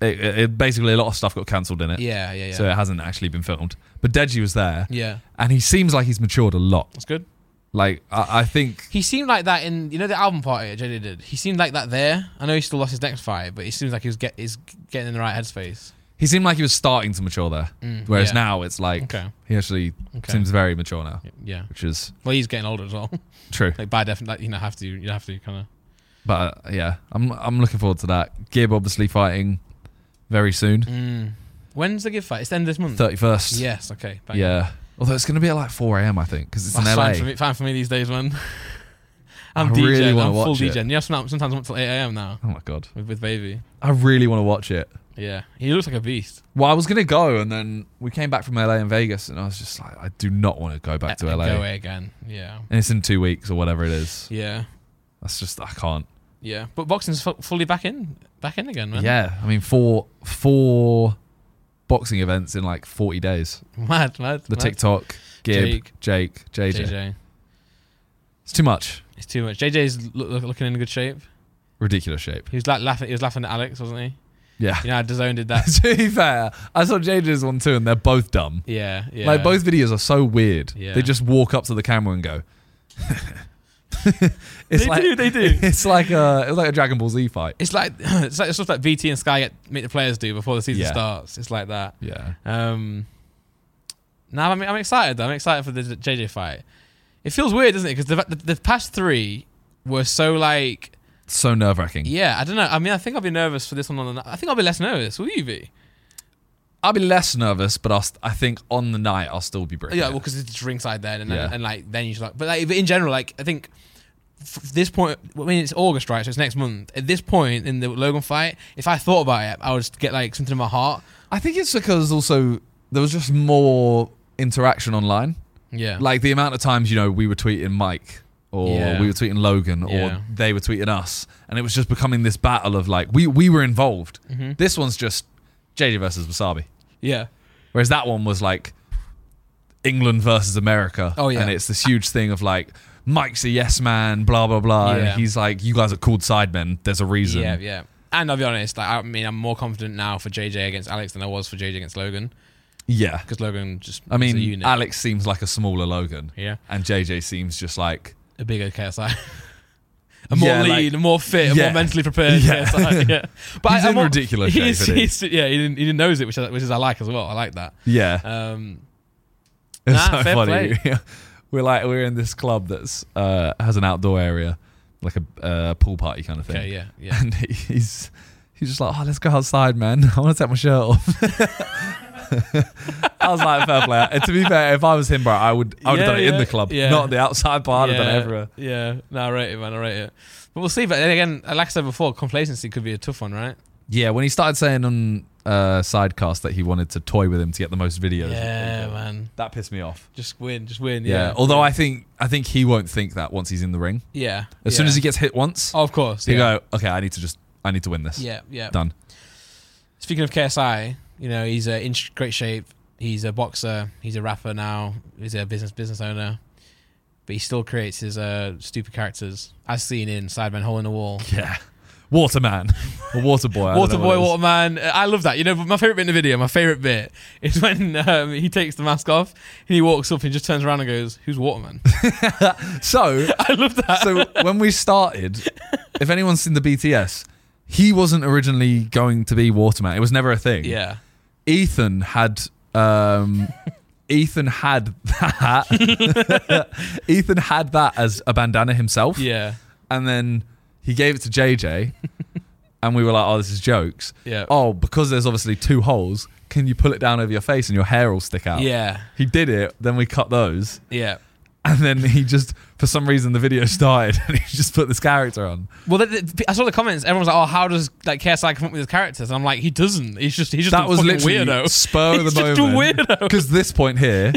[SPEAKER 2] It, it, it- basically a lot of stuff got cancelled in it,
[SPEAKER 1] yeah, yeah, yeah.
[SPEAKER 2] so it hasn't actually been filmed. But Deji was there,
[SPEAKER 1] yeah,
[SPEAKER 2] and he seems like he's matured a lot.
[SPEAKER 1] that's good.
[SPEAKER 2] Like I, I think,
[SPEAKER 1] He seemed like that in you know the album party that JD did. He seemed like that there. I know he still lost his next fight, but he seems like he was get is getting in the right headspace.
[SPEAKER 2] he seemed like he was starting to mature there.
[SPEAKER 1] Mm,
[SPEAKER 2] Whereas
[SPEAKER 1] yeah.
[SPEAKER 2] now it's like
[SPEAKER 1] Okay.
[SPEAKER 2] he actually
[SPEAKER 1] Okay.
[SPEAKER 2] seems very mature now,
[SPEAKER 1] yeah.
[SPEAKER 2] which is
[SPEAKER 1] Well, he's getting older as well.
[SPEAKER 2] true.
[SPEAKER 1] like by definition, like, you know, have to you have to kind of.
[SPEAKER 2] But uh, yeah, I'm I'm looking forward to that. Gib obviously fighting very soon,
[SPEAKER 1] Mm. When's the give fight? It's the end of this month.
[SPEAKER 2] thirty first.
[SPEAKER 1] Yes. Okay. bang.
[SPEAKER 2] Yeah. Although it's going to be at like 4 a.m., I think, because it's
[SPEAKER 1] That's
[SPEAKER 2] in LA.
[SPEAKER 1] fine for me. Fine for me these days, man. I'm
[SPEAKER 2] I
[SPEAKER 1] DJing.
[SPEAKER 2] really wanna
[SPEAKER 1] I'm full
[SPEAKER 2] watch it.
[SPEAKER 1] DJing. Yeah, some- sometimes I'm up till 8 a.m. now
[SPEAKER 2] Oh my God.
[SPEAKER 1] with, with baby.
[SPEAKER 2] I really want to watch it.
[SPEAKER 1] Yeah, he looks like a beast.
[SPEAKER 2] Well, I was going to go, and then we came back from LA and Vegas, and I was just like, I do not want to go back to
[SPEAKER 1] Uh,
[SPEAKER 2] LA.
[SPEAKER 1] Go away again. Yeah.
[SPEAKER 2] And it's in two weeks or whatever it is.
[SPEAKER 1] Yeah.
[SPEAKER 2] That's just, I can't.
[SPEAKER 1] Yeah. But boxing's fu- fully back in, back in again, man.
[SPEAKER 2] Yeah. I mean, four, four boxing events in like 40 days.
[SPEAKER 1] Mad, mad.
[SPEAKER 2] The
[SPEAKER 1] mad.
[SPEAKER 2] TikTok, Gib,
[SPEAKER 1] Jake.
[SPEAKER 2] Jake, JJ.
[SPEAKER 1] JJ.
[SPEAKER 2] It's too much.
[SPEAKER 1] It's too much. JJ's look, look, looking in good shape.
[SPEAKER 2] Ridiculous shape.
[SPEAKER 1] He was like laughing. He was laughing at Alex, wasn't he?
[SPEAKER 2] Yeah.
[SPEAKER 1] You know, how DAZN did that.
[SPEAKER 2] to be fair, I saw JJ's one too, and they're both dumb.
[SPEAKER 1] Yeah, yeah.
[SPEAKER 2] Like both videos are so weird.
[SPEAKER 1] Yeah.
[SPEAKER 2] They just walk up to the camera and go. it's
[SPEAKER 1] They do, they do.
[SPEAKER 2] It's like a it's like a Dragon Ball Z fight.
[SPEAKER 1] It's like it's like the stuff that BT and Sky get make the players do before the season
[SPEAKER 2] Yeah.
[SPEAKER 1] starts. It's like that.
[SPEAKER 2] Yeah.
[SPEAKER 1] Um, now I'm, I'm excited though. I'm excited for the JJ fight. It feels weird, doesn't it? Because the, the, the past three were so like,
[SPEAKER 2] So nerve wracking.
[SPEAKER 1] yeah, I don't know. I mean, I think I'll be nervous for this one. On the, I think I'll be less nervous. Will you be?
[SPEAKER 2] I'll be less nervous, but I'll st- I think on the night I'll still be breaking.
[SPEAKER 1] Yeah, well,
[SPEAKER 2] it.
[SPEAKER 1] because it's ringside then, and,
[SPEAKER 2] Yeah.
[SPEAKER 1] and like then you should like, but like but in general, like I think f- this point, I mean, it's August, right? So it's next month. At this point in the Logan fight, if I thought about it, I would just get like something in my heart.
[SPEAKER 2] I think it's because also there was just more interaction online.
[SPEAKER 1] Yeah,
[SPEAKER 2] Like the amount of times you know we were tweeting Mike or
[SPEAKER 1] Yeah.
[SPEAKER 2] we were tweeting Logan or
[SPEAKER 1] Yeah.
[SPEAKER 2] they were tweeting us, and it was just becoming this battle of like we we were involved.
[SPEAKER 1] Mhm.
[SPEAKER 2] This one's just JJ versus Wasabi.
[SPEAKER 1] yeah,
[SPEAKER 2] Whereas that one was like England versus America.
[SPEAKER 1] Oh, yeah.
[SPEAKER 2] And it's this huge thing of like, Mike's a yes man, blah blah blah.
[SPEAKER 1] Yeah.
[SPEAKER 2] And he's like, you guys are called sidemen. There's a reason.
[SPEAKER 1] Yeah, yeah. And I'll be honest, like, I mean, I'm more confident now for JJ against Alex than I was for JJ against Logan
[SPEAKER 2] Yeah.
[SPEAKER 1] because Logan just
[SPEAKER 2] I
[SPEAKER 1] is a
[SPEAKER 2] mean,
[SPEAKER 1] unit.
[SPEAKER 2] Alex seems like a smaller Logan,
[SPEAKER 1] yeah,
[SPEAKER 2] and JJ seems just like
[SPEAKER 1] a bigger KSI. A more
[SPEAKER 2] Yeah, like-
[SPEAKER 1] lean, a more fit, a
[SPEAKER 2] Yeah.
[SPEAKER 1] more mentally prepared.
[SPEAKER 2] Yeah.
[SPEAKER 1] KSI, yeah. But
[SPEAKER 2] He's
[SPEAKER 1] I,
[SPEAKER 2] in
[SPEAKER 1] I'm more-
[SPEAKER 2] ridiculous shape,
[SPEAKER 1] He's,
[SPEAKER 2] isn't he?
[SPEAKER 1] he's, yeah, he, didn't, he didn't knows it, which I, which is I like as well. I like that.
[SPEAKER 2] yeah.
[SPEAKER 1] Um,
[SPEAKER 2] It's
[SPEAKER 1] Nah,
[SPEAKER 2] so
[SPEAKER 1] fair
[SPEAKER 2] funny. we're like we're in this club that's uh, has an outdoor area, like a uh, pool party kind of thing.
[SPEAKER 1] okay, yeah, yeah.
[SPEAKER 2] And he's he's just like, oh, let's go outside, man. I want to take my shirt off. I was like, fair play. And to be fair, if I was him, bro, I would I would have
[SPEAKER 1] Yeah,
[SPEAKER 2] done it in
[SPEAKER 1] yeah,
[SPEAKER 2] the club,
[SPEAKER 1] yeah.
[SPEAKER 2] not the outside part. I'd have done it
[SPEAKER 1] Yeah,
[SPEAKER 2] everywhere.
[SPEAKER 1] Yeah, no, I rate it, man. I rate it. But we'll see. But then again, like I said before, complacency could be a tough one, right?
[SPEAKER 2] Yeah, when he started saying on uh, sidecast that he wanted to toy with him to get the most videos,
[SPEAKER 1] Yeah, man.
[SPEAKER 2] that pissed me off.
[SPEAKER 1] Just win, just win.
[SPEAKER 2] Yeah.
[SPEAKER 1] Yeah.
[SPEAKER 2] Although I think I think he won't think that once he's in the ring.
[SPEAKER 1] yeah.
[SPEAKER 2] As soon as he gets hit once,
[SPEAKER 1] Oh, of course.
[SPEAKER 2] He'll
[SPEAKER 1] yeah.
[SPEAKER 2] go, okay, I need to just, I need to win this.
[SPEAKER 1] Yeah, yeah.
[SPEAKER 2] Done.
[SPEAKER 1] Speaking of KSI, you know he's uh, in sh- great shape. He's a boxer. He's a rapper now. He's a business business owner, but he still creates his uh, stupid characters, as seen in Sidemen Hole in the Wall,
[SPEAKER 2] Yeah. Waterman. or Water Boy. I don't know
[SPEAKER 1] Waterboy,
[SPEAKER 2] what it is.
[SPEAKER 1] Waterman. uh, I love that. You know, but my favorite bit in the video, my favorite bit is when um, he takes the mask off and he walks up and he just turns around and goes, "Who's Waterman?"
[SPEAKER 2] So,
[SPEAKER 1] I love that.
[SPEAKER 2] so when we started, if anyone's seen the BTS, he wasn't originally going to be Waterman. It was never a thing.
[SPEAKER 1] Yeah,
[SPEAKER 2] Ethan had, um, Ethan had that. Ethan had that as a bandana himself.
[SPEAKER 1] yeah,
[SPEAKER 2] And then he gave it to JJ. And we were like, oh, this is jokes.
[SPEAKER 1] yeah,
[SPEAKER 2] oh, because there's obviously two holes, can you pull it down over your face and your hair will stick out?
[SPEAKER 1] yeah,
[SPEAKER 2] He did it, then we cut those.
[SPEAKER 1] yeah.
[SPEAKER 2] And then he just, for some reason, the video started and he just put this character on.
[SPEAKER 1] Well, th- th- I saw the comments. Everyone's like, "Oh, how does like KSI come up with his characters?" And I'm like, "He doesn't. He's just he's just
[SPEAKER 2] that
[SPEAKER 1] a
[SPEAKER 2] was
[SPEAKER 1] fucking
[SPEAKER 2] literally
[SPEAKER 1] weirdo."
[SPEAKER 2] spur of the
[SPEAKER 1] He's just a
[SPEAKER 2] moment.
[SPEAKER 1] weirdo.
[SPEAKER 2] Because this point here,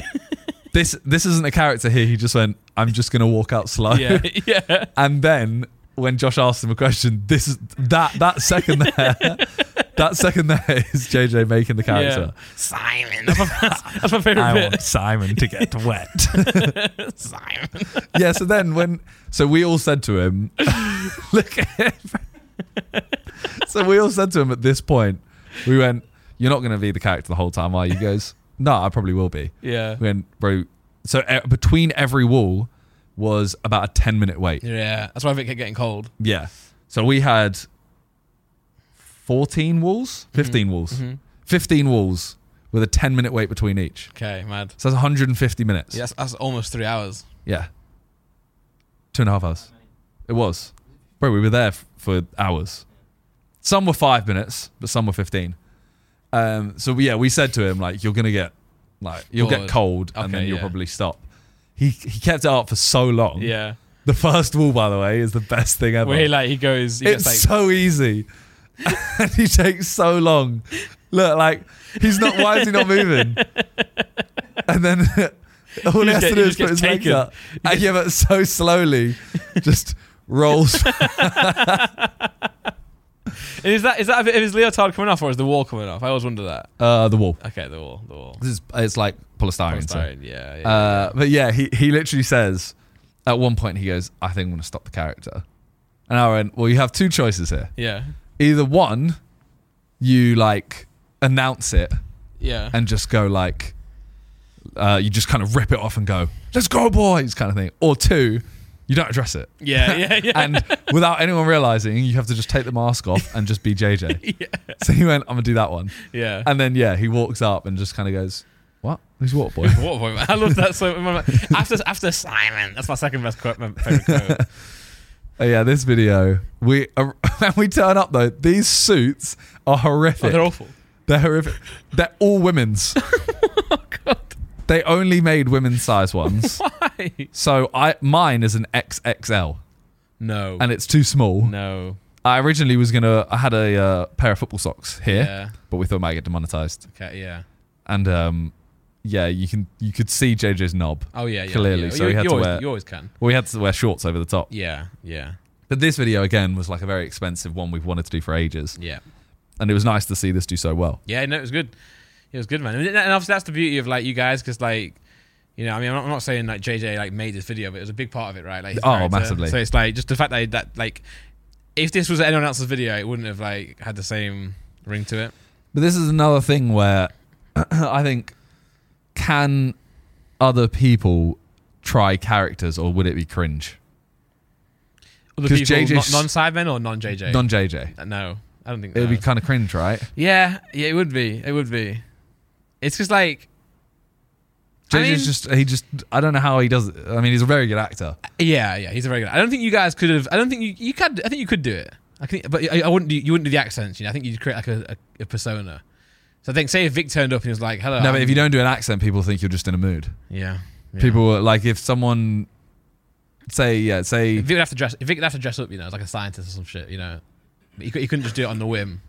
[SPEAKER 2] this this isn't a character here. He just went, I'm just gonna walk out slow.
[SPEAKER 1] yeah, yeah,
[SPEAKER 2] And then when Josh asked him a question, this is that that second there, that second there is JJ making the character.
[SPEAKER 1] Simon. That's my, that's my favorite
[SPEAKER 2] uh, I
[SPEAKER 1] bit.
[SPEAKER 2] want Simon to get wet.
[SPEAKER 1] Simon.
[SPEAKER 2] yeah, so then when so we all said to him look at him. so we all said to him at this point, we went, You're not gonna be the character the whole time, are you? He goes, No, I probably will be.
[SPEAKER 1] Yeah,
[SPEAKER 2] We went, bro so e- between every wall was about a ten minute wait.
[SPEAKER 1] yeah. That's why I think it kept getting cold.
[SPEAKER 2] Yeah. So we had fourteen walls?
[SPEAKER 1] Mm-hmm.
[SPEAKER 2] 15 walls. Fifteen walls with a ten minute wait between each.
[SPEAKER 1] Okay, mad.
[SPEAKER 2] So that's 150 minutes.
[SPEAKER 1] Yeah, that's, that's almost three hours.
[SPEAKER 2] Yeah. Two and a half hours. It was. Bro, we were there f- for hours. Some were five minutes, but some were 15. Um, so, we- yeah, we said to him, like, you're going to get, like, you'll get
[SPEAKER 1] Bored.
[SPEAKER 2] cold and
[SPEAKER 1] Okay,
[SPEAKER 2] then you'll
[SPEAKER 1] yeah.
[SPEAKER 2] probably stop. He, he kept it up for so long.
[SPEAKER 1] Yeah,
[SPEAKER 2] The first wall, by the way, is the best thing ever.
[SPEAKER 1] where he like he goes, he
[SPEAKER 2] it's
[SPEAKER 1] gets like,
[SPEAKER 2] so easy. and he takes so long. Look, like, he's not, why is he not moving? And then all he,
[SPEAKER 1] just
[SPEAKER 2] has to
[SPEAKER 1] get-
[SPEAKER 2] do
[SPEAKER 1] he
[SPEAKER 2] is
[SPEAKER 1] just
[SPEAKER 2] put
[SPEAKER 1] gets
[SPEAKER 2] his legs
[SPEAKER 1] taken.
[SPEAKER 2] up. And yeah, but so slowly, just rolls.
[SPEAKER 1] And is that is that a bit of his leotard coming off or is the wall coming off? I always wonder that.
[SPEAKER 2] uh, the wall.
[SPEAKER 1] Okay, the wall, the wall.
[SPEAKER 2] This is, it's like polystyrene. so-
[SPEAKER 1] Polystyrene, yeah, yeah.
[SPEAKER 2] Uh, but yeah, he, he literally says, at one point, he goes, I think I'm going to stop the character. And I went, well, you have two choices here.
[SPEAKER 1] yeah,
[SPEAKER 2] Either one, you like announce it
[SPEAKER 1] yeah.
[SPEAKER 2] and just go like uh, you just kind of rip it off and go let's go boys kind of thing or two you don't address it
[SPEAKER 1] yeah, yeah, yeah.
[SPEAKER 2] and without anyone realizing you have to just take the mask off and just be jj so he went i'm gonna do that one
[SPEAKER 1] yeah.
[SPEAKER 2] and then yeah he walks up and just kind of goes what who's water boy
[SPEAKER 1] What a point, man. I love that so much. After after Simon, that's my second best quote. My favorite quote.
[SPEAKER 2] Oh, yeah this video we uh, when we turn up though these suits are horrific
[SPEAKER 1] Oh, they're awful.
[SPEAKER 2] They're horrific. They're all women's.
[SPEAKER 1] Oh,
[SPEAKER 2] They only made women's size ones.
[SPEAKER 1] Why?
[SPEAKER 2] So I mine is an XXL
[SPEAKER 1] No.
[SPEAKER 2] and it's too small.
[SPEAKER 1] no.
[SPEAKER 2] I originally was gonna I had a uh, pair of football socks here,
[SPEAKER 1] Yeah.
[SPEAKER 2] but we thought it might get demonetized.
[SPEAKER 1] Okay. Yeah.
[SPEAKER 2] And um, yeah, you can you could see JJ's knob.
[SPEAKER 1] Oh yeah. yeah
[SPEAKER 2] Clearly,
[SPEAKER 1] Yeah.
[SPEAKER 2] so he had
[SPEAKER 1] you
[SPEAKER 2] to
[SPEAKER 1] always,
[SPEAKER 2] wear-
[SPEAKER 1] You always can.
[SPEAKER 2] We had to wear shorts over the top.
[SPEAKER 1] Yeah. Yeah.
[SPEAKER 2] But this video again was like a very expensive one we've wanted to do for ages,
[SPEAKER 1] Yeah.
[SPEAKER 2] and it was nice to see this do so well.
[SPEAKER 1] Yeah. No, it was good. It was good, man. And obviously, that's the beauty of like you guys, because like You know, I mean, I'm not, I'm not saying like JJ like made this video, but it was a big part of it, right? Like, his
[SPEAKER 2] Oh,
[SPEAKER 1] character.
[SPEAKER 2] massively.
[SPEAKER 1] So it's like just the fact that that like, if this was anyone else's video, it wouldn't have like had the same ring to it.
[SPEAKER 2] But this is another thing where I think can other people try characters or would it be cringe?
[SPEAKER 1] Other
[SPEAKER 2] 'Cause
[SPEAKER 1] people,
[SPEAKER 2] JJ 's-
[SPEAKER 1] non sidemen or non JJ?
[SPEAKER 2] Non JJ.
[SPEAKER 1] Uh, no, I don't think.
[SPEAKER 2] It would
[SPEAKER 1] no.
[SPEAKER 2] be kind of cringe, right?
[SPEAKER 1] yeah, yeah, it would be. It would be. It's just like I
[SPEAKER 2] JJ's
[SPEAKER 1] mean-
[SPEAKER 2] just he just I don't know how he does it. I mean, he's a very good actor.
[SPEAKER 1] Yeah, yeah, he's a very good. I don't think you guys could have. I don't think you you could. I think you could do it. I can, but I, I wouldn't. Do, you wouldn't do the accents. You know, I think you'd create like a, a, a persona. So I think, say if Vic turned up and he was like, "Hello,"
[SPEAKER 2] no, but
[SPEAKER 1] I'm-
[SPEAKER 2] if you don't do an accent, people think you're just in a mood.
[SPEAKER 1] yeah, Um, yeah.
[SPEAKER 2] People were- like if someone say yeah, say
[SPEAKER 1] if Vic would have to dress, if Vic would have to dress up, you know, as like a scientist or some shit, you know, but you, cou- you couldn't just do it on the whim.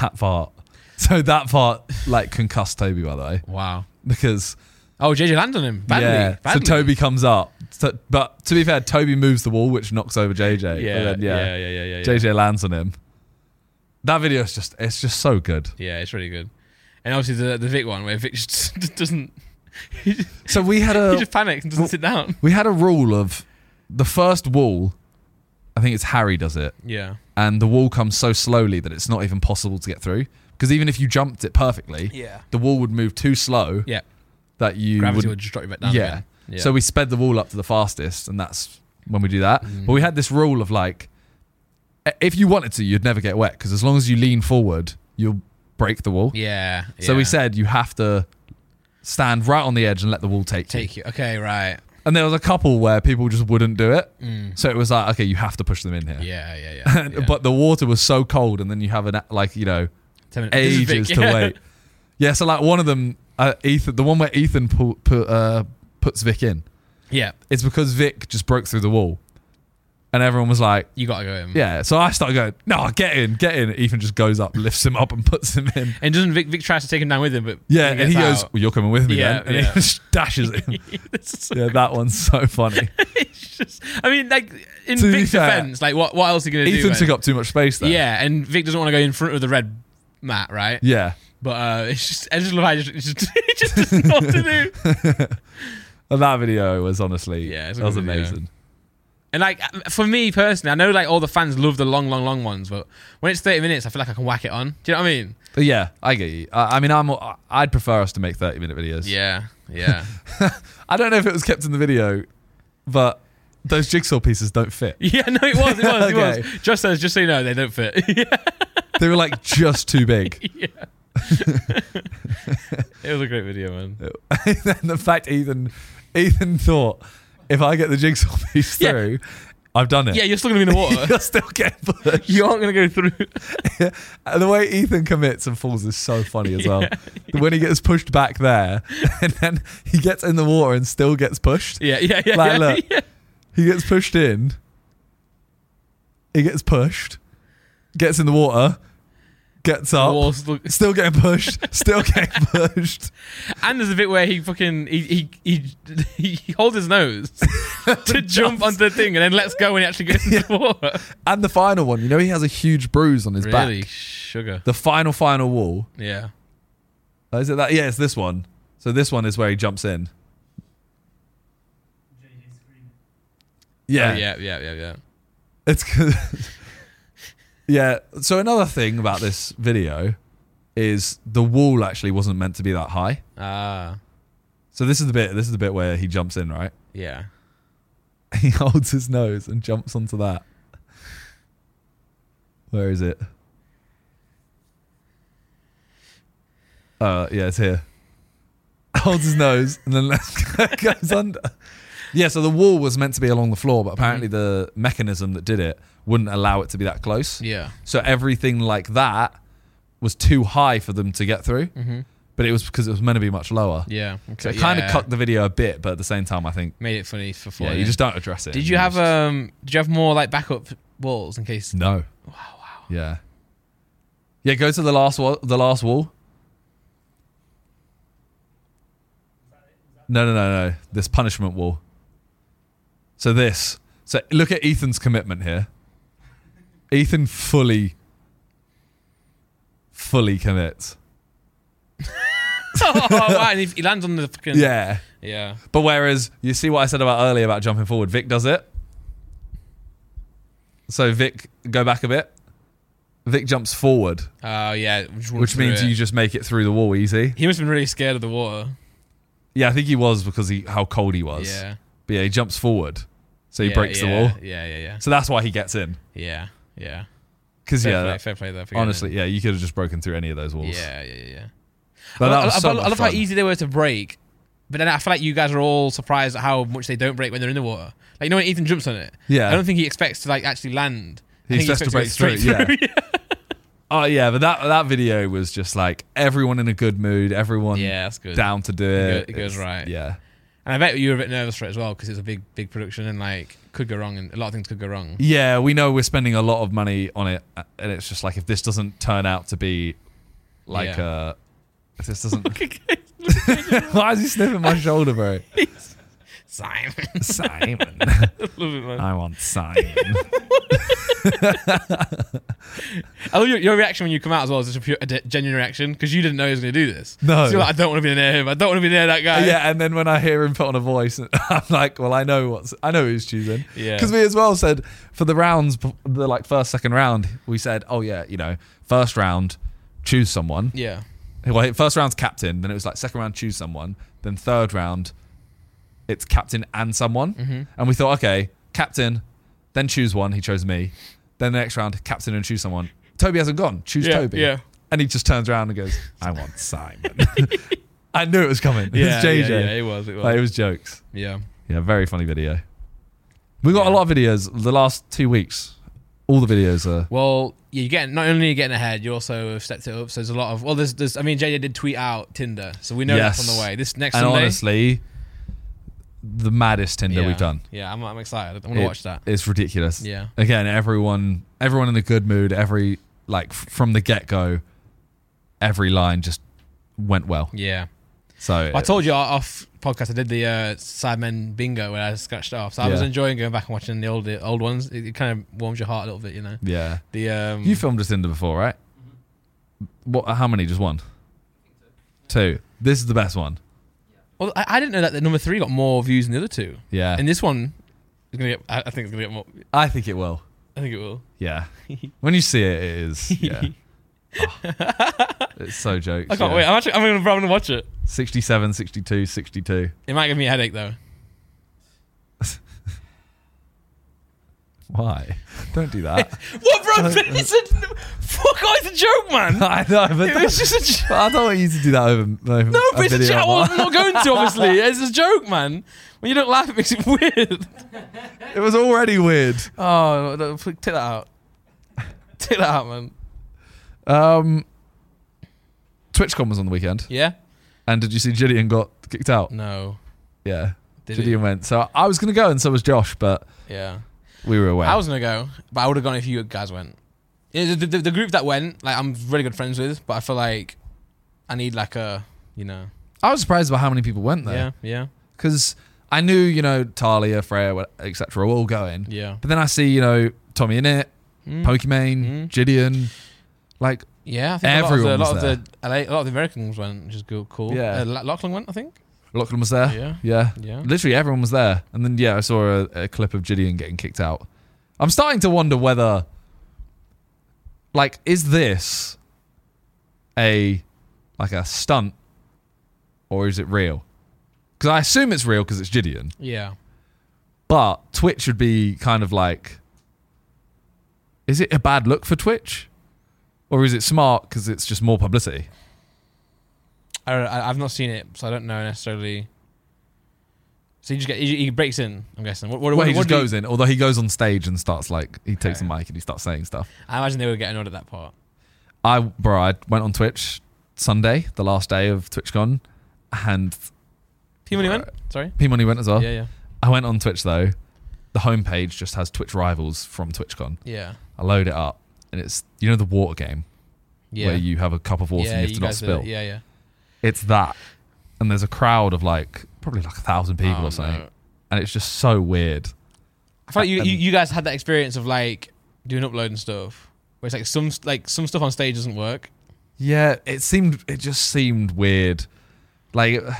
[SPEAKER 2] that part. So that part like concussed Toby by the way
[SPEAKER 1] Wow.
[SPEAKER 2] because
[SPEAKER 1] Oh, JJ landed on him badly.
[SPEAKER 2] yeah.
[SPEAKER 1] badly.
[SPEAKER 2] So Toby comes up, so, but to be fair, Toby moves the wall, which knocks over JJ. But
[SPEAKER 1] Yeah,
[SPEAKER 2] then,
[SPEAKER 1] yeah, yeah, yeah, yeah, yeah.
[SPEAKER 2] JJ lands on him. That video is just it's just so good.
[SPEAKER 1] Yeah, it's really good. And obviously the the Vic one where Vic just, just doesn't. He just,
[SPEAKER 2] So we had
[SPEAKER 1] he
[SPEAKER 2] a
[SPEAKER 1] just panics and doesn't sit down.
[SPEAKER 2] we had a rule of the first wall. I think it's Harry does it,
[SPEAKER 1] Yeah.
[SPEAKER 2] and the wall comes so slowly that it's not even possible to get through. Because even if you jumped it perfectly,
[SPEAKER 1] Yeah.
[SPEAKER 2] the wall would move too slow
[SPEAKER 1] Yeah.
[SPEAKER 2] that you
[SPEAKER 1] Gravity
[SPEAKER 2] would
[SPEAKER 1] would just drop you back down.
[SPEAKER 2] yeah.
[SPEAKER 1] again. yeah.
[SPEAKER 2] So we sped the wall up to the fastest, and that's when we do that.
[SPEAKER 1] Mm.
[SPEAKER 2] But we had this rule of like, i- if you wanted to, you'd never get wet because as long as you lean forward, you'll break the wall.
[SPEAKER 1] Yeah.
[SPEAKER 2] So we
[SPEAKER 1] yeah.
[SPEAKER 2] said you have to stand right on the edge and let the wall take, you.
[SPEAKER 1] take you. Okay, right.
[SPEAKER 2] And there was a couple where people just wouldn't do it.
[SPEAKER 1] Mm.
[SPEAKER 2] So it was like, okay, you have to push them in here.
[SPEAKER 1] Yeah, yeah, yeah. yeah.
[SPEAKER 2] But the water was so cold, and then you have an like you know
[SPEAKER 1] Ten minutes. This is big,
[SPEAKER 2] ages to
[SPEAKER 1] yeah.
[SPEAKER 2] wait. Yeah, so like one of them, uh, Ethan, the one where Ethan pu- pu- uh, puts Vic in,
[SPEAKER 1] Yeah,
[SPEAKER 2] it's because Vic just broke through the wall. And everyone was like,
[SPEAKER 1] you gotta go in.
[SPEAKER 2] yeah. So I started going, no, get in, get in. Ethan just goes up, lifts him up, and puts him in.
[SPEAKER 1] And doesn't Vic, Vic tries to take him down with him, but
[SPEAKER 2] Yeah. And
[SPEAKER 1] gets
[SPEAKER 2] he goes,
[SPEAKER 1] out.
[SPEAKER 2] well, you're coming with me
[SPEAKER 1] Yeah,
[SPEAKER 2] then. And
[SPEAKER 1] yeah.
[SPEAKER 2] he just dashes him.
[SPEAKER 1] This is-
[SPEAKER 2] yeah, that one's so funny.
[SPEAKER 1] it's just- I mean, like in
[SPEAKER 2] To be
[SPEAKER 1] Vic's
[SPEAKER 2] fair,
[SPEAKER 1] defense, like what what else are you gonna do?
[SPEAKER 2] Ethan
[SPEAKER 1] man?
[SPEAKER 2] took up too much space there.
[SPEAKER 1] Yeah, and Vic doesn't want to go in front of the red mat, right?
[SPEAKER 2] Yeah.
[SPEAKER 1] But uh, it's just I just love how he just, he just, he just doesn't know what to do.
[SPEAKER 2] And that video was honestly,
[SPEAKER 1] Yeah,
[SPEAKER 2] yeah,
[SPEAKER 1] it's a
[SPEAKER 2] that was
[SPEAKER 1] good video.
[SPEAKER 2] amazing.
[SPEAKER 1] And like for me personally, I know like all the fans love the long, long, long ones, but when it's thirty minutes, I feel like I can whack it on. Do you know what I mean?
[SPEAKER 2] But yeah, I get you. I, I mean, I'm, I'd prefer us to make 30 minute videos.
[SPEAKER 1] Yeah, yeah.
[SPEAKER 2] I don't know if it was kept in the video, but those jigsaw pieces don't fit.
[SPEAKER 1] Yeah, no, it was, it was, it
[SPEAKER 2] Okay.
[SPEAKER 1] was. Just says, just so you know, they don't fit. yeah,
[SPEAKER 2] They were like just too big.
[SPEAKER 1] it was a great video, man.
[SPEAKER 2] then the fact Ethan Ethan thought if I get the jigsaw piece
[SPEAKER 1] Yeah.
[SPEAKER 2] through, I've done it.
[SPEAKER 1] Yeah, you're still gonna be in the water.
[SPEAKER 2] You're still getting pushed.
[SPEAKER 1] you aren't gonna go through.
[SPEAKER 2] And the way Ethan commits and falls is so funny as well. When he gets pushed back there, and then he gets in the water and still gets pushed.
[SPEAKER 1] Yeah, yeah, yeah.
[SPEAKER 2] Like,
[SPEAKER 1] yeah,
[SPEAKER 2] look.
[SPEAKER 1] yeah.
[SPEAKER 2] He gets pushed in. He gets pushed. Gets in the water. Gets
[SPEAKER 1] The
[SPEAKER 2] up.
[SPEAKER 1] walls look-
[SPEAKER 2] Still getting pushed. Still getting pushed.
[SPEAKER 1] And there's a bit where he fucking he he he, he holds his nose to jump onto the thing and then lets go when he actually gets into the water.
[SPEAKER 2] And the final one, you know, he has a huge bruise on his
[SPEAKER 1] Really,
[SPEAKER 2] back.
[SPEAKER 1] sugar.
[SPEAKER 2] The final, final wall.
[SPEAKER 1] Yeah.
[SPEAKER 2] Oh, is it that? Yeah, it's this one. So this one is where he jumps in.
[SPEAKER 3] JJ screaming.
[SPEAKER 2] Yeah,
[SPEAKER 1] Oh, yeah, yeah, yeah, yeah.
[SPEAKER 2] It's good. yeah. So another thing about this video is the wall actually wasn't meant to be that high.
[SPEAKER 1] Ah,
[SPEAKER 2] So this is the bit. This is the bit where he jumps in, right?
[SPEAKER 1] yeah.
[SPEAKER 2] He holds his nose and jumps onto that. Where is it? Uh, yeah, it's here. Holds his nose and then lets go- goes under. Yeah, so the wall was meant to be along the floor, but
[SPEAKER 1] Mm-hmm.
[SPEAKER 2] apparently the mechanism that did it wouldn't allow it to be that close.
[SPEAKER 1] Yeah.
[SPEAKER 2] So everything like that was too high for them to get through,
[SPEAKER 1] Mhm.
[SPEAKER 2] but it was because it was meant to be much lower.
[SPEAKER 1] Yeah. Okay.
[SPEAKER 2] So it kind
[SPEAKER 1] yeah.
[SPEAKER 2] of cut the video a bit, but at the same time, I think
[SPEAKER 1] Made it funny for four.
[SPEAKER 2] yeah, you just don't address it.
[SPEAKER 1] Did you have um? Did you have more like backup walls in case?
[SPEAKER 2] no? Wow, wow. Yeah, yeah. Go to the last wall. The last wall. No, no, no, no. This punishment wall. So this. So look at Ethan's commitment here. Ethan fully, fully commits.
[SPEAKER 1] oh, wow. And he, he lands on the fucking.
[SPEAKER 2] yeah.
[SPEAKER 1] Yeah.
[SPEAKER 2] But whereas you see what I said about earlier about jumping forward, Vic does it. So Vic, go back a bit. Vic jumps forward,
[SPEAKER 1] Oh, yeah. Which,
[SPEAKER 2] which means you just make it through the wall easy.
[SPEAKER 1] He must have been really scared of the water.
[SPEAKER 2] Yeah, I think he was because he how cold he was.
[SPEAKER 1] Yeah.
[SPEAKER 2] But yeah, he jumps forward, so he
[SPEAKER 1] Yeah,
[SPEAKER 2] breaks
[SPEAKER 1] yeah,
[SPEAKER 2] the wall.
[SPEAKER 1] Yeah, yeah, yeah.
[SPEAKER 2] So that's why he gets in.
[SPEAKER 1] Yeah, yeah.
[SPEAKER 2] Because
[SPEAKER 1] Fair,
[SPEAKER 2] yeah,
[SPEAKER 1] play,
[SPEAKER 2] that-
[SPEAKER 1] fair play there. for getting
[SPEAKER 2] honestly, yeah, you could have just broken through any of those
[SPEAKER 1] it.
[SPEAKER 2] walls.
[SPEAKER 1] Yeah, yeah, yeah.
[SPEAKER 2] But
[SPEAKER 1] I,
[SPEAKER 2] that was
[SPEAKER 1] I-
[SPEAKER 2] so
[SPEAKER 1] I- I
[SPEAKER 2] much
[SPEAKER 1] love how
[SPEAKER 2] fun.
[SPEAKER 1] easy they were to break, but then I feel like you guys are all surprised at how much they don't break when they're in the water. Like, you know when Ethan jumps on it?
[SPEAKER 2] Yeah.
[SPEAKER 1] I don't think he expects to, like, actually land. I
[SPEAKER 2] He
[SPEAKER 1] think
[SPEAKER 2] expects to
[SPEAKER 1] go
[SPEAKER 2] break through, Oh yeah, but that that video was just like everyone in a good mood, everyone
[SPEAKER 1] yeah, that's good.
[SPEAKER 2] down to do
[SPEAKER 1] It go- it
[SPEAKER 2] it.
[SPEAKER 1] goes
[SPEAKER 2] It's-
[SPEAKER 1] right.
[SPEAKER 2] Yeah,
[SPEAKER 1] And I bet you were a bit nervous for it as well because it's a big, big production and, like, could go wrong and a lot of things could go wrong.
[SPEAKER 2] yeah. We know we're spending a lot of money on it, uh, and it's just like if this doesn't turn out to be like
[SPEAKER 1] Yeah.
[SPEAKER 2] uh, if this doesn't. Why is he sniffing my shoulder, bro?
[SPEAKER 1] Simon.
[SPEAKER 2] Simon,
[SPEAKER 1] love it, man.
[SPEAKER 2] I want Simon.
[SPEAKER 1] I love your, your reaction when you come out as well. Is just a, pure, a de- genuine reaction because you didn't know he was going to do this.
[SPEAKER 2] No.
[SPEAKER 1] So you're like, I don't want to be near him. I don't want to be near that guy.
[SPEAKER 2] yeah, and then when I hear him put on a voice, I'm like, well, I know what's, I know who's choosing.
[SPEAKER 1] Yeah.
[SPEAKER 2] Because we as well said for the rounds, b- the like first, second round, we said, oh yeah, you know, first round, choose someone.
[SPEAKER 1] Yeah.
[SPEAKER 2] Well, first round's captain, then it was like second round, choose someone, then third round, it's captain and someone,
[SPEAKER 1] Mm-hmm.
[SPEAKER 2] and we thought, okay, captain, then choose one. He chose me. Then the next round, captain and choose someone. Toby hasn't gone. Choose
[SPEAKER 1] Yeah,
[SPEAKER 2] Toby.
[SPEAKER 1] yeah.
[SPEAKER 2] And he just turns around and goes, I want Simon. I knew it was coming.
[SPEAKER 1] Yeah,
[SPEAKER 2] it's JJ.
[SPEAKER 1] yeah, yeah, it was, it was.
[SPEAKER 2] Like, it was jokes.
[SPEAKER 1] Yeah.
[SPEAKER 2] Yeah, very funny video. We got
[SPEAKER 1] Yeah.
[SPEAKER 2] a lot of videos the last two weeks. All the videos are.
[SPEAKER 1] Well, yeah, you're getting not only are you getting ahead, you also have stepped it up. So there's a lot of well, there's there's I mean JJ did tweet out Tinder, so we know that's on the
[SPEAKER 2] Yes.
[SPEAKER 1] way. This next
[SPEAKER 2] And
[SPEAKER 1] Sunday,
[SPEAKER 2] honestly, the maddest Tinder
[SPEAKER 1] yeah,
[SPEAKER 2] we've done.
[SPEAKER 1] Yeah, I'm, I'm excited. I'm gonna
[SPEAKER 2] It-
[SPEAKER 1] watch that.
[SPEAKER 2] It's ridiculous.
[SPEAKER 1] Yeah.
[SPEAKER 2] Again, everyone, everyone in a good mood. Every like f- from the get go, every line just went well.
[SPEAKER 1] Yeah,
[SPEAKER 2] So
[SPEAKER 1] I told you off podcast I did the uh, Sidemen bingo where I scratched it off. So I was
[SPEAKER 2] Yeah.
[SPEAKER 1] enjoying going back and watching the old the old ones. It, it kind of warms your heart a little bit, you know.
[SPEAKER 2] yeah.
[SPEAKER 1] The um,
[SPEAKER 2] Mm. You filmed a Tinder before, right?
[SPEAKER 1] Mm-hmm.
[SPEAKER 2] What? How many? Just one. Two. This is the best one.
[SPEAKER 1] well, I, I didn't know that the number three got more views than the other two,
[SPEAKER 2] Yeah.
[SPEAKER 1] and this one is gonna get. I, I think it's gonna get more.
[SPEAKER 2] I think it will.
[SPEAKER 1] I think it will.
[SPEAKER 2] Yeah. when you see it, it is. Yeah. Oh. it's so jokes.
[SPEAKER 1] I can't
[SPEAKER 2] yeah.
[SPEAKER 1] wait. I'm actually I'm gonna, I'm gonna watch it.
[SPEAKER 2] 67, 62, 62.
[SPEAKER 1] It might give me a headache though.
[SPEAKER 2] Why? Don't do that.
[SPEAKER 1] What, bro? It's a, fuck, oh, it's a joke, man.
[SPEAKER 2] I know, but
[SPEAKER 1] It was just a joke.
[SPEAKER 2] But I don't want you to do that over. over
[SPEAKER 1] No, but
[SPEAKER 2] a
[SPEAKER 1] it's a
[SPEAKER 2] video
[SPEAKER 1] joke. I
[SPEAKER 2] online.
[SPEAKER 1] wasn't- I'm not going to, obviously. It's a joke, man. When you don't laugh, it makes it weird.
[SPEAKER 2] It was already weird.
[SPEAKER 1] Oh, no, f- take that out. Take that out, man.
[SPEAKER 2] Um, TwitchCon was on the weekend,
[SPEAKER 1] Yeah?
[SPEAKER 2] and did you see Gillian got kicked out?
[SPEAKER 1] No.
[SPEAKER 2] Yeah,
[SPEAKER 1] Did
[SPEAKER 2] Gillian went. So I was gonna go, and so was Josh, but
[SPEAKER 1] it? Yeah.
[SPEAKER 2] we were away.
[SPEAKER 1] I was going to go, but I would have gone if you guys went. Yeah, The, the- the group that went, like, I'm really good friends with, but I feel like I need, like, a, you know.
[SPEAKER 2] I was surprised by how many people went
[SPEAKER 1] Yeah,
[SPEAKER 2] there
[SPEAKER 1] yeah,
[SPEAKER 2] because I knew you know Talia, Freya, etc. were all going,
[SPEAKER 1] yeah.
[SPEAKER 2] but then I see you know Tommy in it,
[SPEAKER 1] Mm.
[SPEAKER 2] Pokimane,
[SPEAKER 1] Mm.
[SPEAKER 2] Gideon, like
[SPEAKER 1] Yeah, I think a
[SPEAKER 2] Everyone
[SPEAKER 1] lot of
[SPEAKER 2] was
[SPEAKER 1] the, a lot of the LA, a lot of the Americans went, which is go- cool.
[SPEAKER 2] Yeah.
[SPEAKER 1] uh, La- Lachlan went, I think.
[SPEAKER 2] Lachlan was there.
[SPEAKER 1] Yeah.
[SPEAKER 2] yeah.
[SPEAKER 1] Yeah,
[SPEAKER 2] Literally everyone was there. And then yeah, I saw a, a clip of Gideon getting kicked out. I'm starting to wonder whether like is this a like a stunt or is it real? Cuz I assume it's real cuz it's Gideon.
[SPEAKER 1] yeah,
[SPEAKER 2] But Twitch would be kind of like is it a bad look for Twitch? Or is it smart cuz it's just more publicity?
[SPEAKER 1] I don't, I, I've not seen it, so I don't know necessarily. So he just get, he, he breaks in. I'm guessing. What, what,
[SPEAKER 2] Well,
[SPEAKER 1] what,
[SPEAKER 2] he
[SPEAKER 1] what
[SPEAKER 2] just
[SPEAKER 1] do you-
[SPEAKER 2] goes in, although he goes on stage and starts like he takes
[SPEAKER 1] Okay.
[SPEAKER 2] the mic and he starts saying stuff.
[SPEAKER 1] I imagine they would get annoyed at that part.
[SPEAKER 2] I bro, I went on Twitch Sunday, the last day of TwitchCon, and
[SPEAKER 1] P Money
[SPEAKER 2] Right.
[SPEAKER 1] went. Sorry.
[SPEAKER 2] P Money went as well.
[SPEAKER 1] Yeah, yeah,
[SPEAKER 2] I went on Twitch though. The homepage just has Twitch rivals from TwitchCon.
[SPEAKER 1] yeah,
[SPEAKER 2] I load it up, and it's you know the water game
[SPEAKER 1] yeah.
[SPEAKER 2] where you have a cup of water
[SPEAKER 1] yeah,
[SPEAKER 2] and you have to not
[SPEAKER 1] guys did
[SPEAKER 2] spill.
[SPEAKER 1] it. Yeah, yeah.
[SPEAKER 2] It's that, and there's a crowd of like probably like a thousand people
[SPEAKER 1] Oh,
[SPEAKER 2] or something,
[SPEAKER 1] no.
[SPEAKER 2] and it's just so weird.
[SPEAKER 1] I feel like you,
[SPEAKER 2] And-
[SPEAKER 1] you you guys had that experience of like doing upload and stuff, where it's like some like some stuff on stage doesn't work.
[SPEAKER 2] Yeah, it seemed it just seemed weird. Like,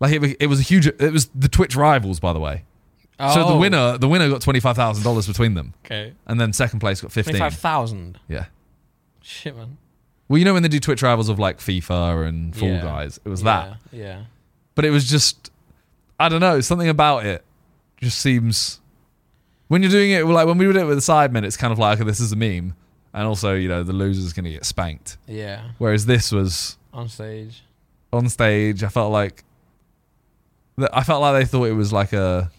[SPEAKER 2] like it, wa- it was a huge. It was the Twitch rivals, by the way. So the
[SPEAKER 1] Oh,
[SPEAKER 2] winner, the winner got twenty five thousand dollars between them,
[SPEAKER 1] Okay.
[SPEAKER 2] and then second place got fifteen.
[SPEAKER 1] Twenty-five thousand.
[SPEAKER 2] Yeah.
[SPEAKER 1] Shit, man.
[SPEAKER 2] Well, you know when they do Twitch rivals of like FIFA and Fall
[SPEAKER 1] Yeah.
[SPEAKER 2] Guys, it was that.
[SPEAKER 1] Yeah. yeah.
[SPEAKER 2] But it was just, I don't know, something about it just seems. When you're doing it, well, like when we did it with the Sidemen, it's kind of like, okay, this is a meme, and also you know the loser's gonna get spanked.
[SPEAKER 1] Yeah.
[SPEAKER 2] Whereas this was
[SPEAKER 1] On stage.
[SPEAKER 2] on stage, I felt like, th- I felt like they thought it was like a,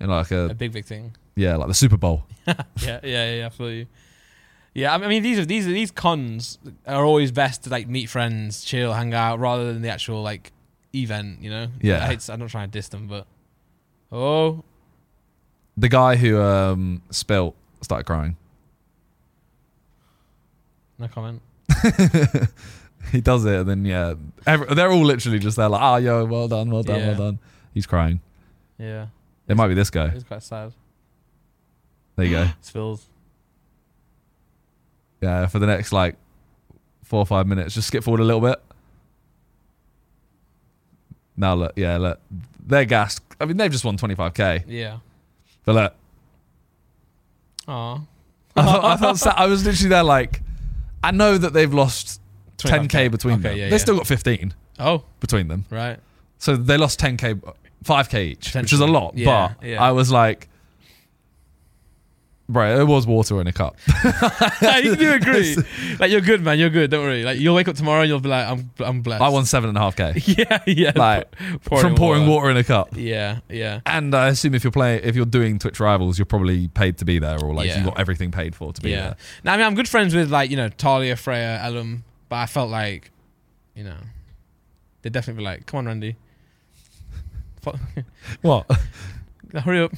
[SPEAKER 2] you know, like
[SPEAKER 1] A
[SPEAKER 2] a
[SPEAKER 1] big, big thing.
[SPEAKER 2] yeah, like the Super Bowl.
[SPEAKER 1] yeah, yeah, yeah, absolutely. Yeah, I mean, I mean, these are these these cons are always best to like meet friends, chill, hang out, rather than the actual like event. You know.
[SPEAKER 2] Yeah.
[SPEAKER 1] I hate, I'm not trying to diss them, but oh,
[SPEAKER 2] The guy who um spilt started crying.
[SPEAKER 1] no comment.
[SPEAKER 2] he does it, and then yeah, every, they're all literally just there like, ah, yo, well done, well done,
[SPEAKER 1] Yeah.
[SPEAKER 2] well done. He's crying.
[SPEAKER 1] Yeah,
[SPEAKER 2] It might be this guy.
[SPEAKER 1] it's quite sad.
[SPEAKER 2] There you go.
[SPEAKER 1] Spills.
[SPEAKER 2] Yeah, for the next like four or five minutes, just skip forward a little bit. Now look, yeah, look, they're gassed. I mean, they've just won 25k.
[SPEAKER 1] Yeah.
[SPEAKER 2] But look,
[SPEAKER 1] Aw.
[SPEAKER 2] I, thought, I, thought, I was literally there like, I know that they've lost 10k
[SPEAKER 1] 25K.
[SPEAKER 2] between
[SPEAKER 1] Okay,
[SPEAKER 2] them.
[SPEAKER 1] yeah,
[SPEAKER 2] they
[SPEAKER 1] yeah.
[SPEAKER 2] still got 15
[SPEAKER 1] Oh,
[SPEAKER 2] between them.
[SPEAKER 1] right.
[SPEAKER 2] So they lost 10k, 5k each, which is a
[SPEAKER 1] Potentially.
[SPEAKER 2] lot.
[SPEAKER 1] Yeah,
[SPEAKER 2] but
[SPEAKER 1] yeah.
[SPEAKER 2] I was like, bro, it was water in a cup.
[SPEAKER 1] you do agree. Like you're good, man. You're good. Don't worry. Like you'll wake up tomorrow and you'll be like, I'm, I'm blessed.
[SPEAKER 2] I won seven and a half k
[SPEAKER 1] Yeah, yeah.
[SPEAKER 2] Like, from pouring water in a cup.
[SPEAKER 1] Yeah, yeah.
[SPEAKER 2] And I assume if you're playing, if you're doing Twitch Rivals, you're probably paid to be there, or like
[SPEAKER 1] Yeah.
[SPEAKER 2] you got everything paid for to be
[SPEAKER 1] yeah.
[SPEAKER 2] there.
[SPEAKER 1] Now, I mean, I'm good friends with like you know Talia, Freya, Elum, but I felt like, you know, they'd definitely be like, "Come on, Randy, Fu-
[SPEAKER 2] What?
[SPEAKER 1] hurry up!"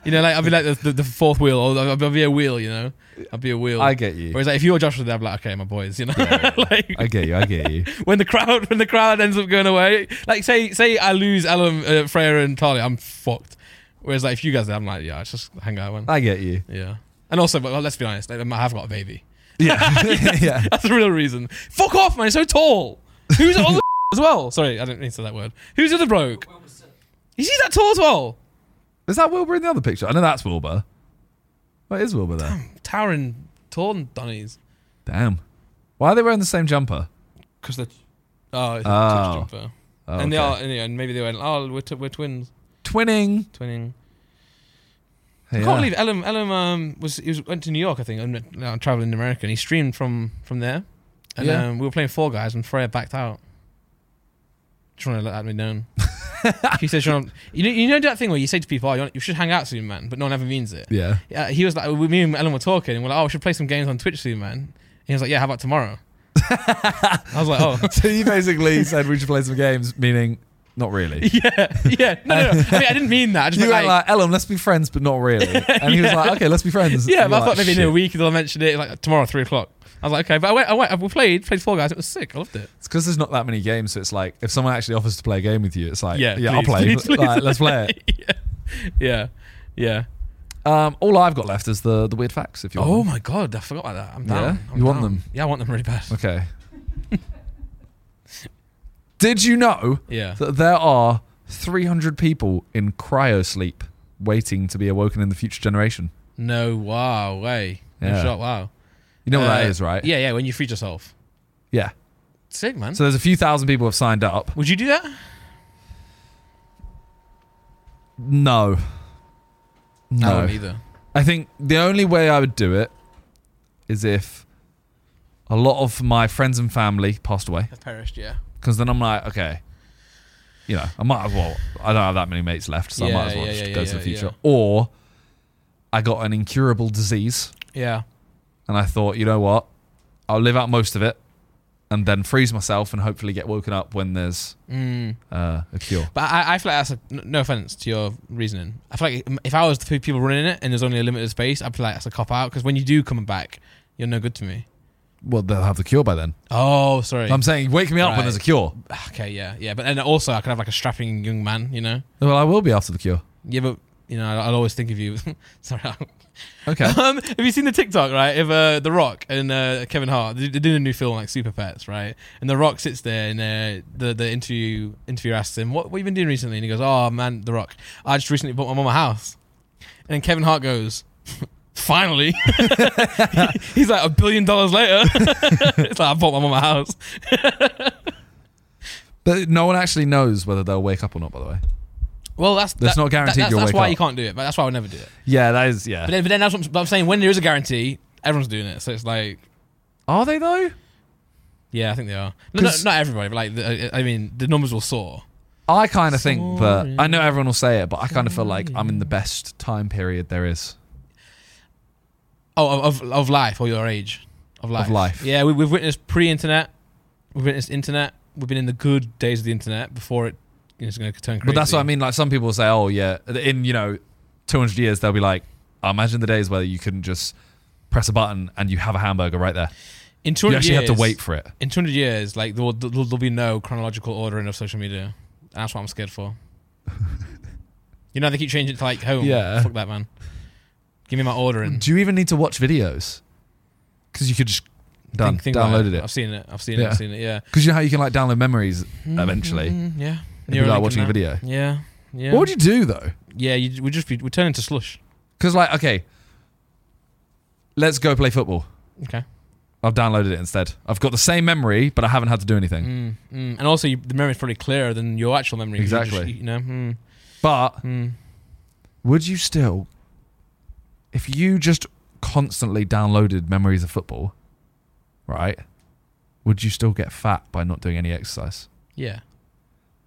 [SPEAKER 1] you know, like I'd be like the, the, the fourth wheel, or I'd I'd be a wheel, you know, I'd be a wheel.
[SPEAKER 2] I get you.
[SPEAKER 1] Whereas like if you were Joshua, there, I'd be like, "Okay, my boys," you know, like
[SPEAKER 2] I get you. I get you.
[SPEAKER 1] when the crowd when the crowd ends up going away, like say say I lose Elum, uh, Freya, and Talia, I'm fucked. Whereas like if you guys, are there, I'm like, yeah, it's just hang out, man.
[SPEAKER 2] I get you.
[SPEAKER 1] Yeah. And also, but well, let's be honest, like, I have got a baby.
[SPEAKER 2] Yeah. yeah.
[SPEAKER 1] That's the real reason. Fuck off, man. He's so tall. Who's the other as well? Sorry, I didn't mean to say that word. Who's the other bloke?
[SPEAKER 3] Well, so-
[SPEAKER 1] Is he that tall as well?
[SPEAKER 2] Is that Wilbur in the other picture? I know that's Wilbur. What is Wilbur there?
[SPEAKER 1] Towering, tall and Donny's.
[SPEAKER 2] Damn. Why are they wearing the same jumper?
[SPEAKER 1] Because they're. Oh, it's
[SPEAKER 2] Oh.
[SPEAKER 1] a touch jumper.
[SPEAKER 2] Oh,
[SPEAKER 1] And they
[SPEAKER 2] okay.
[SPEAKER 1] are, and, yeah, and maybe they went, oh, we're, t- we're twins.
[SPEAKER 2] twinning.
[SPEAKER 1] Twinning.
[SPEAKER 2] Yeah.
[SPEAKER 1] I can't believe Ellen. Ellen um, was he was went to New York, I think, and uh, traveling in America, and he streamed from from there. And
[SPEAKER 2] Yeah.
[SPEAKER 1] um, we were playing Four Guys, and Freya backed out. Just want to let that be known. he said, "You know, you know that thing where you say to people, oh, you, want- you should hang out soon, man,' but no one ever means it."
[SPEAKER 2] Yeah.
[SPEAKER 1] Yeah, he was like, we- me and Ellen were talking, and we're like, "Oh, we should play some games on Twitch soon, man." And he was like, "Yeah, how about tomorrow?" I was like, "Oh."
[SPEAKER 2] So you basically said we should play some games, meaning not really.
[SPEAKER 1] Yeah, yeah, no, no, no. I mean, I didn't mean that. I just
[SPEAKER 2] You
[SPEAKER 1] meant,
[SPEAKER 2] went like, Ellen, let's be friends, but not really. And he was like, okay, let's be friends.
[SPEAKER 1] Yeah,
[SPEAKER 2] And
[SPEAKER 1] but
[SPEAKER 2] you're
[SPEAKER 1] I thought
[SPEAKER 2] like,
[SPEAKER 1] maybe in a
[SPEAKER 2] "Shit."
[SPEAKER 1] week they'll mention it, like tomorrow, three o'clock. I was like, okay, but I went, I went, we played, played Four Guys. It was sick. I loved it.
[SPEAKER 2] It's because there's not that many games, so it's like if someone actually offers to play a game with you, it's like yeah,
[SPEAKER 1] Yeah,
[SPEAKER 2] I'll
[SPEAKER 1] please,
[SPEAKER 2] play.
[SPEAKER 1] please, please.
[SPEAKER 2] Like, let's play it.
[SPEAKER 1] Yeah, yeah.
[SPEAKER 2] Um, all I've got left is the the weird facts. If you
[SPEAKER 1] Oh
[SPEAKER 2] want,
[SPEAKER 1] my god, I forgot about that. I'm
[SPEAKER 2] Yeah?
[SPEAKER 1] down. I'm
[SPEAKER 2] You want
[SPEAKER 1] down.
[SPEAKER 2] them?
[SPEAKER 1] Yeah, I want them really bad.
[SPEAKER 2] them. okay. Did you know
[SPEAKER 1] Yeah.
[SPEAKER 2] that there are 300 people in cryo sleep waiting to be awoken in the future generation?
[SPEAKER 1] No, wow, way. No
[SPEAKER 2] Yeah.
[SPEAKER 1] shot, wow.
[SPEAKER 2] You know what that
[SPEAKER 1] Uh,
[SPEAKER 2] is, right?
[SPEAKER 1] Yeah, yeah. When you freed yourself,
[SPEAKER 2] Yeah.
[SPEAKER 1] sick man.
[SPEAKER 2] So there's a few thousand people have signed up.
[SPEAKER 1] Would you do that?
[SPEAKER 2] No.
[SPEAKER 1] I
[SPEAKER 2] No.
[SPEAKER 1] wouldn't either.
[SPEAKER 2] I think the only way I would do it is if a lot of my friends and family passed away.
[SPEAKER 1] I've perished. Yeah.
[SPEAKER 2] because then I'm like, okay, you know, I might as well. I don't have that many mates left, so I might
[SPEAKER 1] Yeah,
[SPEAKER 2] as well
[SPEAKER 1] yeah,
[SPEAKER 2] just
[SPEAKER 1] yeah,
[SPEAKER 2] go
[SPEAKER 1] yeah,
[SPEAKER 2] to the
[SPEAKER 1] yeah,
[SPEAKER 2] future.
[SPEAKER 1] yeah.
[SPEAKER 2] Or I got an incurable disease,
[SPEAKER 1] Yeah.
[SPEAKER 2] and I thought, you know what, I'll live out most of it, and then freeze myself, and hopefully get woken up when there's
[SPEAKER 1] Mm.
[SPEAKER 2] uh, a cure.
[SPEAKER 1] But I, I feel like that's a, n- no offense to your reasoning. I feel like if I was the few people running it and there's only a limited space, I'd be like that's a cop out because when you do come back, you're no good to me.
[SPEAKER 2] Well, they'll have the cure by then.
[SPEAKER 1] Oh, sorry.
[SPEAKER 2] I'm saying, wake me up when
[SPEAKER 1] Right.
[SPEAKER 2] there's a cure.
[SPEAKER 1] Ah, okay, yeah, yeah. But then also, I could have like a strapping young man, you know.
[SPEAKER 2] Well, I will be after the cure.
[SPEAKER 1] Yeah, but you know, I'll always think of you. Sorry.
[SPEAKER 2] Okay.
[SPEAKER 1] Um, have you seen the TikTok right of uh, The Rock and uh, Kevin Hart? They they did a new film like Super Pets, right? And The Rock sits there and uh, the the interview interviewer asks him, "What what you been doing recently?" And he goes, "Oh man, The Rock, I just recently bought my mum a house." And then Kevin Hart goes, "Finally." He's like a billion dollars later. it's like I bought my mum a house.
[SPEAKER 2] But no one actually knows whether they'll wake up or not. By the way.
[SPEAKER 1] Well, that's
[SPEAKER 2] That's not guaranteed
[SPEAKER 1] That's,
[SPEAKER 2] you'll
[SPEAKER 1] that's
[SPEAKER 2] wake
[SPEAKER 1] why
[SPEAKER 2] up.
[SPEAKER 1] you can't do it. But that's why I would never do it.
[SPEAKER 2] Yeah, that is. Yeah.
[SPEAKER 1] But then, but then that's what I'm, but I'm saying. When there is a guarantee, everyone's doing it. So it's like,
[SPEAKER 2] Are they though?
[SPEAKER 1] yeah, I think they are. No, no,
[SPEAKER 2] 'Cause-
[SPEAKER 1] not everybody, but like, the, uh, I mean, the numbers will soar.
[SPEAKER 2] I kind of think that
[SPEAKER 1] Sorry.
[SPEAKER 2] I know everyone will say it, but I kind of feel like I'm in the best time period there is.
[SPEAKER 1] Oh, of, of, of life or your age of life.
[SPEAKER 2] life.
[SPEAKER 1] Yeah, we, we've witnessed pre-internet. We've witnessed internet. We've been in the good days of the internet before it you know, is going to turn crazy.
[SPEAKER 2] But that's what I mean. Like some people say, "Oh yeah," in you know, 200 years they'll be like, I "Imagine the days where you couldn't just press a button and you have a hamburger right there.
[SPEAKER 1] In 200
[SPEAKER 2] You actually
[SPEAKER 1] years,
[SPEAKER 2] have to wait for it."
[SPEAKER 1] In 200 years, like there will, there'll, there'll be no chronological ordering of social media. And that's what I'm scared for. you know, they keep changing it to like home.
[SPEAKER 2] Yeah.
[SPEAKER 1] Fuck that, man. Give me my ordering.
[SPEAKER 2] Do you even need to watch videos? Because you could just done
[SPEAKER 1] Think- think about
[SPEAKER 2] downloaded
[SPEAKER 1] I've
[SPEAKER 2] it.
[SPEAKER 1] seen it. I've seen it.
[SPEAKER 2] Yeah.
[SPEAKER 1] I've seen it. Yeah.
[SPEAKER 2] Because you know how you can like download memories eventually.
[SPEAKER 1] Mm, yeah.
[SPEAKER 2] It'd be like
[SPEAKER 1] Neuralink
[SPEAKER 2] watching a
[SPEAKER 1] and that.
[SPEAKER 2] video.
[SPEAKER 1] Yeah. Yeah.
[SPEAKER 2] What would you do though?
[SPEAKER 1] yeah, you, we just be, we turn into slush.
[SPEAKER 2] Because like, okay, let's go play football.
[SPEAKER 1] Okay.
[SPEAKER 2] I've downloaded it instead. I've got the same memory, but I haven't had to do anything.
[SPEAKER 1] Mm, mm. And also, you, the memory is probably clearer than your actual memory. 'cause you just-
[SPEAKER 2] Exactly.
[SPEAKER 1] You, know. Mm,
[SPEAKER 2] But
[SPEAKER 1] mm.
[SPEAKER 2] would you still, if you just constantly downloaded memories of football, right? Would you still get fat by not doing any exercise?
[SPEAKER 1] Yeah.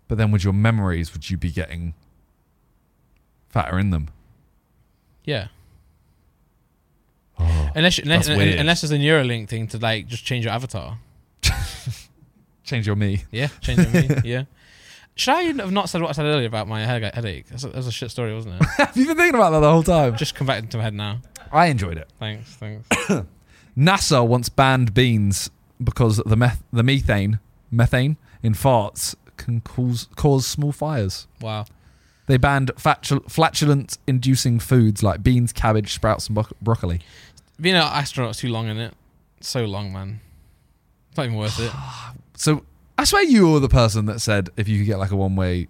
[SPEAKER 2] But then, with your memories, would you be getting fatter in them?
[SPEAKER 1] Yeah.
[SPEAKER 2] Oh,
[SPEAKER 1] Unless unless,
[SPEAKER 2] That's weird.
[SPEAKER 1] unless there's a Neuralink thing to like just change your avatar.
[SPEAKER 2] change your me.
[SPEAKER 1] Yeah, change of me. Yeah. Should I have not said what I said earlier about my headache? headache? That's a, that's a shit story, wasn't it?
[SPEAKER 2] Have you been thinking about that the whole time?
[SPEAKER 1] Just come back into my head now.
[SPEAKER 2] I enjoyed it.
[SPEAKER 1] Thanks, thanks.
[SPEAKER 2] NASA once banned beans because the meth- the methane methane in farts can cause cause small fires.
[SPEAKER 1] Wow.
[SPEAKER 2] They banned fatul- flatulence inducing foods like beans, cabbage, sprouts, and bro- broccoli.
[SPEAKER 1] Being an astronaut's too long in it. So long, man. It's not even worth it.
[SPEAKER 2] So I swear you were the person that said if you could get like a one way.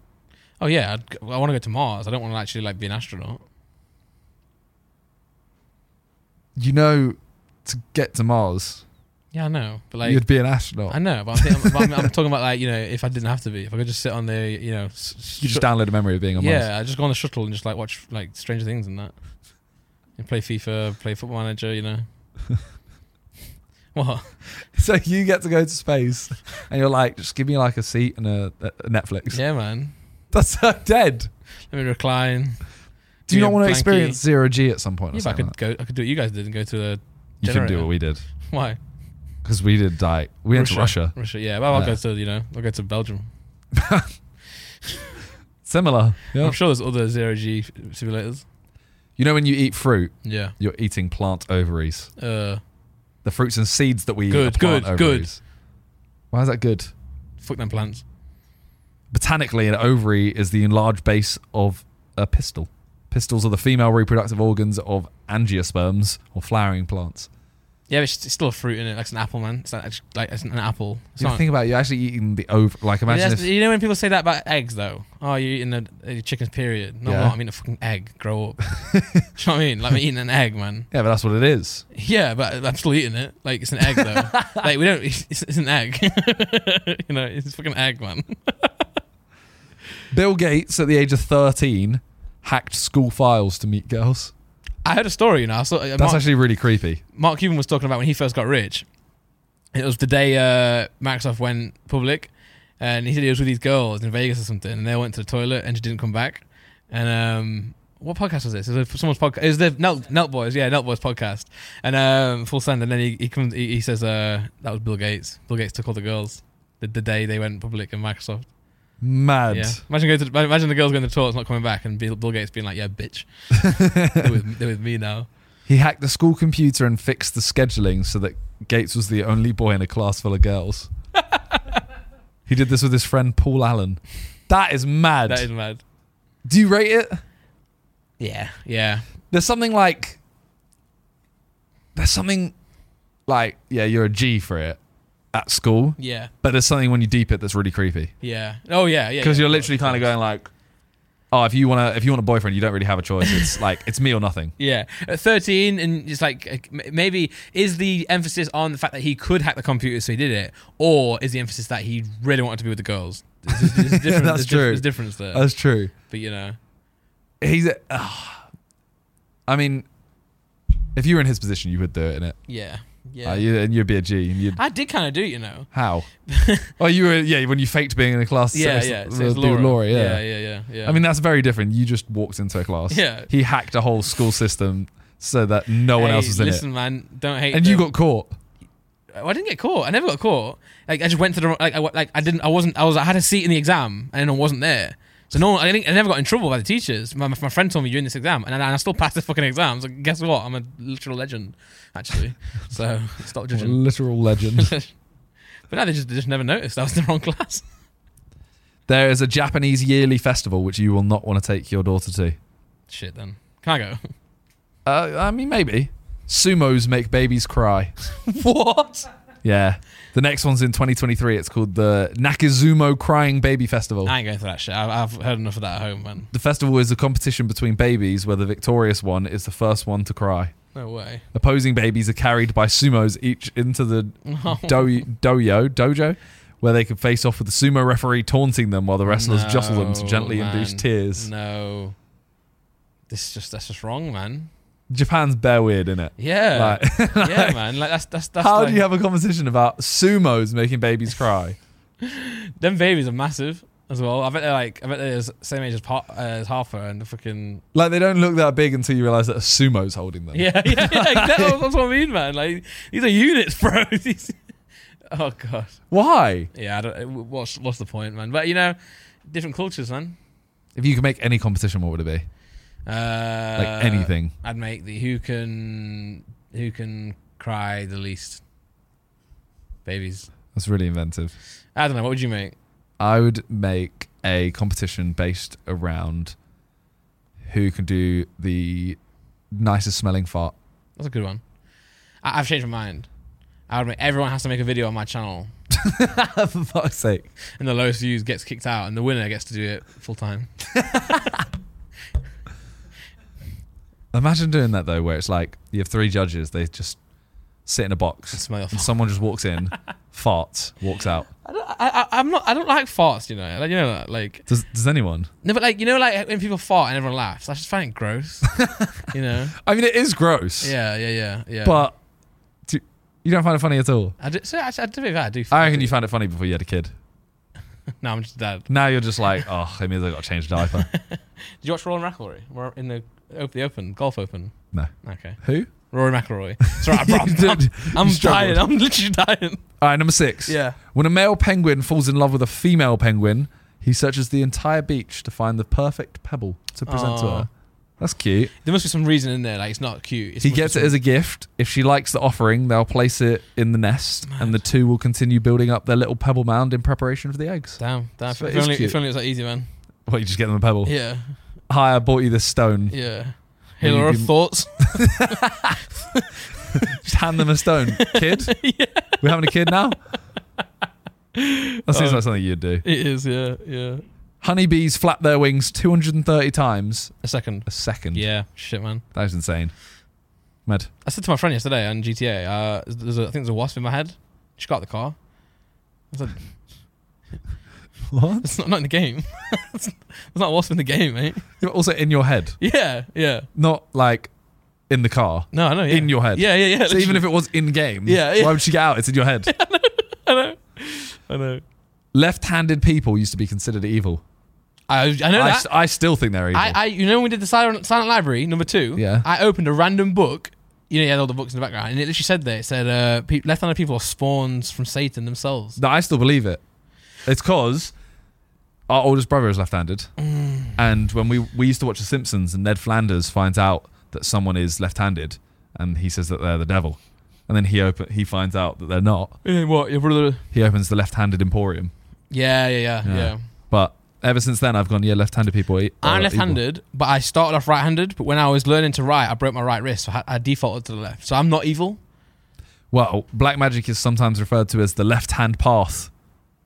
[SPEAKER 1] Oh yeah, I'd, I want to go to Mars. I don't want to actually like be an astronaut.
[SPEAKER 2] You know, to get to Mars,
[SPEAKER 1] Yeah, I know, but like
[SPEAKER 2] you'd be an astronaut.
[SPEAKER 1] I know, but, I'm, thinking, but I'm, I'm talking about like you know if I didn't have to be, if I could just sit on the you know, s-
[SPEAKER 2] you just
[SPEAKER 1] shut-
[SPEAKER 2] download a memory of being on Mars.
[SPEAKER 1] yeah, I just go on the shuttle and just like watch like Stranger Things and that, and play FIFA, play Football Manager, you know. what?
[SPEAKER 2] So you get to go to space, and you're like, just give me like a seat and a, a Netflix.
[SPEAKER 1] Yeah, man.
[SPEAKER 2] That's so dead.
[SPEAKER 1] Let me recline.
[SPEAKER 2] Do you
[SPEAKER 1] Yeah,
[SPEAKER 2] not want to
[SPEAKER 1] blankie.
[SPEAKER 2] experience zero G at some point? or
[SPEAKER 1] Yeah, but I
[SPEAKER 2] something
[SPEAKER 1] could go. I could do what you guys did and go to the.
[SPEAKER 2] like that? You can do
[SPEAKER 1] generator.
[SPEAKER 2] what we did
[SPEAKER 1] Why?
[SPEAKER 2] because we did like we went to Russia.
[SPEAKER 1] Russia. Yeah. Well, I'll
[SPEAKER 2] Yeah.
[SPEAKER 1] go to you know. I'll go to Belgium.
[SPEAKER 2] Similar.
[SPEAKER 1] I'm sure there's other zero G simulators.
[SPEAKER 2] You know when you eat fruit,
[SPEAKER 1] Yeah.
[SPEAKER 2] you're eating plant ovaries.
[SPEAKER 1] Uh,
[SPEAKER 2] The fruits and seeds that we eat.
[SPEAKER 1] Good,
[SPEAKER 2] are plant
[SPEAKER 1] good, good.
[SPEAKER 2] ovaries. Why is that good?
[SPEAKER 1] fuck them plants.
[SPEAKER 2] Botanically, an ovary is the enlarged base of a pistil. Pistils are the female reproductive organs of angiosperms or flowering plants.
[SPEAKER 1] Yeah, but it's, it's still a fruit in it. Like it's an apple, man. It's like, it's like it's an apple. It's
[SPEAKER 2] You
[SPEAKER 1] not,
[SPEAKER 2] think about it, you're actually eating the ov. Like
[SPEAKER 1] I mean,
[SPEAKER 2] imagine
[SPEAKER 1] that's-
[SPEAKER 2] if
[SPEAKER 1] you know when people say that about eggs, though. Oh, you're eating a, a chicken's period. No, I'm
[SPEAKER 2] Yeah.
[SPEAKER 1] not. I mean a fucking egg. Grow up. Do you know what I mean? Like I'm eating an egg, man.
[SPEAKER 2] yeah, but that's what it is.
[SPEAKER 1] Yeah, but I'm still eating it. Like it's an egg, though. like we don't. It's, it's an egg. you know, it's fucking egg, man.
[SPEAKER 2] Bill Gates, at the age of 13, hacked school files to meet girls.
[SPEAKER 1] I heard a story. You know, I saw, uh,
[SPEAKER 2] That's
[SPEAKER 1] Mark,
[SPEAKER 2] actually really creepy.
[SPEAKER 1] Mark Cuban was talking about when he first got rich. It was the day uh, Microsoft went public, and he said he was with these girls in Vegas or something, and they went to the toilet and she didn't come back. And um, what podcast was this? It was someone's podcast. It was the Nelt, Nelt Boys, yeah, Nelt Boys podcast. And um, full send, and then he he, comes, he, he says uh, that was Bill Gates. Bill Gates took all the girls the, the day they went public in Microsoft.
[SPEAKER 2] Mad.
[SPEAKER 1] Yeah, imagine going to imagine the girls going to the toilet, not coming back, and Bill, Bill Gates being like, "Yeah, bitch, they're, with, they're with me now."
[SPEAKER 2] He hacked the school computer and fixed the scheduling so that Gates was the only boy in a class full of girls. he did this with his friend Paul Allen. That is mad.
[SPEAKER 1] That is mad.
[SPEAKER 2] Do you rate it?
[SPEAKER 1] Yeah, yeah.
[SPEAKER 2] There's something like. There's something like, yeah, you're a G for it at school,
[SPEAKER 1] Yeah,
[SPEAKER 2] but there's something when you deep it that's really creepy.
[SPEAKER 1] yeah. Oh yeah, yeah.
[SPEAKER 2] Because
[SPEAKER 1] yeah,
[SPEAKER 2] you're
[SPEAKER 1] of
[SPEAKER 2] literally
[SPEAKER 1] course,
[SPEAKER 2] kind of
[SPEAKER 1] course.
[SPEAKER 2] going like, oh, if you want to, if you want a boyfriend, you don't really have a choice. It's like it's me or nothing.
[SPEAKER 1] Yeah, at 13, and it's like uh, m- maybe is the emphasis on the fact that he could hack the computer, so he did it, or is the emphasis that he really wanted to be with the girls? There's, there's a difference-
[SPEAKER 2] Yeah, that's
[SPEAKER 1] there's diff-
[SPEAKER 2] true. Uh,
[SPEAKER 1] There's difference there,
[SPEAKER 2] That's true.
[SPEAKER 1] but you know,
[SPEAKER 2] He's, uh, I mean, if you were in his position, you would do it, innit?
[SPEAKER 1] yeah, yeah.
[SPEAKER 2] Yeah. Uh, you, and you'd be a G, and you'd
[SPEAKER 1] I did kind of do, it, you know.
[SPEAKER 2] how? oh, you were yeah when you faked being in a class. to
[SPEAKER 1] Yeah,
[SPEAKER 2] say-
[SPEAKER 1] yeah.
[SPEAKER 2] uh,
[SPEAKER 1] So it's
[SPEAKER 2] do
[SPEAKER 1] Laura.
[SPEAKER 2] Laura,
[SPEAKER 1] yeah, yeah, yeah, yeah.
[SPEAKER 2] I mean, that's very different. You just walked into a class.
[SPEAKER 1] Yeah.
[SPEAKER 2] He hacked a whole school system so that no one
[SPEAKER 1] Hey,
[SPEAKER 2] else was in
[SPEAKER 1] listen, man, don't
[SPEAKER 2] it.
[SPEAKER 1] hate.
[SPEAKER 2] And you
[SPEAKER 1] them.
[SPEAKER 2] got caught.
[SPEAKER 1] Well, I didn't get caught. I never got caught. Like I just went to the wrong- like I wa- like I didn't I wasn't I was I had a seat in the exam and I wasn't there. So no, I didn't, I never got in trouble by the teachers. My, my friend told me you're in this exam, and I, and I still passed the fucking exam. So guess what? I'm a literal legend, actually. So stop
[SPEAKER 2] A
[SPEAKER 1] judging.
[SPEAKER 2] literal legend.
[SPEAKER 1] but no, they just they just never noticed I was in the wrong class.
[SPEAKER 2] there is a Japanese yearly festival which you will not want to take your daughter to.
[SPEAKER 1] Shit. Then can I go?
[SPEAKER 2] Uh, I mean, maybe. Sumos make babies cry.
[SPEAKER 1] what?
[SPEAKER 2] Yeah. The next one's in 2023. It's called the Nakazumo Crying Baby Festival.
[SPEAKER 1] I ain't going for that shit. I, I've heard enough of that at home, man.
[SPEAKER 2] the festival is a competition between babies where the victorious one is the first one to cry.
[SPEAKER 1] No way.
[SPEAKER 2] Opposing babies are carried by sumos each into the
[SPEAKER 1] Oh.
[SPEAKER 2] do- doyo dojo, where they can face off with the sumo referee taunting them while the wrestlers jostle them to
[SPEAKER 1] No,
[SPEAKER 2] gently induce
[SPEAKER 1] man.
[SPEAKER 2] tears.
[SPEAKER 1] No. This is just that's just wrong, man.
[SPEAKER 2] Japan's bare weird, isn't it?
[SPEAKER 1] Yeah.
[SPEAKER 2] Like,
[SPEAKER 1] yeah, man. Like that's that's that's.
[SPEAKER 2] how
[SPEAKER 1] like,
[SPEAKER 2] do you have a conversation about sumos making babies cry?
[SPEAKER 1] them babies are massive as well? I bet they're like I bet they're the same age as, pa- uh, as Harper and the freaking
[SPEAKER 2] like they don't look that big until you realize that a sumo's holding them.
[SPEAKER 1] yeah yeah, yeah exactly. that's what I mean, man. Like these are units, bro. These- oh god.
[SPEAKER 2] Why?
[SPEAKER 1] Yeah, I don't. What's what's the point, man? But you know, different cultures, man.
[SPEAKER 2] If you could make any competition, what would it be?
[SPEAKER 1] Uh,
[SPEAKER 2] Like anything.
[SPEAKER 1] I'd make the who can who can cry the least. Babies.
[SPEAKER 2] That's really inventive.
[SPEAKER 1] I don't know. What would you make?
[SPEAKER 2] I would make a competition based around who can do the nicest smelling fart.
[SPEAKER 1] That's a good one. I, I've changed my mind. I would make everyone has to make a video on my channel,
[SPEAKER 2] For fuck's sake.
[SPEAKER 1] and the lowest views gets kicked out, and the winner gets to do it full time.
[SPEAKER 2] Imagine doing that though, where it's like you have three judges, they just sit in a box,
[SPEAKER 1] Smell.
[SPEAKER 2] and someone just walks in, farts, walks out.
[SPEAKER 1] I don't. I, I, I'm not. I don't like farts. You know. Like you know. that, Like
[SPEAKER 2] Does, does anyone?
[SPEAKER 1] no, but like you know, like when people fart and everyone laughs. I just find it gross. you know.
[SPEAKER 2] I mean, it is gross,
[SPEAKER 1] Yeah. Yeah. Yeah. Yeah.
[SPEAKER 2] but do, you don't find it funny at all.
[SPEAKER 1] I do, so actually, I do think I do.
[SPEAKER 2] I reckon you found it funny before you had a kid.
[SPEAKER 1] No, I'm just a dad.
[SPEAKER 2] Now you're just like, oh, it means I got to change the diaper.
[SPEAKER 1] Did you watch Rory McIlroy? We're in the op- the Open Golf Open.
[SPEAKER 2] No.
[SPEAKER 1] Okay.
[SPEAKER 2] Who?
[SPEAKER 1] Rory McIlroy. Sorry, I'm, I'm,
[SPEAKER 2] Dude,
[SPEAKER 1] I'm
[SPEAKER 2] you
[SPEAKER 1] dying.
[SPEAKER 2] struggled.
[SPEAKER 1] I'm literally dying.
[SPEAKER 2] All right, number six. When a male penguin falls in love with a female penguin, he searches the entire beach to find the perfect pebble to present to
[SPEAKER 1] Aw.
[SPEAKER 2] her. That's cute.
[SPEAKER 1] There must be some reason in there. Like it's not cute. It's
[SPEAKER 2] he gets it as a gift. If she likes the offering, they'll place it in the nest, and the two will continue building up their little pebble mound in preparation for the eggs.
[SPEAKER 1] Damn, damn.
[SPEAKER 2] So it
[SPEAKER 1] if,
[SPEAKER 2] is
[SPEAKER 1] only,
[SPEAKER 2] cute.
[SPEAKER 1] if only it was that easy, man.
[SPEAKER 2] Well, you just get them a pebble.
[SPEAKER 1] Yeah,
[SPEAKER 2] Hi, I bought you this stone.
[SPEAKER 1] yeah. Hey,
[SPEAKER 2] Maybe
[SPEAKER 1] Laura,
[SPEAKER 2] give-
[SPEAKER 1] thoughts?
[SPEAKER 2] Just hand them a stone, kid. We're having a kid now. That
[SPEAKER 1] Oh.
[SPEAKER 2] seems like something you'd do.
[SPEAKER 1] It is, yeah, yeah.
[SPEAKER 2] Honeybees flap their wings 230 times
[SPEAKER 1] A second.
[SPEAKER 2] a second.
[SPEAKER 1] Yeah, shit, man.
[SPEAKER 2] That is insane. Mad.
[SPEAKER 1] I said to my friend yesterday on GTA, uh, there's a, I think there's a wasp in my head. She got out the car. I said,
[SPEAKER 2] What?
[SPEAKER 1] it's not, not in the game. There's not a wasp in the game, mate.
[SPEAKER 2] You're also in your head,
[SPEAKER 1] Yeah, yeah.
[SPEAKER 2] not like in the car.
[SPEAKER 1] No, I know. Yeah.
[SPEAKER 2] In your head.
[SPEAKER 1] Yeah, yeah, yeah.
[SPEAKER 2] So even if it was in game,
[SPEAKER 1] Yeah, yeah.
[SPEAKER 2] why would she get out? It's in your head.
[SPEAKER 1] I know, I know.
[SPEAKER 2] Left-handed people used to be considered evil.
[SPEAKER 1] I, I know
[SPEAKER 2] I,
[SPEAKER 1] that.
[SPEAKER 2] st- I still think they're evil.
[SPEAKER 1] I, I, you know, when we did the silent, silent library number two.
[SPEAKER 2] Yeah.
[SPEAKER 1] I opened a random book. You know, you had all the books in the background, and it literally said there. It said, uh, pe- "Left-handed people are spawns from Satan themselves."
[SPEAKER 2] no, I still believe it. It's because our oldest brother is left-handed,
[SPEAKER 1] Mm.
[SPEAKER 2] and when we we used to watch The Simpsons, and Ned Flanders finds out that someone is left-handed, and he says that they're the devil, and then he open he finds out that they're not.
[SPEAKER 1] what your brother?
[SPEAKER 2] He opens the left-handed emporium.
[SPEAKER 1] Yeah, yeah, yeah,
[SPEAKER 2] Yeah.
[SPEAKER 1] yeah.
[SPEAKER 2] But ever since then, I've gone, yeah, left-handed people eat. are
[SPEAKER 1] I'm
[SPEAKER 2] evil.
[SPEAKER 1] left-handed, but I started off right-handed. But when I was learning to write, I broke my right wrist, so I, I defaulted to the left. So I'm not evil.
[SPEAKER 2] Well, black magic is sometimes referred to as the left hand path,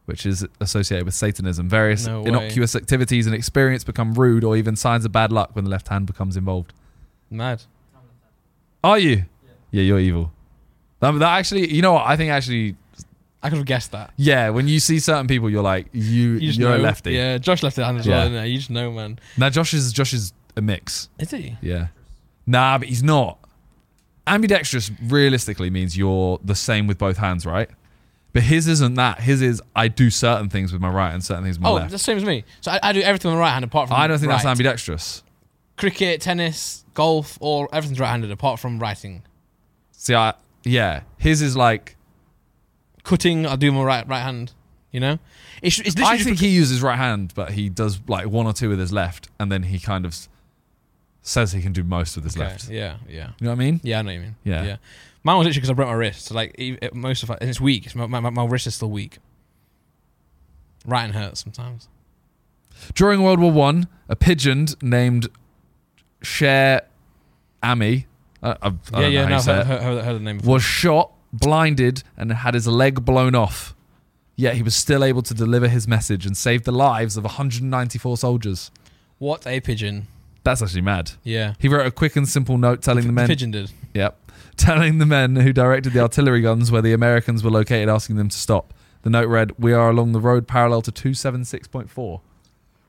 [SPEAKER 2] which is associated with Satanism. Various
[SPEAKER 1] No way.
[SPEAKER 2] innocuous activities and experience become rude or even signs of bad luck when the left hand becomes involved.
[SPEAKER 1] Mad.
[SPEAKER 2] Are you? Yeah, you're evil. That, that actually, you know what? I think actually,
[SPEAKER 1] I could have guessed that.
[SPEAKER 2] yeah, when you see certain people, you're like, you,
[SPEAKER 1] You just
[SPEAKER 2] you are
[SPEAKER 1] know.
[SPEAKER 2] a lefty.
[SPEAKER 1] Yeah, Josh left-handed as
[SPEAKER 2] Yeah.
[SPEAKER 1] well. Isn't he? You just know, man.
[SPEAKER 2] Now, Josh is, Josh is a mix.
[SPEAKER 1] Is he?
[SPEAKER 2] Yeah. Nah, but he's not. Ambidextrous realistically means you're the same with both hands, right? But his isn't that. His is I do certain things with my right and certain things with my
[SPEAKER 1] Oh,
[SPEAKER 2] left.
[SPEAKER 1] that's the same as me. So I, I do everything on the right hand apart from.
[SPEAKER 2] I don't think that's
[SPEAKER 1] right.
[SPEAKER 2] ambidextrous.
[SPEAKER 1] Cricket, tennis, golf, all everything's right-handed apart from writing.
[SPEAKER 2] See, I yeah, his is like
[SPEAKER 1] Cutting, I do my right right hand. You know, it's, it's literally
[SPEAKER 2] I
[SPEAKER 1] just
[SPEAKER 2] think he uses right hand, but he does like one or two with his left, and then he kind of s- says he can do most with his
[SPEAKER 1] Okay,
[SPEAKER 2] left.
[SPEAKER 1] Yeah, yeah.
[SPEAKER 2] You know what I mean?
[SPEAKER 1] Yeah, I know what you mean.
[SPEAKER 2] Yeah.
[SPEAKER 1] yeah. Mine was literally because I broke my wrist. So like e- it- most of it, and it's weak. It's my, my, my wrist is still weak. Right and hurts sometimes.
[SPEAKER 2] During World War One, a pigeon named Cher Ami, uh, I, I don't
[SPEAKER 1] yeah,
[SPEAKER 2] know
[SPEAKER 1] yeah.
[SPEAKER 2] how
[SPEAKER 1] No,
[SPEAKER 2] you
[SPEAKER 1] I've
[SPEAKER 2] say
[SPEAKER 1] heard,
[SPEAKER 2] it,
[SPEAKER 1] heard, heard, heard the name. Before.
[SPEAKER 2] was shot, blinded, and had his leg blown off. Yet he was still able to deliver his message and save the lives of 194 soldiers.
[SPEAKER 1] What a pigeon.
[SPEAKER 2] That's actually mad.
[SPEAKER 1] Yeah.
[SPEAKER 2] He wrote a quick and simple note telling the men
[SPEAKER 1] Pigeon did.
[SPEAKER 2] Yep. Telling the men who directed the artillery guns where the Americans were located, asking them to stop. The note read, We are along the road parallel to 276.4.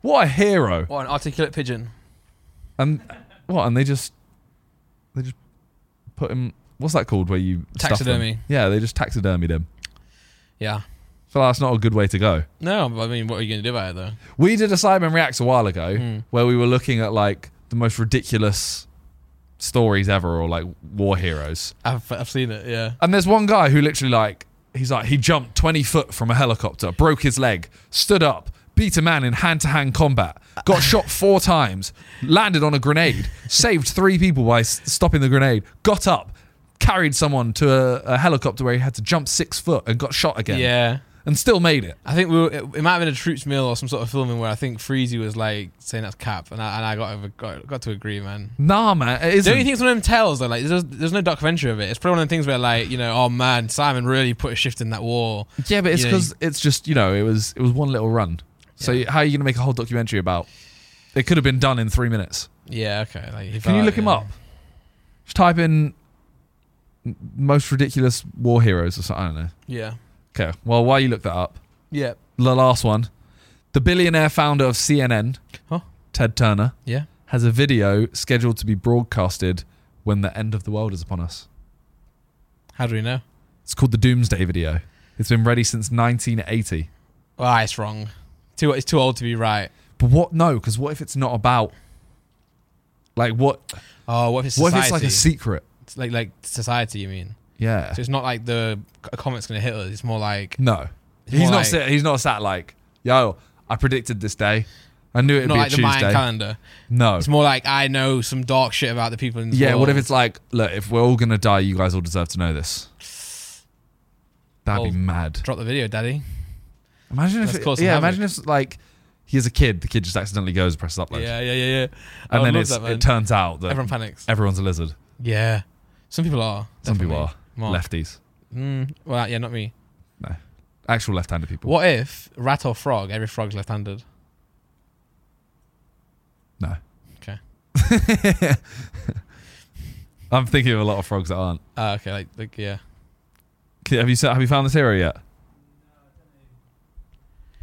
[SPEAKER 2] What a hero.
[SPEAKER 1] What an articulate pigeon.
[SPEAKER 2] And what? And they just. They just put him. What's that called where you. stuff them?
[SPEAKER 1] Taxidermy.
[SPEAKER 2] Yeah, they just taxidermied him.
[SPEAKER 1] Yeah.
[SPEAKER 2] So that's not a good way to go.
[SPEAKER 1] No, but I mean, what are you going to do about it though?
[SPEAKER 2] We did a Cyberman Reacts a while ago
[SPEAKER 1] Hmm.
[SPEAKER 2] where we were looking at like the most ridiculous stories ever or like war heroes.
[SPEAKER 1] I've, I've seen it. Yeah.
[SPEAKER 2] And there's one guy who literally like he's like he jumped 20 foot from a helicopter, broke his leg, stood up, beat a man in hand-to-hand combat, got shot four times, landed on a grenade, saved three people by s- stopping the grenade, got up, carried someone to a, a helicopter where he had to jump six foot and got shot again,
[SPEAKER 1] Yeah.
[SPEAKER 2] and still made it.
[SPEAKER 1] I think we were, it, it might have been a troops meal or some sort of filming where I think Freezy was like saying that's cap, and I, and I got, over, got got to agree, man.
[SPEAKER 2] Nah, man, it
[SPEAKER 1] The
[SPEAKER 2] isn't.
[SPEAKER 1] only thing it's one of them tells though, like there's, there's no documentary of it. It's probably one of the things where like you know, oh man, Simon really put a shift in that war.
[SPEAKER 2] yeah, but it's
[SPEAKER 1] Yeah,
[SPEAKER 2] because it's just you know it was it was one little run. So
[SPEAKER 1] Yeah.
[SPEAKER 2] how are you gonna make a whole documentary about? It could have been done in three minutes.
[SPEAKER 1] Yeah, okay. Like, he
[SPEAKER 2] Can you
[SPEAKER 1] felt-
[SPEAKER 2] look him
[SPEAKER 1] yeah.
[SPEAKER 2] up? Just type in m- most ridiculous war heroes or something. I don't know.
[SPEAKER 1] Yeah,
[SPEAKER 2] Okay. Well, while you look that up,
[SPEAKER 1] yeah,
[SPEAKER 2] the last one, the billionaire founder of CNN,
[SPEAKER 1] Huh?
[SPEAKER 2] Ted Turner,
[SPEAKER 1] yeah.
[SPEAKER 2] has a video scheduled to be broadcasted when the end of the world is upon us.
[SPEAKER 1] How do we know?
[SPEAKER 2] It's called the Doomsday Video. It's been ready since 1980.
[SPEAKER 1] Ah, it's wrong. Too it's too old to be right.
[SPEAKER 2] But what? No, because what if it's not about? Like what?
[SPEAKER 1] Oh, what if it's
[SPEAKER 2] What
[SPEAKER 1] society?
[SPEAKER 2] if it's like a secret?
[SPEAKER 1] It's like like society? You mean?
[SPEAKER 2] Yeah.
[SPEAKER 1] So it's not like the a comment's gonna hit us. It's more like
[SPEAKER 2] No,
[SPEAKER 1] It's
[SPEAKER 2] he's
[SPEAKER 1] more
[SPEAKER 2] not.
[SPEAKER 1] like-
[SPEAKER 2] sit, he's not sat like, yo. I predicted this day. I knew it'd
[SPEAKER 1] not
[SPEAKER 2] be
[SPEAKER 1] like
[SPEAKER 2] a
[SPEAKER 1] the Mayan
[SPEAKER 2] Tuesday.
[SPEAKER 1] calendar.
[SPEAKER 2] No.
[SPEAKER 1] It's more like I know some dark shit about the people in the
[SPEAKER 2] Yeah.
[SPEAKER 1] world.
[SPEAKER 2] What if it's like, look, if we're all gonna die, you guys all deserve to know this. That'd
[SPEAKER 1] Well-
[SPEAKER 2] be mad.
[SPEAKER 1] drop the video, daddy?
[SPEAKER 2] Imagine if,
[SPEAKER 1] That's
[SPEAKER 2] it-
[SPEAKER 1] causing
[SPEAKER 2] yeah.
[SPEAKER 1] havoc.
[SPEAKER 2] Imagine if like he is a kid, the kid just accidentally goes and presses upload,
[SPEAKER 1] Yeah, yeah, yeah, yeah. I
[SPEAKER 2] and
[SPEAKER 1] would
[SPEAKER 2] then
[SPEAKER 1] love
[SPEAKER 2] it's,
[SPEAKER 1] that, man.
[SPEAKER 2] it turns out that
[SPEAKER 1] everyone panics.
[SPEAKER 2] everyone's a lizard.
[SPEAKER 1] Yeah, some people are.
[SPEAKER 2] Some people
[SPEAKER 1] definitely.
[SPEAKER 2] are
[SPEAKER 1] Mark.
[SPEAKER 2] lefties,
[SPEAKER 1] Mm, well, yeah, not me.
[SPEAKER 2] actual left-handed people.
[SPEAKER 1] What if rat or frog? Every frog's left-handed.
[SPEAKER 2] No.
[SPEAKER 1] Okay.
[SPEAKER 2] I'm thinking of a lot of frogs that aren't.
[SPEAKER 1] Ah, okay, like, like yeah.
[SPEAKER 2] Have you se- have you found this hero yet?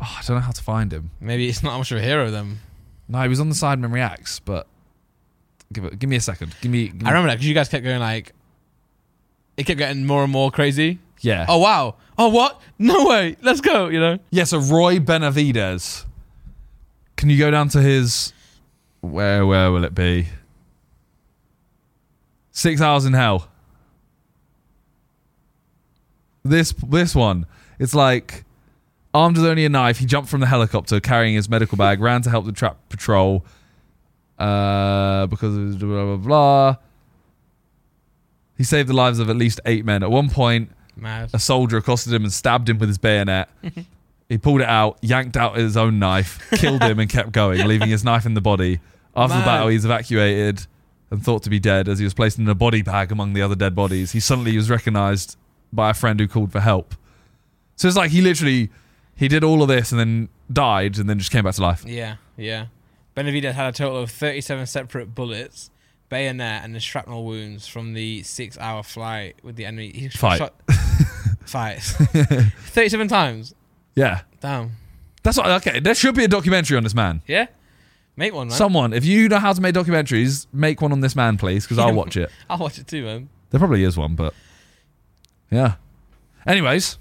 [SPEAKER 2] Oh, I don't know how to find him.
[SPEAKER 1] Maybe it's not much of a hero then.
[SPEAKER 2] No, he was on the Sidemen Reacts, but give it, give me a second. Give me. give
[SPEAKER 1] I
[SPEAKER 2] me-
[SPEAKER 1] remember that because you guys kept going like, it kept getting more and more crazy.
[SPEAKER 2] yeah.
[SPEAKER 1] Oh wow! Oh what? No way! Let's go! You know.
[SPEAKER 2] yeah. So Roy Benavides. Can you go down to his? Where where will it be? Six hours in hell. This this one. It's like armed with only a knife, he jumped from the helicopter carrying his medical bag, ran to help the trap patrol. Uh, because of blah blah blah. He saved the lives of at least eight men. At one point,
[SPEAKER 1] Mad.
[SPEAKER 2] a soldier accosted him and stabbed him with his bayonet. He pulled it out, yanked out his own knife, killed him, and kept going, leaving his knife in the body. After
[SPEAKER 1] Man.
[SPEAKER 2] the battle, he's evacuated and thought to be dead as he was placed in a body bag among the other dead bodies. He suddenly was recognized by a friend who called for help. So it's like he literally he did all of this and then died and then just came back to life.
[SPEAKER 1] Yeah, yeah. Benavidez had a total of 37 separate bullets, bayonet, and the shrapnel wounds from the six-hour flight with the enemy. He was
[SPEAKER 2] Fight.
[SPEAKER 1] Shot, fights. 37 times.
[SPEAKER 2] Yeah.
[SPEAKER 1] Damn.
[SPEAKER 2] That's what, okay. There should be a documentary on this man.
[SPEAKER 1] Yeah. Make one, man.
[SPEAKER 2] Someone, if you know how to make documentaries, make one on this man, please, because I'll watch it.
[SPEAKER 1] I'll watch it too, man.
[SPEAKER 2] There probably is one, but yeah. Anyways,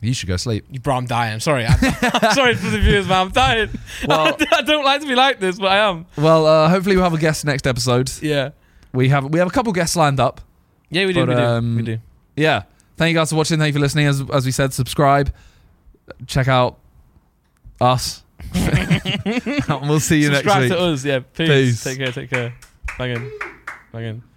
[SPEAKER 2] you should go sleep.
[SPEAKER 1] You, bro, I'm dying. I'm sorry. I'm, I'm sorry for the viewers, man. I'm dying.
[SPEAKER 2] Well-
[SPEAKER 1] I don't like to be like this, but I am.
[SPEAKER 2] Well, uh, hopefully we'll have a guest next episode.
[SPEAKER 1] Yeah.
[SPEAKER 2] We have we have a couple guests lined up.
[SPEAKER 1] Yeah, we do.
[SPEAKER 2] But,
[SPEAKER 1] we do.
[SPEAKER 2] um,
[SPEAKER 1] we do.
[SPEAKER 2] Yeah. Thank you guys for watching. Thank you for listening. As as we said, subscribe. Check out us. and we'll see you
[SPEAKER 1] Subscribe
[SPEAKER 2] next
[SPEAKER 1] to
[SPEAKER 2] week.
[SPEAKER 1] us. Yeah. Peace.
[SPEAKER 2] Peace.
[SPEAKER 1] Take care. Take care. Banging. Banging.